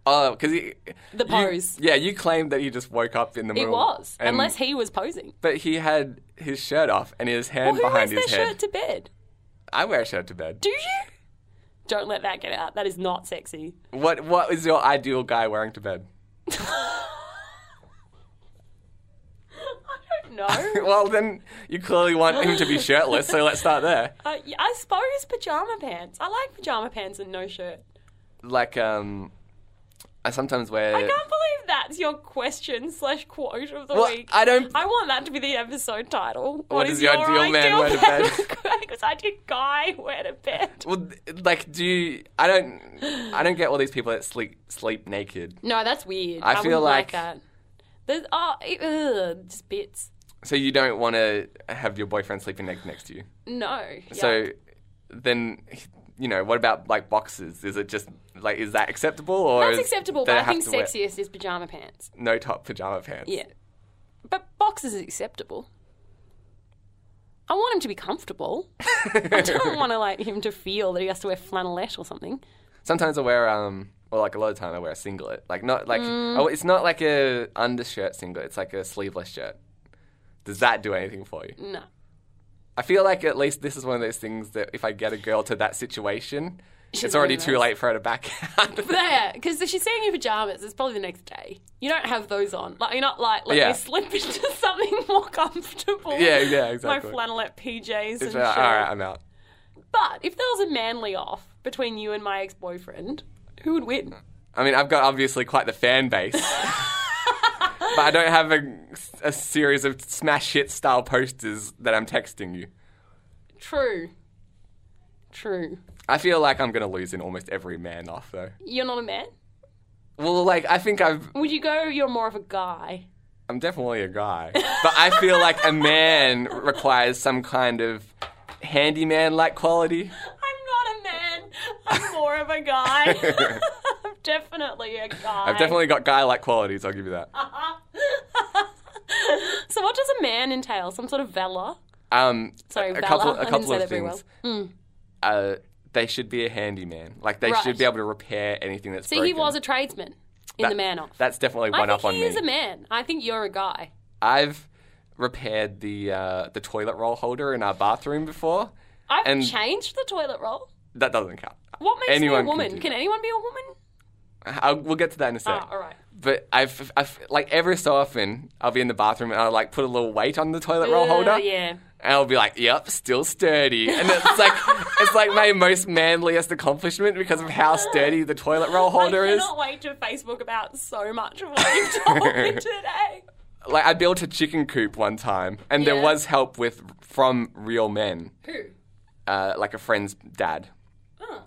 [SPEAKER 1] oh, because the
[SPEAKER 2] The pose.
[SPEAKER 1] yeah, you claimed that he just woke up in the
[SPEAKER 2] It
[SPEAKER 1] middle.
[SPEAKER 2] was,
[SPEAKER 1] and-
[SPEAKER 2] unless he was posing.
[SPEAKER 1] But he had his shirt off and his hand
[SPEAKER 2] Well, who wears
[SPEAKER 1] behind
[SPEAKER 2] their
[SPEAKER 1] his head.
[SPEAKER 2] shirt to bed?
[SPEAKER 1] I wear a shirt to bed.
[SPEAKER 2] Do you? Don't let that get out. That is not sexy.
[SPEAKER 1] What What is your ideal guy wearing to bed?
[SPEAKER 2] I don't know.
[SPEAKER 1] Well, then you clearly want him to be shirtless, so let's start there.
[SPEAKER 2] uh, yeah, I suppose pajama pants. I like pajama pants and no shirt.
[SPEAKER 1] Like, um, I sometimes wear.
[SPEAKER 2] I can't believe that's your question slash quote of the
[SPEAKER 1] Well,
[SPEAKER 2] week.
[SPEAKER 1] I don't.
[SPEAKER 2] I want that to be the episode title.
[SPEAKER 1] does the ideal man wear to bed?
[SPEAKER 2] Because I did guy wear to bed.
[SPEAKER 1] Well, th- like, do you, I don't? I don't get all these people that sleep sleep naked.
[SPEAKER 2] No, that's weird.
[SPEAKER 1] I
[SPEAKER 2] I,
[SPEAKER 1] feel
[SPEAKER 2] wouldn't
[SPEAKER 1] like-
[SPEAKER 2] like, that. There's oh, it- ugh, just bits.
[SPEAKER 1] So you don't want to have your boyfriend sleeping next next to you.
[SPEAKER 2] No.
[SPEAKER 1] So then, you know, what about like boxes? Is it just like is that acceptable or
[SPEAKER 2] That's
[SPEAKER 1] is-
[SPEAKER 2] acceptable,
[SPEAKER 1] do
[SPEAKER 2] but
[SPEAKER 1] they
[SPEAKER 2] I
[SPEAKER 1] have
[SPEAKER 2] think
[SPEAKER 1] to wear
[SPEAKER 2] sexiest is pajama pants.
[SPEAKER 1] no top pajama pants?
[SPEAKER 2] Yeah. But boxes is acceptable. I want him to be comfortable. I don't want to like him to feel that he has to wear flannelette or something.
[SPEAKER 1] Sometimes I wear um or like a lot of time I wear a singlet. Like not like
[SPEAKER 2] Mm.
[SPEAKER 1] oh, it's not like a undershirt singlet. It's like a sleeveless shirt. Does that do anything for you?
[SPEAKER 2] No.
[SPEAKER 1] I feel like at least this is one of those things that if I get a girl to that situation, it's
[SPEAKER 2] wear
[SPEAKER 1] already
[SPEAKER 2] those.
[SPEAKER 1] too late for her to back out.
[SPEAKER 2] Yeah, because if she's seeing your pajamas, it's probably the next day. You don't have those on. Like you're not like let
[SPEAKER 1] Yeah.
[SPEAKER 2] me slip into something more comfortable.
[SPEAKER 1] Yeah, yeah, exactly.
[SPEAKER 2] My flannelette PJs
[SPEAKER 1] It's
[SPEAKER 2] and shit.
[SPEAKER 1] like, all right, I'm out.
[SPEAKER 2] But if there was a manly off between you and my ex-boyfriend, who would win?
[SPEAKER 1] I mean, I've got obviously quite the fan base. but I don't have a, a series of smash hit style posters that I'm texting you.
[SPEAKER 2] True. True.
[SPEAKER 1] I feel like I'm going to lose in almost every man off, though.
[SPEAKER 2] You're not a man.
[SPEAKER 1] Well, like, I think I've,
[SPEAKER 2] Would you go? You're more of a guy.
[SPEAKER 1] I'm definitely a guy. But I feel like a man requires some kind of handyman like quality.
[SPEAKER 2] I'm not a man. I'm more of a guy. I'm definitely a guy.
[SPEAKER 1] I've definitely got guy like qualities, I'll give you that.
[SPEAKER 2] So what does a man entail? Some sort of valor?
[SPEAKER 1] Um,
[SPEAKER 2] Sorry,
[SPEAKER 1] a
[SPEAKER 2] Bella.
[SPEAKER 1] couple,
[SPEAKER 2] I
[SPEAKER 1] a
[SPEAKER 2] didn't
[SPEAKER 1] couple
[SPEAKER 2] say
[SPEAKER 1] of
[SPEAKER 2] that very Hmm.
[SPEAKER 1] things. Uh, they should be a handyman. Like they
[SPEAKER 2] Right.
[SPEAKER 1] should be able to repair anything that's
[SPEAKER 2] See,
[SPEAKER 1] broken.
[SPEAKER 2] he was a tradesman in the man off.
[SPEAKER 1] That's definitely
[SPEAKER 2] I
[SPEAKER 1] one
[SPEAKER 2] think
[SPEAKER 1] up on
[SPEAKER 2] he
[SPEAKER 1] me.
[SPEAKER 2] is a man. I think you're a guy.
[SPEAKER 1] I've repaired the uh, the toilet roll holder in our bathroom before.
[SPEAKER 2] I've
[SPEAKER 1] And-
[SPEAKER 2] changed the toilet roll.
[SPEAKER 1] That doesn't count.
[SPEAKER 2] What makes
[SPEAKER 1] Anyone
[SPEAKER 2] me
[SPEAKER 1] can
[SPEAKER 2] a woman?
[SPEAKER 1] do
[SPEAKER 2] Can,
[SPEAKER 1] that.
[SPEAKER 2] anyone be a woman?
[SPEAKER 1] I'll, we'll get to that in a sec.
[SPEAKER 2] Ah, all right.
[SPEAKER 1] But I've, I've like every so often I'll be in the bathroom and I'll like put a little weight on the toilet roll
[SPEAKER 2] Uh,
[SPEAKER 1] holder.
[SPEAKER 2] yeah.
[SPEAKER 1] And I'll be like, "Yep, still sturdy," and it's like it's like my most manliest accomplishment because of how sturdy the toilet roll holder
[SPEAKER 2] I
[SPEAKER 1] is.
[SPEAKER 2] cannot wait to Facebook about so much of what you've told me today.
[SPEAKER 1] Like I built a chicken coop one time, and there
[SPEAKER 2] Yeah.
[SPEAKER 1] was help with from real men,
[SPEAKER 2] Who?
[SPEAKER 1] uh, like a friend's dad.
[SPEAKER 2] Oh,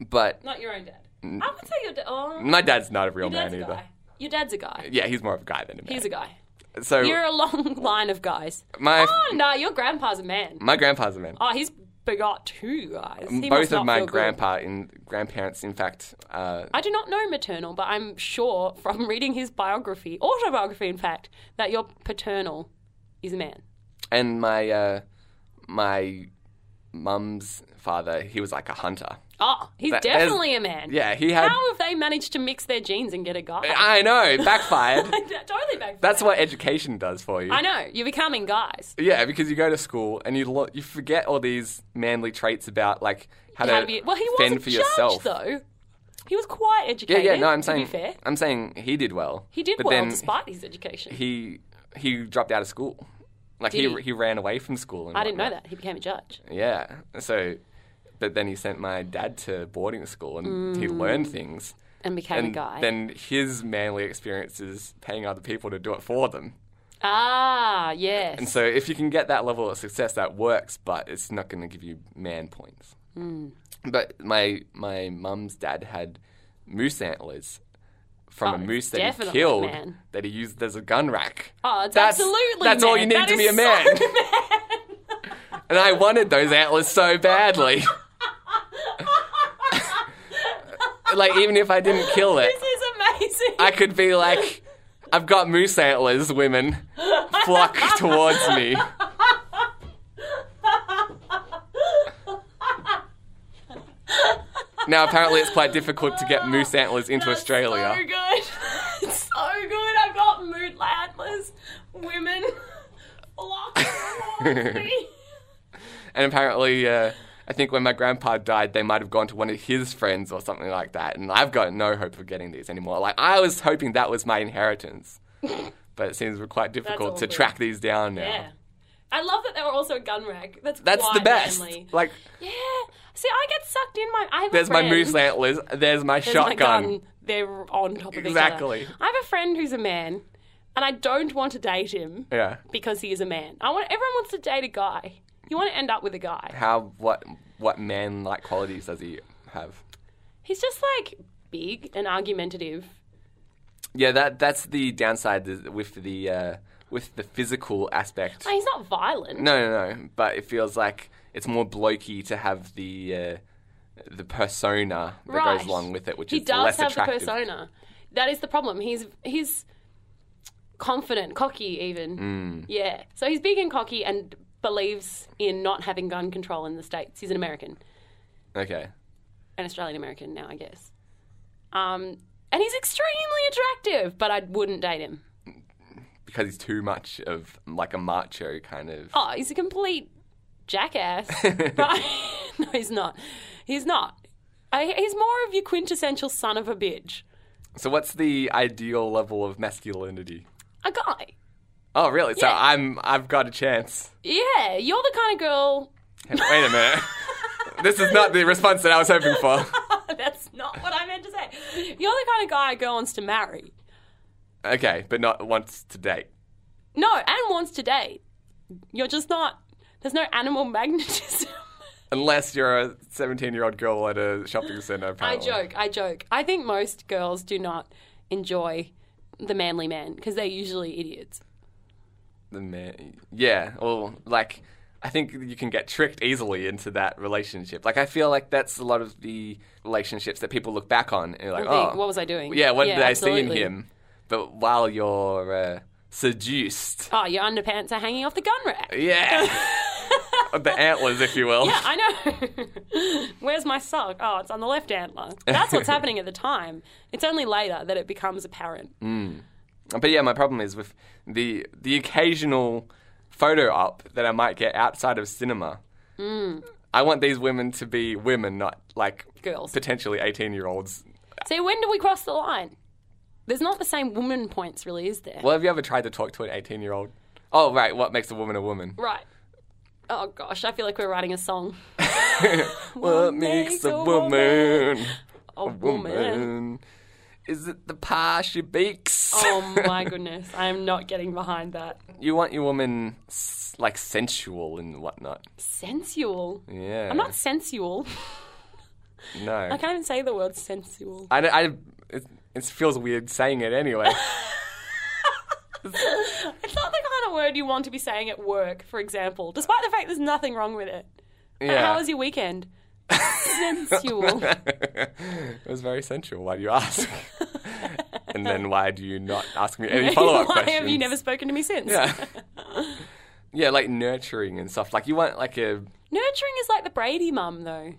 [SPEAKER 1] But
[SPEAKER 2] not your own dad. I would say your dad. Oh,
[SPEAKER 1] my dad's not a real
[SPEAKER 2] your dad's
[SPEAKER 1] man
[SPEAKER 2] a
[SPEAKER 1] either.
[SPEAKER 2] guy. Your dad's a guy.
[SPEAKER 1] Yeah, he's more of a guy than a man.
[SPEAKER 2] He's a guy.
[SPEAKER 1] so
[SPEAKER 2] You're a long line of guys.
[SPEAKER 1] my
[SPEAKER 2] Oh no, your grandpa's a man.
[SPEAKER 1] my grandpa's a man.
[SPEAKER 2] Oh, he's begot two guys. He must
[SPEAKER 1] Both
[SPEAKER 2] not
[SPEAKER 1] of my
[SPEAKER 2] feel good.
[SPEAKER 1] grandpa and grandparents, in fact, uh,
[SPEAKER 2] I do not know maternal, but I'm sure from reading his biography, autobiography, in fact, that your paternal is a man.
[SPEAKER 1] and my uh, my mum's father, he was like a hunter.
[SPEAKER 2] Oh, he's
[SPEAKER 1] That- there's-
[SPEAKER 2] definitely a man.
[SPEAKER 1] Yeah, he had.
[SPEAKER 2] How have they managed to mix their genes and get a guy?
[SPEAKER 1] I know, it backfired.
[SPEAKER 2] That totally backfired.
[SPEAKER 1] That's what education does for you.
[SPEAKER 2] I know. You're becoming guys.
[SPEAKER 1] Yeah, because you go to school and you lo- you forget all these manly traits about like how,
[SPEAKER 2] How
[SPEAKER 1] to
[SPEAKER 2] do you- well, he was
[SPEAKER 1] fend
[SPEAKER 2] a
[SPEAKER 1] for
[SPEAKER 2] judge,
[SPEAKER 1] yourself.
[SPEAKER 2] though. He was quite
[SPEAKER 1] Yeah,
[SPEAKER 2] educated.
[SPEAKER 1] yeah. No, I'm
[SPEAKER 2] to
[SPEAKER 1] saying
[SPEAKER 2] be fair,
[SPEAKER 1] I'm saying he did well.
[SPEAKER 2] he did
[SPEAKER 1] but
[SPEAKER 2] well
[SPEAKER 1] then
[SPEAKER 2] despite his education.
[SPEAKER 1] he he dropped out of school. Like
[SPEAKER 2] Did
[SPEAKER 1] he
[SPEAKER 2] he?
[SPEAKER 1] he ran away from school. And
[SPEAKER 2] I didn't know
[SPEAKER 1] whatnot.
[SPEAKER 2] that. He became a judge.
[SPEAKER 1] Yeah. So, but then he sent my dad to boarding school and he learned things.
[SPEAKER 2] And became Mm. a
[SPEAKER 1] And
[SPEAKER 2] guy.
[SPEAKER 1] then his manly experience is paying other people to do it for them.
[SPEAKER 2] ah, yes.
[SPEAKER 1] And so, if you can get that level of success, that works, but it's not going to give you man points.
[SPEAKER 2] Mm.
[SPEAKER 1] But my my mum's dad had moose antlers from
[SPEAKER 2] Oh,
[SPEAKER 1] a
[SPEAKER 2] it's
[SPEAKER 1] moose that he
[SPEAKER 2] definitely
[SPEAKER 1] killed
[SPEAKER 2] man.
[SPEAKER 1] that he used as a gun rack.
[SPEAKER 2] Oh, it's
[SPEAKER 1] that's,
[SPEAKER 2] absolutely
[SPEAKER 1] That's all
[SPEAKER 2] man.
[SPEAKER 1] you need
[SPEAKER 2] That
[SPEAKER 1] to be
[SPEAKER 2] is
[SPEAKER 1] a man.
[SPEAKER 2] so
[SPEAKER 1] and I wanted those antlers so badly. like even if I didn't kill it,
[SPEAKER 2] This is amazing.
[SPEAKER 1] I could be like, I've got moose antlers, women. Flock towards me. Now, apparently, it's quite difficult to get moose antlers into
[SPEAKER 2] That's
[SPEAKER 1] Australia.
[SPEAKER 2] So good. It's so good. I've got mood antlers, women, block.
[SPEAKER 1] And apparently, uh, I think when my grandpa died, they might have gone to one of his friends or something like that. And I've got no hope of getting these anymore. Like, I was hoping that was my inheritance. but it seems quite difficult to
[SPEAKER 2] awkward.
[SPEAKER 1] track these down now.
[SPEAKER 2] yeah. I love that they were also a gun rack. That's
[SPEAKER 1] That's
[SPEAKER 2] quite
[SPEAKER 1] the best.
[SPEAKER 2] manly.
[SPEAKER 1] Like,
[SPEAKER 2] Yeah. See, I get sucked in my. I have
[SPEAKER 1] There's
[SPEAKER 2] a
[SPEAKER 1] my
[SPEAKER 2] friend.
[SPEAKER 1] moose antlers. There's my
[SPEAKER 2] There's my
[SPEAKER 1] shotgun.
[SPEAKER 2] gun. They're on top of
[SPEAKER 1] Exactly.
[SPEAKER 2] each other. I have a friend who's a man, and I don't want to date him
[SPEAKER 1] Yeah.
[SPEAKER 2] because he is a man. I want. Everyone wants to date a guy. You want to end up with a guy.
[SPEAKER 1] How what what man like qualities does he have?
[SPEAKER 2] He's just like big and argumentative.
[SPEAKER 1] Yeah, that that's the downside th- with the uh, with the physical aspect.
[SPEAKER 2] Like, he's not violent.
[SPEAKER 1] No, no, no. But it feels like it's more blokey to have the uh, the persona that
[SPEAKER 2] right.
[SPEAKER 1] goes along with it, which
[SPEAKER 2] he
[SPEAKER 1] is
[SPEAKER 2] does
[SPEAKER 1] less
[SPEAKER 2] have
[SPEAKER 1] attractive.
[SPEAKER 2] the persona. That is the problem. He's he's confident, cocky, even.
[SPEAKER 1] Mm.
[SPEAKER 2] Yeah. So he's big and cocky and believes in not having gun control in the states. He's an American,
[SPEAKER 1] Okay.
[SPEAKER 2] an Australian American now, I guess. Um, and he's extremely attractive, but I wouldn't date him.
[SPEAKER 1] Because he's too much of like a macho kind of.
[SPEAKER 2] Oh, he's a complete jackass. but no, he's not. He's not. I, he's more of your quintessential son of a bitch.
[SPEAKER 1] So what's the ideal level of masculinity?
[SPEAKER 2] A guy.
[SPEAKER 1] Oh, really? So
[SPEAKER 2] Yeah.
[SPEAKER 1] I'm I've got a chance.
[SPEAKER 2] Yeah, you're the kind of girl.
[SPEAKER 1] Wait a minute. this is not the response that I was hoping for.
[SPEAKER 2] That's not what I meant to say. You're the kind of guy a girl wants to marry.
[SPEAKER 1] Okay, but not wants to date.
[SPEAKER 2] No, and wants to date. You're just not. There's no animal magnetism.
[SPEAKER 1] Unless you're a 17 year old girl at a shopping center.
[SPEAKER 2] I
[SPEAKER 1] Apparently.
[SPEAKER 2] joke. I joke. I think most girls do not enjoy the manly man because they're usually idiots.
[SPEAKER 1] The man. Yeah, well, like, I think you can get tricked easily into that relationship. Like, I feel like that's a lot of the relationships that people look back on and you're like,
[SPEAKER 2] They think,
[SPEAKER 1] oh,
[SPEAKER 2] what was I doing?
[SPEAKER 1] yeah, what did I see in
[SPEAKER 2] absolutely.
[SPEAKER 1] him? But while you're uh, seduced,
[SPEAKER 2] Oh, your underpants are hanging off the gun rack.
[SPEAKER 1] yeah, the antlers, if you will.
[SPEAKER 2] Yeah, I know. Where's my sock? Oh, it's on the left antler. That's what's happening at the time. It's only later that it becomes apparent.
[SPEAKER 1] But yeah, my problem is with the the occasional photo op that I might get outside of cinema.
[SPEAKER 2] Mm.
[SPEAKER 1] I want these women to be women, not like
[SPEAKER 2] Girls.
[SPEAKER 1] potentially eighteen year olds.
[SPEAKER 2] So when do we cross the line? There's not the same woman points, really, is there?
[SPEAKER 1] Well, have you ever tried to talk to an eighteen year old? Oh, right. What makes a woman a woman?
[SPEAKER 2] Right. Oh gosh, I feel like we're writing a song.
[SPEAKER 1] What makes a woman
[SPEAKER 2] A woman.
[SPEAKER 1] woman? Is it the pie she bakes?
[SPEAKER 2] Oh my goodness, I am not getting behind that.
[SPEAKER 1] You want your woman s- like sensual and whatnot.
[SPEAKER 2] Sensual.
[SPEAKER 1] Yeah.
[SPEAKER 2] I'm not sensual.
[SPEAKER 1] No.
[SPEAKER 2] I can't even say the word sensual.
[SPEAKER 1] I, don't- I it, it feels weird saying it anyway.
[SPEAKER 2] It's not the kind of word you want to be saying at work, for example, despite the fact there's nothing wrong with it.
[SPEAKER 1] Yeah.
[SPEAKER 2] How was your weekend? sensual.
[SPEAKER 1] it was very sensual. Why do you ask? and then why do you not ask me any follow up
[SPEAKER 2] Why
[SPEAKER 1] questions?
[SPEAKER 2] have you never spoken to me since?
[SPEAKER 1] Yeah. yeah, like nurturing and stuff. Like you want like a
[SPEAKER 2] Nurturing is like the Brady mum, though.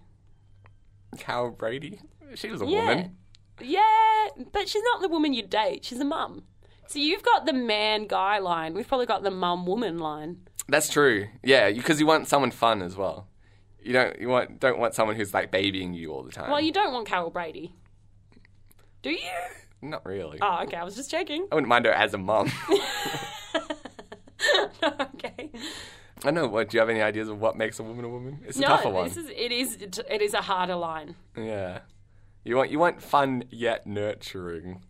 [SPEAKER 1] Carol Brady. She was a
[SPEAKER 2] Yeah.
[SPEAKER 1] woman.
[SPEAKER 2] Yeah, but she's not the woman you date. She's a mum. So you've got the man guy line. We've probably got the mum woman line.
[SPEAKER 1] That's true. Yeah, because you want someone fun as well. You don't you want don't want someone who's like babying you all the time.
[SPEAKER 2] Well, you don't want Carol Brady. Do you?
[SPEAKER 1] not really.
[SPEAKER 2] Oh, okay. I was just checking.
[SPEAKER 1] I wouldn't mind her as a mum.
[SPEAKER 2] okay.
[SPEAKER 1] I know. What do you have any ideas of what makes a woman a woman? It's a tougher
[SPEAKER 2] No,
[SPEAKER 1] one.
[SPEAKER 2] this is it is it is a harder line.
[SPEAKER 1] Yeah. You want you want fun yet nurturing.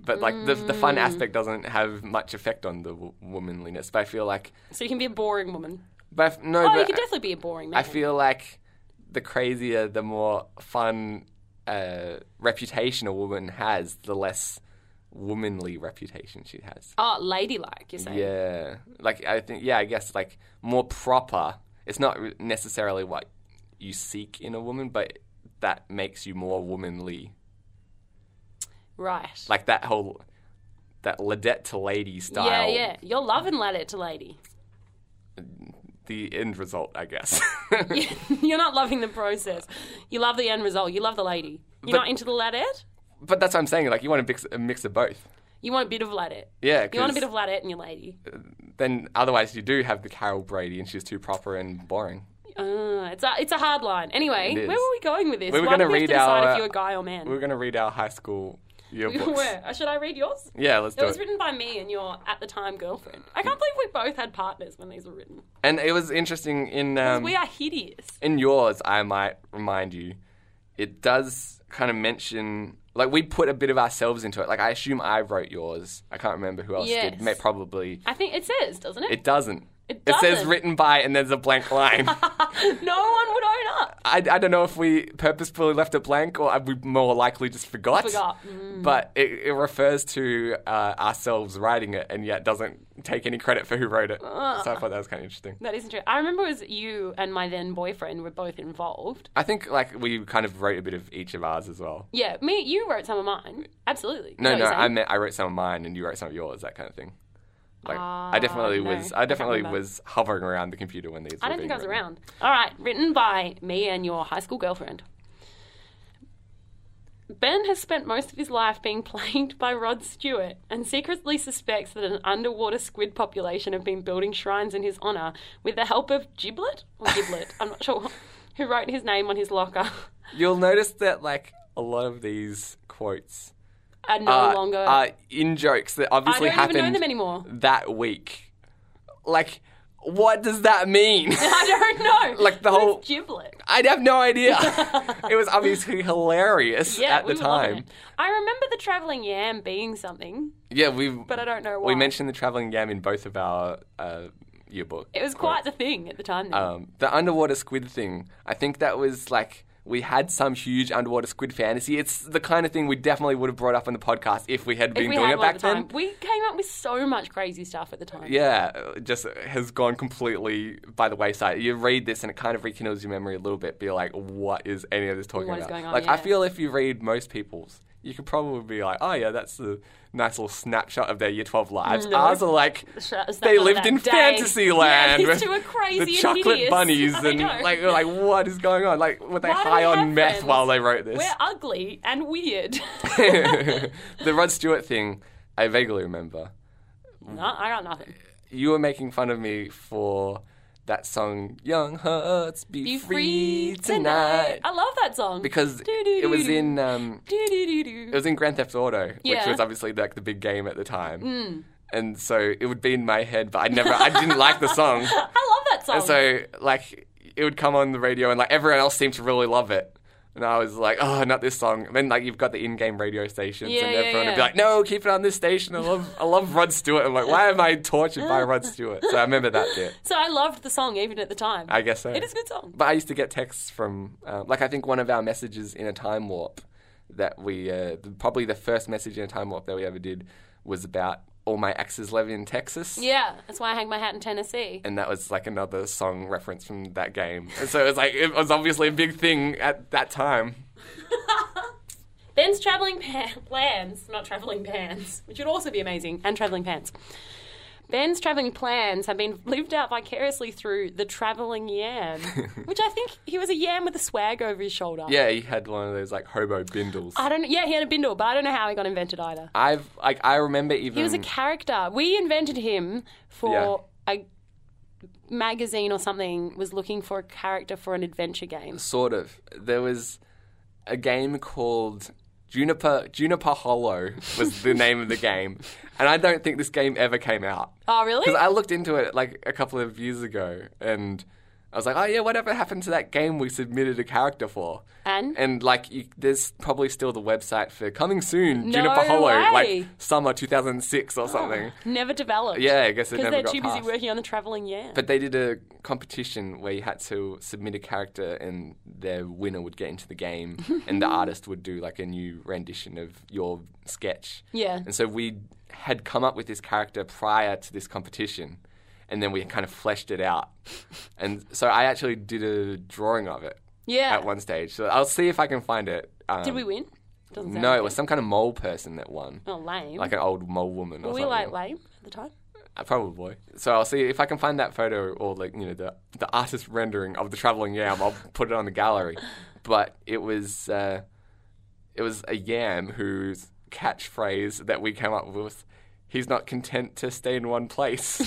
[SPEAKER 1] But like the the fun
[SPEAKER 2] Mm.
[SPEAKER 1] aspect doesn't have much effect on the w- womanliness. But I feel like
[SPEAKER 2] So you can be a boring woman.
[SPEAKER 1] but I f- no
[SPEAKER 2] Oh, you
[SPEAKER 1] but
[SPEAKER 2] can definitely be a boring man.
[SPEAKER 1] I feel like the crazier the more fun uh, reputation a woman has, the less womanly reputation she has.
[SPEAKER 2] oh, ladylike. You're saying.
[SPEAKER 1] Yeah. Like I think yeah, I guess like more proper. It's not re- necessarily what you seek in a woman, but that makes you more womanly
[SPEAKER 2] Right.
[SPEAKER 1] like that whole that ladette to lady style
[SPEAKER 2] yeah, yeah. You're loving let it to lady.
[SPEAKER 1] the end result i guess
[SPEAKER 2] You're not loving the process. You love the end result. You love the lady.
[SPEAKER 1] But-
[SPEAKER 2] You're not into the ladette.
[SPEAKER 1] but that's what i'm saying like you want a mix, a mix of both
[SPEAKER 2] You want a bit of ladette.
[SPEAKER 1] yeah
[SPEAKER 2] You want
[SPEAKER 1] 'cause
[SPEAKER 2] a bit of ladette in your lady.
[SPEAKER 1] then otherwise you do have the carol brady and she's too proper and boring
[SPEAKER 2] Uh, it's a it's a hard line. Anyway,
[SPEAKER 1] It is.
[SPEAKER 2] where were we going with this?
[SPEAKER 1] We were
[SPEAKER 2] Why
[SPEAKER 1] gonna
[SPEAKER 2] did we have
[SPEAKER 1] read
[SPEAKER 2] to decide
[SPEAKER 1] our- uh,
[SPEAKER 2] if you're a guy or
[SPEAKER 1] we're
[SPEAKER 2] man.
[SPEAKER 1] going to read our high school yearbooks
[SPEAKER 2] Where? Uh, Should I read yours?
[SPEAKER 1] yeah Mm. let's
[SPEAKER 2] It
[SPEAKER 1] do
[SPEAKER 2] was
[SPEAKER 1] it
[SPEAKER 2] written by me and your at the time girlfriend. I can't believe we both had partners when these were written.
[SPEAKER 1] and it was interesting in um,
[SPEAKER 2] we are hideous.
[SPEAKER 1] in yours, I might remind you, it does kind of mention like we put a bit of ourselves into it. Like I assume I wrote yours. I can't remember who else
[SPEAKER 2] Yes.
[SPEAKER 1] did. May, probably
[SPEAKER 2] I think it says, doesn't it?
[SPEAKER 1] it doesn't.
[SPEAKER 2] It
[SPEAKER 1] says
[SPEAKER 2] doesn't.
[SPEAKER 1] written by, and there's a blank line.
[SPEAKER 2] no one would own up.
[SPEAKER 1] I, I don't know if we purposefully left it blank or we more likely just forgot.
[SPEAKER 2] Forgot. Mm.
[SPEAKER 1] But it, it refers to uh, ourselves writing it and yet doesn't take any credit for who wrote it. So I thought that was kind of interesting.
[SPEAKER 2] That isn't true. I remember it was you and my then boyfriend were both involved.
[SPEAKER 1] I think like we kind of wrote a bit of each of ours as well.
[SPEAKER 2] Yeah, me, you wrote some of mine. Absolutely.
[SPEAKER 1] No, no,
[SPEAKER 2] Is that what you're
[SPEAKER 1] I
[SPEAKER 2] saying?
[SPEAKER 1] meant I wrote some of mine and you wrote some of yours, that kind of thing. Like I definitely
[SPEAKER 2] Ah, no,
[SPEAKER 1] was
[SPEAKER 2] I
[SPEAKER 1] I
[SPEAKER 2] don't
[SPEAKER 1] definitely
[SPEAKER 2] remember.
[SPEAKER 1] was hovering around the computer when these
[SPEAKER 2] I
[SPEAKER 1] were
[SPEAKER 2] don't
[SPEAKER 1] being
[SPEAKER 2] think I was
[SPEAKER 1] written.
[SPEAKER 2] around. All right, written by me and your high school girlfriend. Ben has spent most of his life being plagued by Rod Stewart and secretly suspects that an underwater squid population have been building shrines in his honour with the help of Giblet or Giblet, I'm not sure, who wrote his name on his locker
[SPEAKER 1] You'll notice that like a lot of these quotes
[SPEAKER 2] are no
[SPEAKER 1] are,
[SPEAKER 2] longer.
[SPEAKER 1] are in jokes that
[SPEAKER 2] I
[SPEAKER 1] obviously
[SPEAKER 2] don't even
[SPEAKER 1] uh, happened
[SPEAKER 2] know them anymore.
[SPEAKER 1] that week. Like what does that mean?
[SPEAKER 2] I don't know.
[SPEAKER 1] Like the whole-
[SPEAKER 2] Who's Giblet.
[SPEAKER 1] I'd have no idea. it was obviously hilarious
[SPEAKER 2] Yeah,
[SPEAKER 1] at the
[SPEAKER 2] we were loving
[SPEAKER 1] time.
[SPEAKER 2] it. I remember the travelling yam being something,
[SPEAKER 1] Yeah, we
[SPEAKER 2] but I don't know why.
[SPEAKER 1] we mentioned the traveling yam in both of our uh, yearbook.
[SPEAKER 2] it was quite the thing at the time. Then.
[SPEAKER 1] um, the underwater squid thing. I think that was like we had some huge underwater squid fantasy. It's the kind of thing we definitely would have brought up on the podcast if we had
[SPEAKER 2] If
[SPEAKER 1] been
[SPEAKER 2] we
[SPEAKER 1] doing
[SPEAKER 2] had
[SPEAKER 1] it
[SPEAKER 2] one at
[SPEAKER 1] back
[SPEAKER 2] the time.
[SPEAKER 1] then.
[SPEAKER 2] We came up with so much crazy stuff at the time.
[SPEAKER 1] Yeah, uh, just has gone completely by the wayside. You read this and it kind of rekindles your memory a little bit. Be like, what is any of this talking
[SPEAKER 2] What is
[SPEAKER 1] about?
[SPEAKER 2] going on?
[SPEAKER 1] like, I
[SPEAKER 2] Yeah.
[SPEAKER 1] feel if you read most people's, you could probably be like, oh yeah, that's a nice little snapshot of their year twelve lives.
[SPEAKER 2] No.
[SPEAKER 1] Ours are like
[SPEAKER 2] Sh- it's
[SPEAKER 1] they
[SPEAKER 2] not
[SPEAKER 1] lived
[SPEAKER 2] that
[SPEAKER 1] in
[SPEAKER 2] day.
[SPEAKER 1] fantasy land.
[SPEAKER 2] Yeah,
[SPEAKER 1] with
[SPEAKER 2] these two are crazy
[SPEAKER 1] The
[SPEAKER 2] and
[SPEAKER 1] chocolate
[SPEAKER 2] hideous.
[SPEAKER 1] bunnies
[SPEAKER 2] I
[SPEAKER 1] and
[SPEAKER 2] know.
[SPEAKER 1] like, we're like, what is going on? Like, were they
[SPEAKER 2] Why do
[SPEAKER 1] high
[SPEAKER 2] we have
[SPEAKER 1] on meth
[SPEAKER 2] friends?
[SPEAKER 1] while they wrote this?
[SPEAKER 2] We're ugly and weird.
[SPEAKER 1] the Rod Stewart thing, I vaguely remember.
[SPEAKER 2] no, I got nothing.
[SPEAKER 1] you were making fun of me for that song "Young Hearts Be,
[SPEAKER 2] Be
[SPEAKER 1] Free, Tonight"
[SPEAKER 2] I love that song.
[SPEAKER 1] because it was in um, it was in Grand Theft Auto, which
[SPEAKER 2] Yeah.
[SPEAKER 1] was obviously like the big game at the time, and so it would be in my head, but I never I didn't like the song,
[SPEAKER 2] I love that song.
[SPEAKER 1] and so like it would come on the radio, and like everyone else seemed to really love it. And I was like, oh, not this song. And then like you've got the in-game radio stations,
[SPEAKER 2] Yeah,
[SPEAKER 1] and
[SPEAKER 2] yeah,
[SPEAKER 1] everyone would be
[SPEAKER 2] yeah.
[SPEAKER 1] like, no, keep it on this station. I love, I love Rod Stewart. I'm like, why am I tortured by Rod Stewart? So I remember that bit.
[SPEAKER 2] So I loved the song even at the time.
[SPEAKER 1] I guess so.
[SPEAKER 2] It is a good song.
[SPEAKER 1] But I used to get texts from, uh, like, I think one of our messages in a time warp that we, uh, th- probably the first message in a time warp that we ever did was about all my exes live in Texas.
[SPEAKER 2] Yeah, that's why I hang my hat in Tennessee.
[SPEAKER 1] And that was like another song reference from that game. And so it was like, it was obviously a big thing at that time.
[SPEAKER 2] Ben's traveling pan- plans, not traveling pans, which would also be amazing, and traveling pants. Ben's traveling plans have been lived out vicariously through the traveling yam, which I think he was a yam with a swag over his shoulder.
[SPEAKER 1] Yeah, he had one of those like hobo bindles.
[SPEAKER 2] I don't. Yeah, he had a bindle, but I don't know how he got invented either.
[SPEAKER 1] I've, like, I remember even.
[SPEAKER 2] He was a character. We invented him for a magazine or something was looking for a character for an adventure game.
[SPEAKER 1] sort of. There was a game called Juniper Juniper Hollow was the name of the game, and I don't think this game ever came out
[SPEAKER 2] Oh, really?
[SPEAKER 1] because I looked into it like a couple of years ago, and I was like, oh yeah, whatever happened to that game we submitted a character for?
[SPEAKER 2] And?
[SPEAKER 1] and like, you, there's probably still the website for coming soon,
[SPEAKER 2] No
[SPEAKER 1] Juniper Hollow,
[SPEAKER 2] way. Oh.
[SPEAKER 1] like summer 2006 or something.
[SPEAKER 2] Never developed.
[SPEAKER 1] Yeah, I guess it
[SPEAKER 2] Because
[SPEAKER 1] never
[SPEAKER 2] they're
[SPEAKER 1] got
[SPEAKER 2] too
[SPEAKER 1] passed.
[SPEAKER 2] busy working on the traveling yam.
[SPEAKER 1] But they did a competition where you had to submit a character, and their winner would get into the game, and the artist would do like a new rendition of your sketch.
[SPEAKER 2] Yeah.
[SPEAKER 1] And so we had come up with this character prior to this competition, and then we kind of fleshed it out. and so I actually did a drawing of it
[SPEAKER 2] yeah.
[SPEAKER 1] at one stage. So I'll see if I can find it. Um,
[SPEAKER 2] Did we win? Doesn't sound
[SPEAKER 1] No,
[SPEAKER 2] like
[SPEAKER 1] it was some kind of mole person that won.
[SPEAKER 2] Oh, lame.
[SPEAKER 1] Like an old mole woman or
[SPEAKER 2] Were we
[SPEAKER 1] something.
[SPEAKER 2] like lame at the time?
[SPEAKER 1] Uh, Probably. So I'll see if I can find that photo or like you know the the artist rendering of the traveling yam. I'll put it on the gallery. But it was uh, it was a yam whose catchphrase that we came up with. He's not content to stay in one place,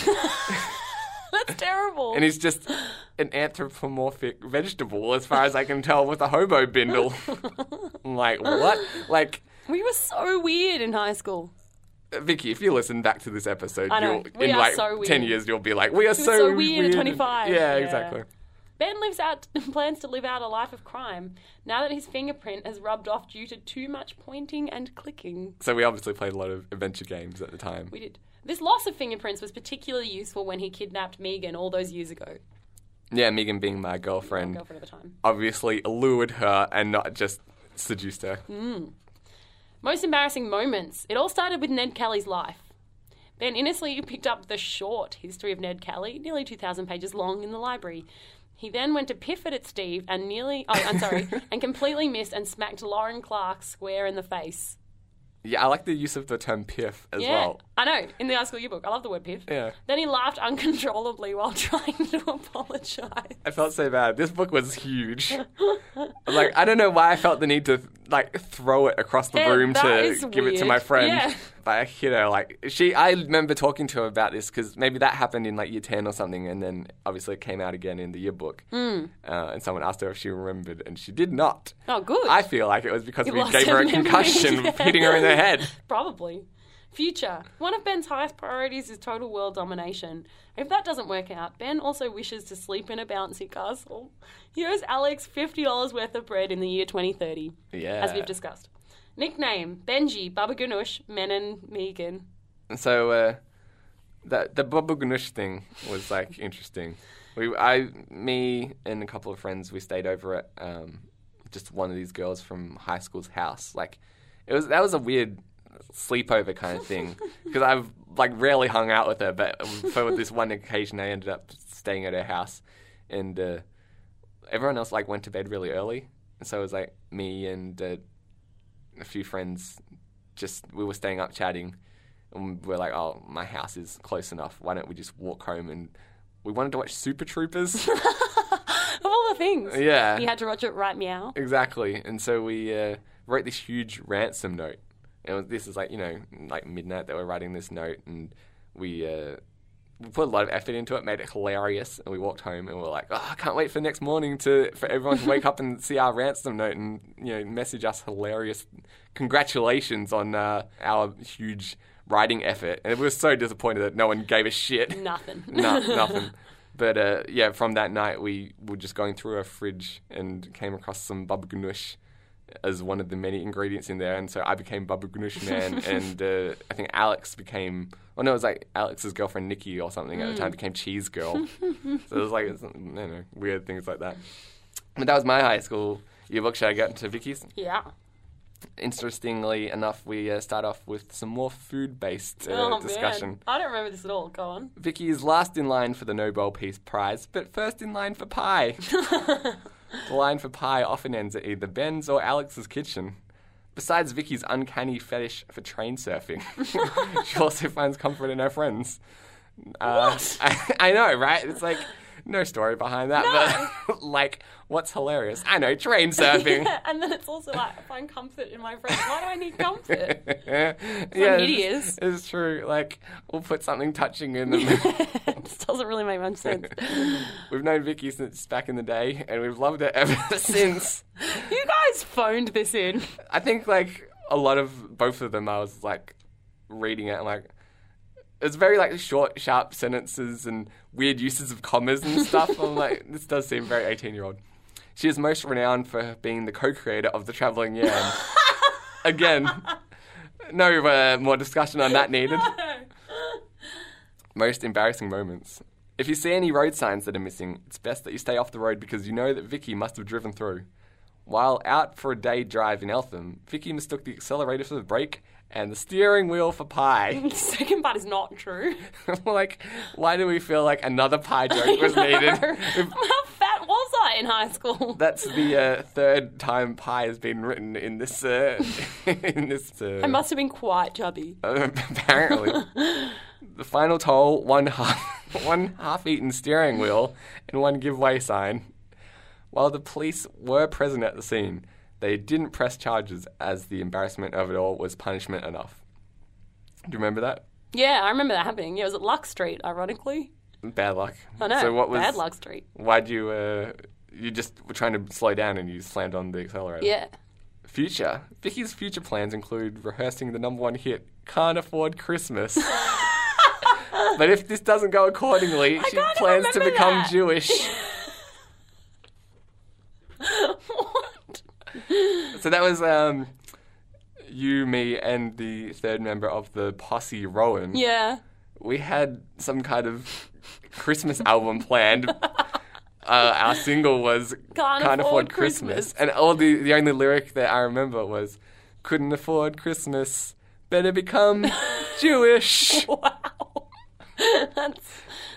[SPEAKER 2] That's terrible.
[SPEAKER 1] and he's just an anthropomorphic vegetable, as far as I can tell, with a hobo bindle. I'm like what? Like
[SPEAKER 2] we were so weird in high school.
[SPEAKER 1] Vicky, if you listen back to this episode,
[SPEAKER 2] I know.
[SPEAKER 1] you'll,
[SPEAKER 2] We
[SPEAKER 1] in
[SPEAKER 2] are
[SPEAKER 1] like
[SPEAKER 2] so
[SPEAKER 1] ten
[SPEAKER 2] weird.
[SPEAKER 1] years, you'll be like, "We are so,
[SPEAKER 2] so weird at
[SPEAKER 1] and-
[SPEAKER 2] 25.
[SPEAKER 1] yeah,
[SPEAKER 2] Yeah.
[SPEAKER 1] exactly.
[SPEAKER 2] Ben lives out plans to live out a life of crime now that his fingerprint has rubbed off due to too much pointing and clicking.
[SPEAKER 1] So we obviously played a lot of adventure games at the time.
[SPEAKER 2] We did. This loss of fingerprints was particularly useful when he kidnapped Megan all those years ago.
[SPEAKER 1] Yeah, Megan being my girlfriend,
[SPEAKER 2] Girlfriend at the time.
[SPEAKER 1] obviously lured her and not just seduced her.
[SPEAKER 2] Mm. Most embarrassing moments. It all started with Ned Kelly's life. Then Innesley picked up the short history of Ned Kelly, nearly 2,000 pages long, in the library. He then went to Pifford at Steve and nearly, oh, I'm sorry, and completely missed and smacked Lauren Clark square in the face.
[SPEAKER 1] Yeah, I like the use of the term piff as
[SPEAKER 2] Yeah,
[SPEAKER 1] well.
[SPEAKER 2] I know, in the high school yearbook. I love the word piff.
[SPEAKER 1] Yeah.
[SPEAKER 2] Then he laughed uncontrollably while trying to apologise.
[SPEAKER 1] I felt so bad. This book was huge. like I don't know why I felt the need to like throw it across the
[SPEAKER 2] Yeah,
[SPEAKER 1] room
[SPEAKER 2] that
[SPEAKER 1] to
[SPEAKER 2] is
[SPEAKER 1] give it to
[SPEAKER 2] weird.
[SPEAKER 1] my friend.
[SPEAKER 2] Yeah.
[SPEAKER 1] But you know, like she, I remember talking to her about this because maybe that happened in like year ten or something, and then obviously it came out again in the yearbook. Uh, and someone asked her if she remembered, and she did not.
[SPEAKER 2] Hmm. Oh, good.
[SPEAKER 1] I feel like it was because
[SPEAKER 2] You
[SPEAKER 1] we
[SPEAKER 2] lost
[SPEAKER 1] gave her
[SPEAKER 2] her
[SPEAKER 1] a
[SPEAKER 2] memory.
[SPEAKER 1] concussion,
[SPEAKER 2] Yeah.
[SPEAKER 1] hitting her in the head.
[SPEAKER 2] Probably. Future. One of Ben's highest priorities is total world domination. If that doesn't work out, Ben also wishes to sleep in a bouncy castle. He owes Alex $50 worth of bread in the year 2030,
[SPEAKER 1] Yeah.
[SPEAKER 2] as we've discussed. Nickname Benji, Baba Ganoush, Menon, Megan.
[SPEAKER 1] And so uh, the the Baba Ganoush thing was like interesting. We, I, me, and a couple of friends, we stayed over at um, just one of these girls from high school's house. Like, it was that was a weird sleepover kind of thing because I've like rarely hung out with her, but for this one occasion, I ended up staying at her house, and uh, everyone else like went to bed really early, and so it was like me and uh, a few friends just we were staying up chatting and we we're like oh my house is close enough why don't we just walk home and we wanted to watch super troopers
[SPEAKER 2] Of all the things.
[SPEAKER 1] yeah
[SPEAKER 2] You had to watch it right meow.
[SPEAKER 1] exactly and so we uh, wrote this huge ransom note and it was, this is like you know like midnight that we're writing this note and we uh, we put a lot of effort into it, made it hilarious, and we walked home and we were like, "Oh, I can't wait for next morning to for everyone to wake up and see our ransom note and you know message us hilarious congratulations on uh, our huge writing effort." And we were so disappointed that no one gave a shit.
[SPEAKER 2] Nothing.
[SPEAKER 1] no, nothing. But uh, yeah, from that night we were just going through our fridge and came across some baba ganoush as one of the many ingredients in there, and so I became baba ganoush man, and uh, I think Alex became. Oh no, it was like Alex's girlfriend Nikki or something at the
[SPEAKER 2] Mm.
[SPEAKER 1] time became cheese girl. so it was like you know, weird things like that. But that was my high school yearbook. Should I get into Vicky's?
[SPEAKER 2] Yeah.
[SPEAKER 1] Interestingly enough, we uh, start off with some more food-based uh,
[SPEAKER 2] oh,
[SPEAKER 1] discussion.
[SPEAKER 2] man. I don't remember this at all. Go on.
[SPEAKER 1] Vicky is last in line for the Nobel Peace Prize, but first in line for pie. the line for pie often ends at either Ben's or Alex's kitchen. Besides Vicky's uncanny fetish for train surfing, she also finds comfort in her friends. Uh, I, I know, right? It's like no story behind that, but like, what's hilarious? I know, train surfing.
[SPEAKER 2] Yeah, and then it's also like, I find comfort in my friends. Why do I need comfort?
[SPEAKER 1] yeah,
[SPEAKER 2] idiots.
[SPEAKER 1] It's, it's true. Like, we'll put something touching in them.
[SPEAKER 2] it just doesn't really make much sense.
[SPEAKER 1] We've known Vicky since back in the day, and we've loved her ever since.
[SPEAKER 2] You guys phoned this in.
[SPEAKER 1] I think like a lot of both of them, I was like reading it, and like it's very like short, sharp sentences and weird uses of commas and stuff. I'm like, this does seem very 18 year old. She is most renowned for being the co-creator of the Traveling Yam. Again, no uh, more discussion on that needed. Most embarrassing moments. If you see any road signs that are missing, it's best that you stay off the road because you know that Vicky must have driven through. While out for a day drive in Eltham, Vicky mistook the accelerator for the brake and the steering wheel for pie.
[SPEAKER 2] The second part is not true.
[SPEAKER 1] like, why do we feel like another pie joke was needed? If-
[SPEAKER 2] How fat was I in high school?
[SPEAKER 1] That's the uh, third time pie has been written in this. Uh, in this. Uh,
[SPEAKER 2] I must have been quite chubby.
[SPEAKER 1] apparently. the final toll, one half one half eaten steering wheel and one give way sign. While the police were present at the scene, they didn't press charges as the embarrassment of it all was punishment enough. Do you remember that?
[SPEAKER 2] Yeah, I remember that happening. Yeah, it was at Luck Street, ironically.
[SPEAKER 1] Bad luck.
[SPEAKER 2] I know.
[SPEAKER 1] So what was
[SPEAKER 2] Bad Luck Street.
[SPEAKER 1] Why'd you uh you just were trying to slow down and you slammed on the accelerator.
[SPEAKER 2] Yeah.
[SPEAKER 1] Future. Vicky's future plans include rehearsing the number one hit, Can't Afford Christmas. but if this doesn't go accordingly, she
[SPEAKER 2] can't
[SPEAKER 1] plans to
[SPEAKER 2] remember
[SPEAKER 1] become
[SPEAKER 2] that.
[SPEAKER 1] Jewish.
[SPEAKER 2] what?
[SPEAKER 1] so that was um, you, me, and the third member of the posse, Rowan.
[SPEAKER 2] Yeah.
[SPEAKER 1] We had some kind of Christmas album planned. Uh, our single was
[SPEAKER 2] Can't Afford Christmas.
[SPEAKER 1] And all the, the only lyric that I remember was Couldn't afford Christmas, better become Jewish.
[SPEAKER 2] Wow. that's,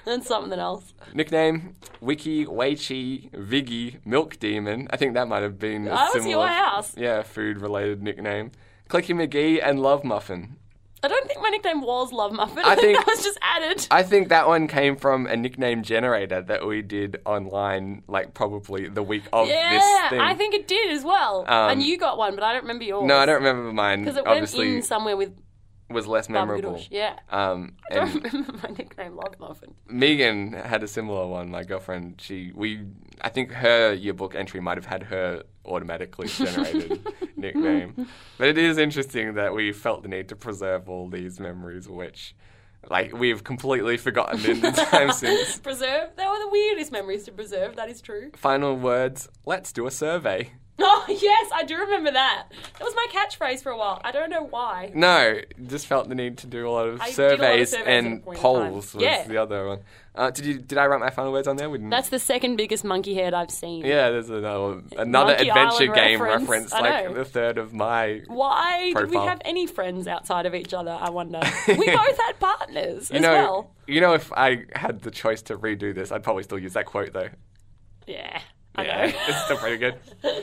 [SPEAKER 2] that's something else.
[SPEAKER 1] Nickname Wiki, Weichi, Viggy, Milk Demon. I think that might have been a
[SPEAKER 2] I was at
[SPEAKER 1] similar,
[SPEAKER 2] your house.
[SPEAKER 1] Yeah, food related nickname. Clicky McGee and Love Muffin.
[SPEAKER 2] I don't think my nickname was Love Muffin.
[SPEAKER 1] I
[SPEAKER 2] I think
[SPEAKER 1] think-
[SPEAKER 2] that was just added.
[SPEAKER 1] I think that one came from a nickname generator that we did online, like probably the week of
[SPEAKER 2] yeah,
[SPEAKER 1] this thing.
[SPEAKER 2] I think it did as well.
[SPEAKER 1] Um,
[SPEAKER 2] and you got one, but I don't remember yours.
[SPEAKER 1] no, I don't remember mine.
[SPEAKER 2] Because it went
[SPEAKER 1] Obviously,
[SPEAKER 2] in somewhere with
[SPEAKER 1] was less memorable.
[SPEAKER 2] Barbagadoosh. Yeah.
[SPEAKER 1] Um,
[SPEAKER 2] I don't
[SPEAKER 1] and
[SPEAKER 2] remember my nickname, Love Muffin.
[SPEAKER 1] Megan had a similar one. My girlfriend, she we I think her yearbook entry might have had her automatically generated nickname. But it is interesting that we felt the need to preserve all these memories, which like we've completely forgotten in the time since.
[SPEAKER 2] Preserve. They were the weirdest memories to preserve. That is true.
[SPEAKER 1] Final words. Let's do a survey.
[SPEAKER 2] Oh yes, I do remember that. That was my catchphrase for a while. I don't know why.
[SPEAKER 1] No, just felt the need to do a lot of
[SPEAKER 2] I did a lot of
[SPEAKER 1] surveys
[SPEAKER 2] surveys at a
[SPEAKER 1] and
[SPEAKER 2] point in time.
[SPEAKER 1] polls was
[SPEAKER 2] Yeah.
[SPEAKER 1] the other one. Uh, did you? Did I write my final words on there? We didn't.
[SPEAKER 2] That's the second biggest monkey head I've seen.
[SPEAKER 1] yeah, there's another another
[SPEAKER 2] Monkey
[SPEAKER 1] adventure
[SPEAKER 2] Island
[SPEAKER 1] game
[SPEAKER 2] reference.
[SPEAKER 1] reference,
[SPEAKER 2] I
[SPEAKER 1] like
[SPEAKER 2] know.
[SPEAKER 1] the third of my.
[SPEAKER 2] Why did we
[SPEAKER 1] Profile.
[SPEAKER 2] have any friends outside of each other? I wonder. we both had partners
[SPEAKER 1] You
[SPEAKER 2] as
[SPEAKER 1] know,
[SPEAKER 2] well.
[SPEAKER 1] you know, if I had the choice to redo this, I'd probably still use that quote though.
[SPEAKER 2] Yeah, I
[SPEAKER 1] Yeah,
[SPEAKER 2] know.
[SPEAKER 1] it's still pretty good.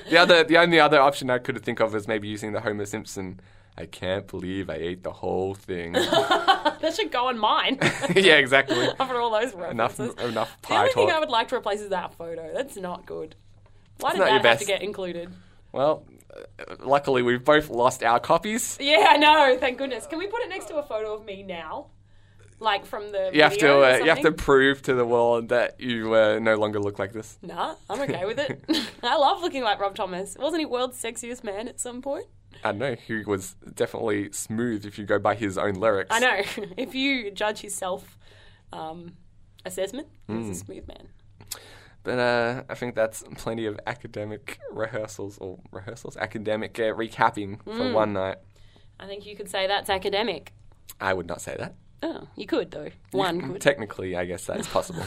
[SPEAKER 1] The other, the only other option I could think of was maybe using the Homer Simpson. I can't believe I ate the whole thing.
[SPEAKER 2] that should go on mine.
[SPEAKER 1] yeah, exactly.
[SPEAKER 2] After all those references.
[SPEAKER 1] Enough, enough
[SPEAKER 2] the
[SPEAKER 1] pie
[SPEAKER 2] only thing
[SPEAKER 1] talk.
[SPEAKER 2] I would like to replace is that photo. That's not good. Why did
[SPEAKER 1] not
[SPEAKER 2] that
[SPEAKER 1] your
[SPEAKER 2] have
[SPEAKER 1] best.
[SPEAKER 2] to get included?
[SPEAKER 1] Well, uh, luckily we've both lost our copies.
[SPEAKER 2] Yeah, I know. Thank goodness. Can we put it next to a photo of me now? Like from the
[SPEAKER 1] You have to,
[SPEAKER 2] video or
[SPEAKER 1] uh, you have to
[SPEAKER 2] something?
[SPEAKER 1] prove to the world that you uh, no longer look like this.
[SPEAKER 2] Nah, I'm okay with it. I love looking like Rob Thomas. Wasn't he world's sexiest man at some point?
[SPEAKER 1] I don't know. He was definitely smooth if you go by his own lyrics.
[SPEAKER 2] I know. if you judge his self um, assessment,
[SPEAKER 1] Hmm.
[SPEAKER 2] he's a smooth man.
[SPEAKER 1] But uh, I think that's plenty of academic rehearsals or rehearsals, academic uh, recapping for
[SPEAKER 2] Mm.
[SPEAKER 1] one night.
[SPEAKER 2] I think you could say that's academic.
[SPEAKER 1] I would not say that.
[SPEAKER 2] Oh, you could though. One could.
[SPEAKER 1] Technically, I guess that is possible.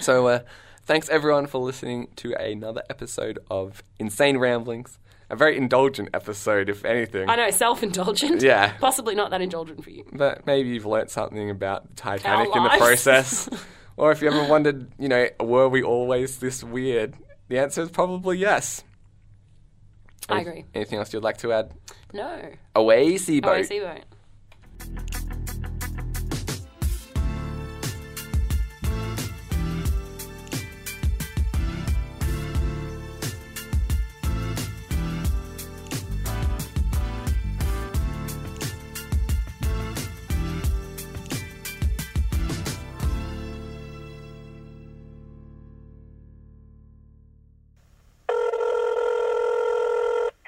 [SPEAKER 1] so, uh, thanks everyone for listening to another episode of Insane Ramblings. A very indulgent episode, if anything.
[SPEAKER 2] I know, self-indulgent.
[SPEAKER 1] Yeah.
[SPEAKER 2] Possibly not that indulgent for you.
[SPEAKER 1] But maybe you've learnt something about Titanic
[SPEAKER 2] Our
[SPEAKER 1] in the
[SPEAKER 2] lives.
[SPEAKER 1] process. or if you ever wondered, you know, were we always this weird? The answer is probably yes.
[SPEAKER 2] I
[SPEAKER 1] Any-
[SPEAKER 2] agree.
[SPEAKER 1] Anything else you'd like to add?
[SPEAKER 2] No.
[SPEAKER 1] Away, sea boat.
[SPEAKER 2] Oh, I see. Right.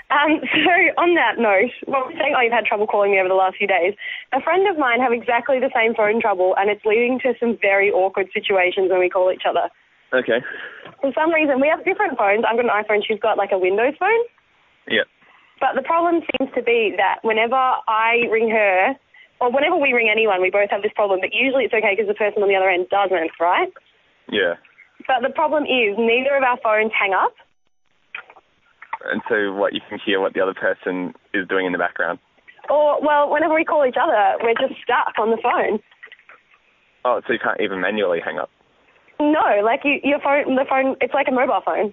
[SPEAKER 3] Um, so on that note, well, saying oh you've had trouble calling me over the last few days, a friend of mine have exactly the same phone trouble, and it's leading to some very awkward situations when we call each other.
[SPEAKER 5] Okay.
[SPEAKER 3] For some reason, we have different phones. I've got an iPhone. She's got like a Windows phone.
[SPEAKER 5] Yeah.
[SPEAKER 3] But the problem seems to be that whenever I ring her, or whenever we ring anyone, we both have this problem. But usually it's okay because the person on the other end doesn't, right?
[SPEAKER 5] Yeah.
[SPEAKER 3] But the problem is neither of our phones hang up.
[SPEAKER 5] And so, what you can hear what the other person is doing in the background.
[SPEAKER 3] Or well, whenever we call each other, we're just stuck on the phone.
[SPEAKER 5] Oh, so you can't even manually hang up.
[SPEAKER 3] No, like you, your phone, the phone, it's like a mobile phone.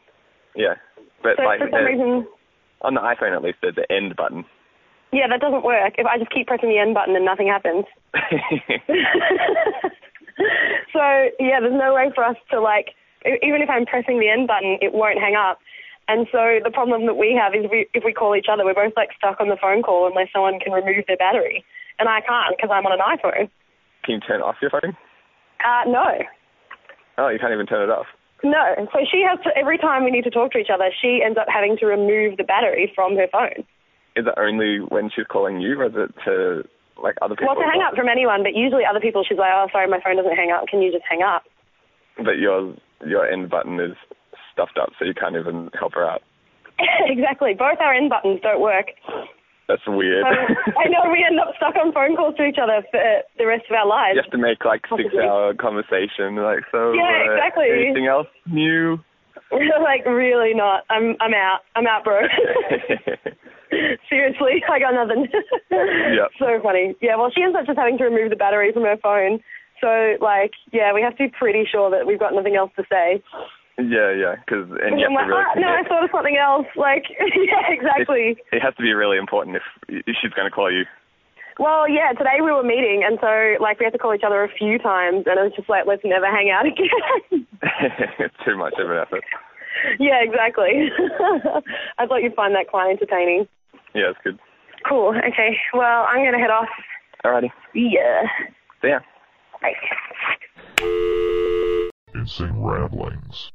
[SPEAKER 5] Yeah. But
[SPEAKER 3] So
[SPEAKER 5] like
[SPEAKER 3] for some
[SPEAKER 5] uh,
[SPEAKER 3] reason,
[SPEAKER 5] on the iPhone, at least there's the end button.
[SPEAKER 3] yeah, that doesn't work. If I just keep pressing the end button and nothing happens. so yeah, there's no way for us to like, e- even if I'm pressing the end button, it won't hang up. And so the problem that we have is we, if we call each other, we're both like stuck on the phone call unless someone can remove their battery, and I can't because I'm on an iPhone.
[SPEAKER 5] can you turn off your phone?
[SPEAKER 3] Uh, no.
[SPEAKER 5] Oh, you can't even turn it off.
[SPEAKER 3] No, so she has to. Every time we need to talk to each other, she ends up having to remove the battery from her phone.
[SPEAKER 5] Is it only when she's calling you, or is it to like other people?
[SPEAKER 3] Well, to
[SPEAKER 5] as
[SPEAKER 3] hang up from anyone, but usually other people, she's like, oh, sorry, my phone doesn't hang up. Can you just hang up?
[SPEAKER 5] But yours, your end button is stuffed up, so you can't even help her out.
[SPEAKER 3] exactly. Both our end buttons don't work.
[SPEAKER 5] That's weird.
[SPEAKER 3] So I know we end up stuck on phone calls to each other for uh, the rest of our lives.
[SPEAKER 5] you have to make like
[SPEAKER 3] Possibly.
[SPEAKER 5] six-hour conversation. Like so.
[SPEAKER 3] Yeah,
[SPEAKER 5] uh,
[SPEAKER 3] exactly.
[SPEAKER 5] Anything else new?
[SPEAKER 3] We're like, really not. I'm, I'm out. I'm out, bro. Seriously, I got nothing.
[SPEAKER 5] Yeah.
[SPEAKER 3] So funny. Yeah, well, she ends up just having to remove the battery from her phone. So, like, yeah, we have to be pretty sure that we've got nothing else to say.
[SPEAKER 5] Yeah, yeah. Because and you
[SPEAKER 3] I'm like,
[SPEAKER 5] have to really
[SPEAKER 3] ah, no, I
[SPEAKER 5] commit.
[SPEAKER 3] thought of something else. Like, yeah, exactly.
[SPEAKER 5] It has to be really important if if she's going to call you.
[SPEAKER 3] Well, yeah, today we were meeting, and so, like, we had to call each other a few times, and it was just like, let's never hang out again.
[SPEAKER 5] it's too much of an effort.
[SPEAKER 3] yeah, exactly. I thought you'd find that quite entertaining.
[SPEAKER 5] Yeah, it's good.
[SPEAKER 3] Cool. Okay. Well, I'm going to head off.
[SPEAKER 5] Alrighty.
[SPEAKER 3] Yeah.
[SPEAKER 5] See ya.
[SPEAKER 3] Bye.
[SPEAKER 4] Insane Ramblings.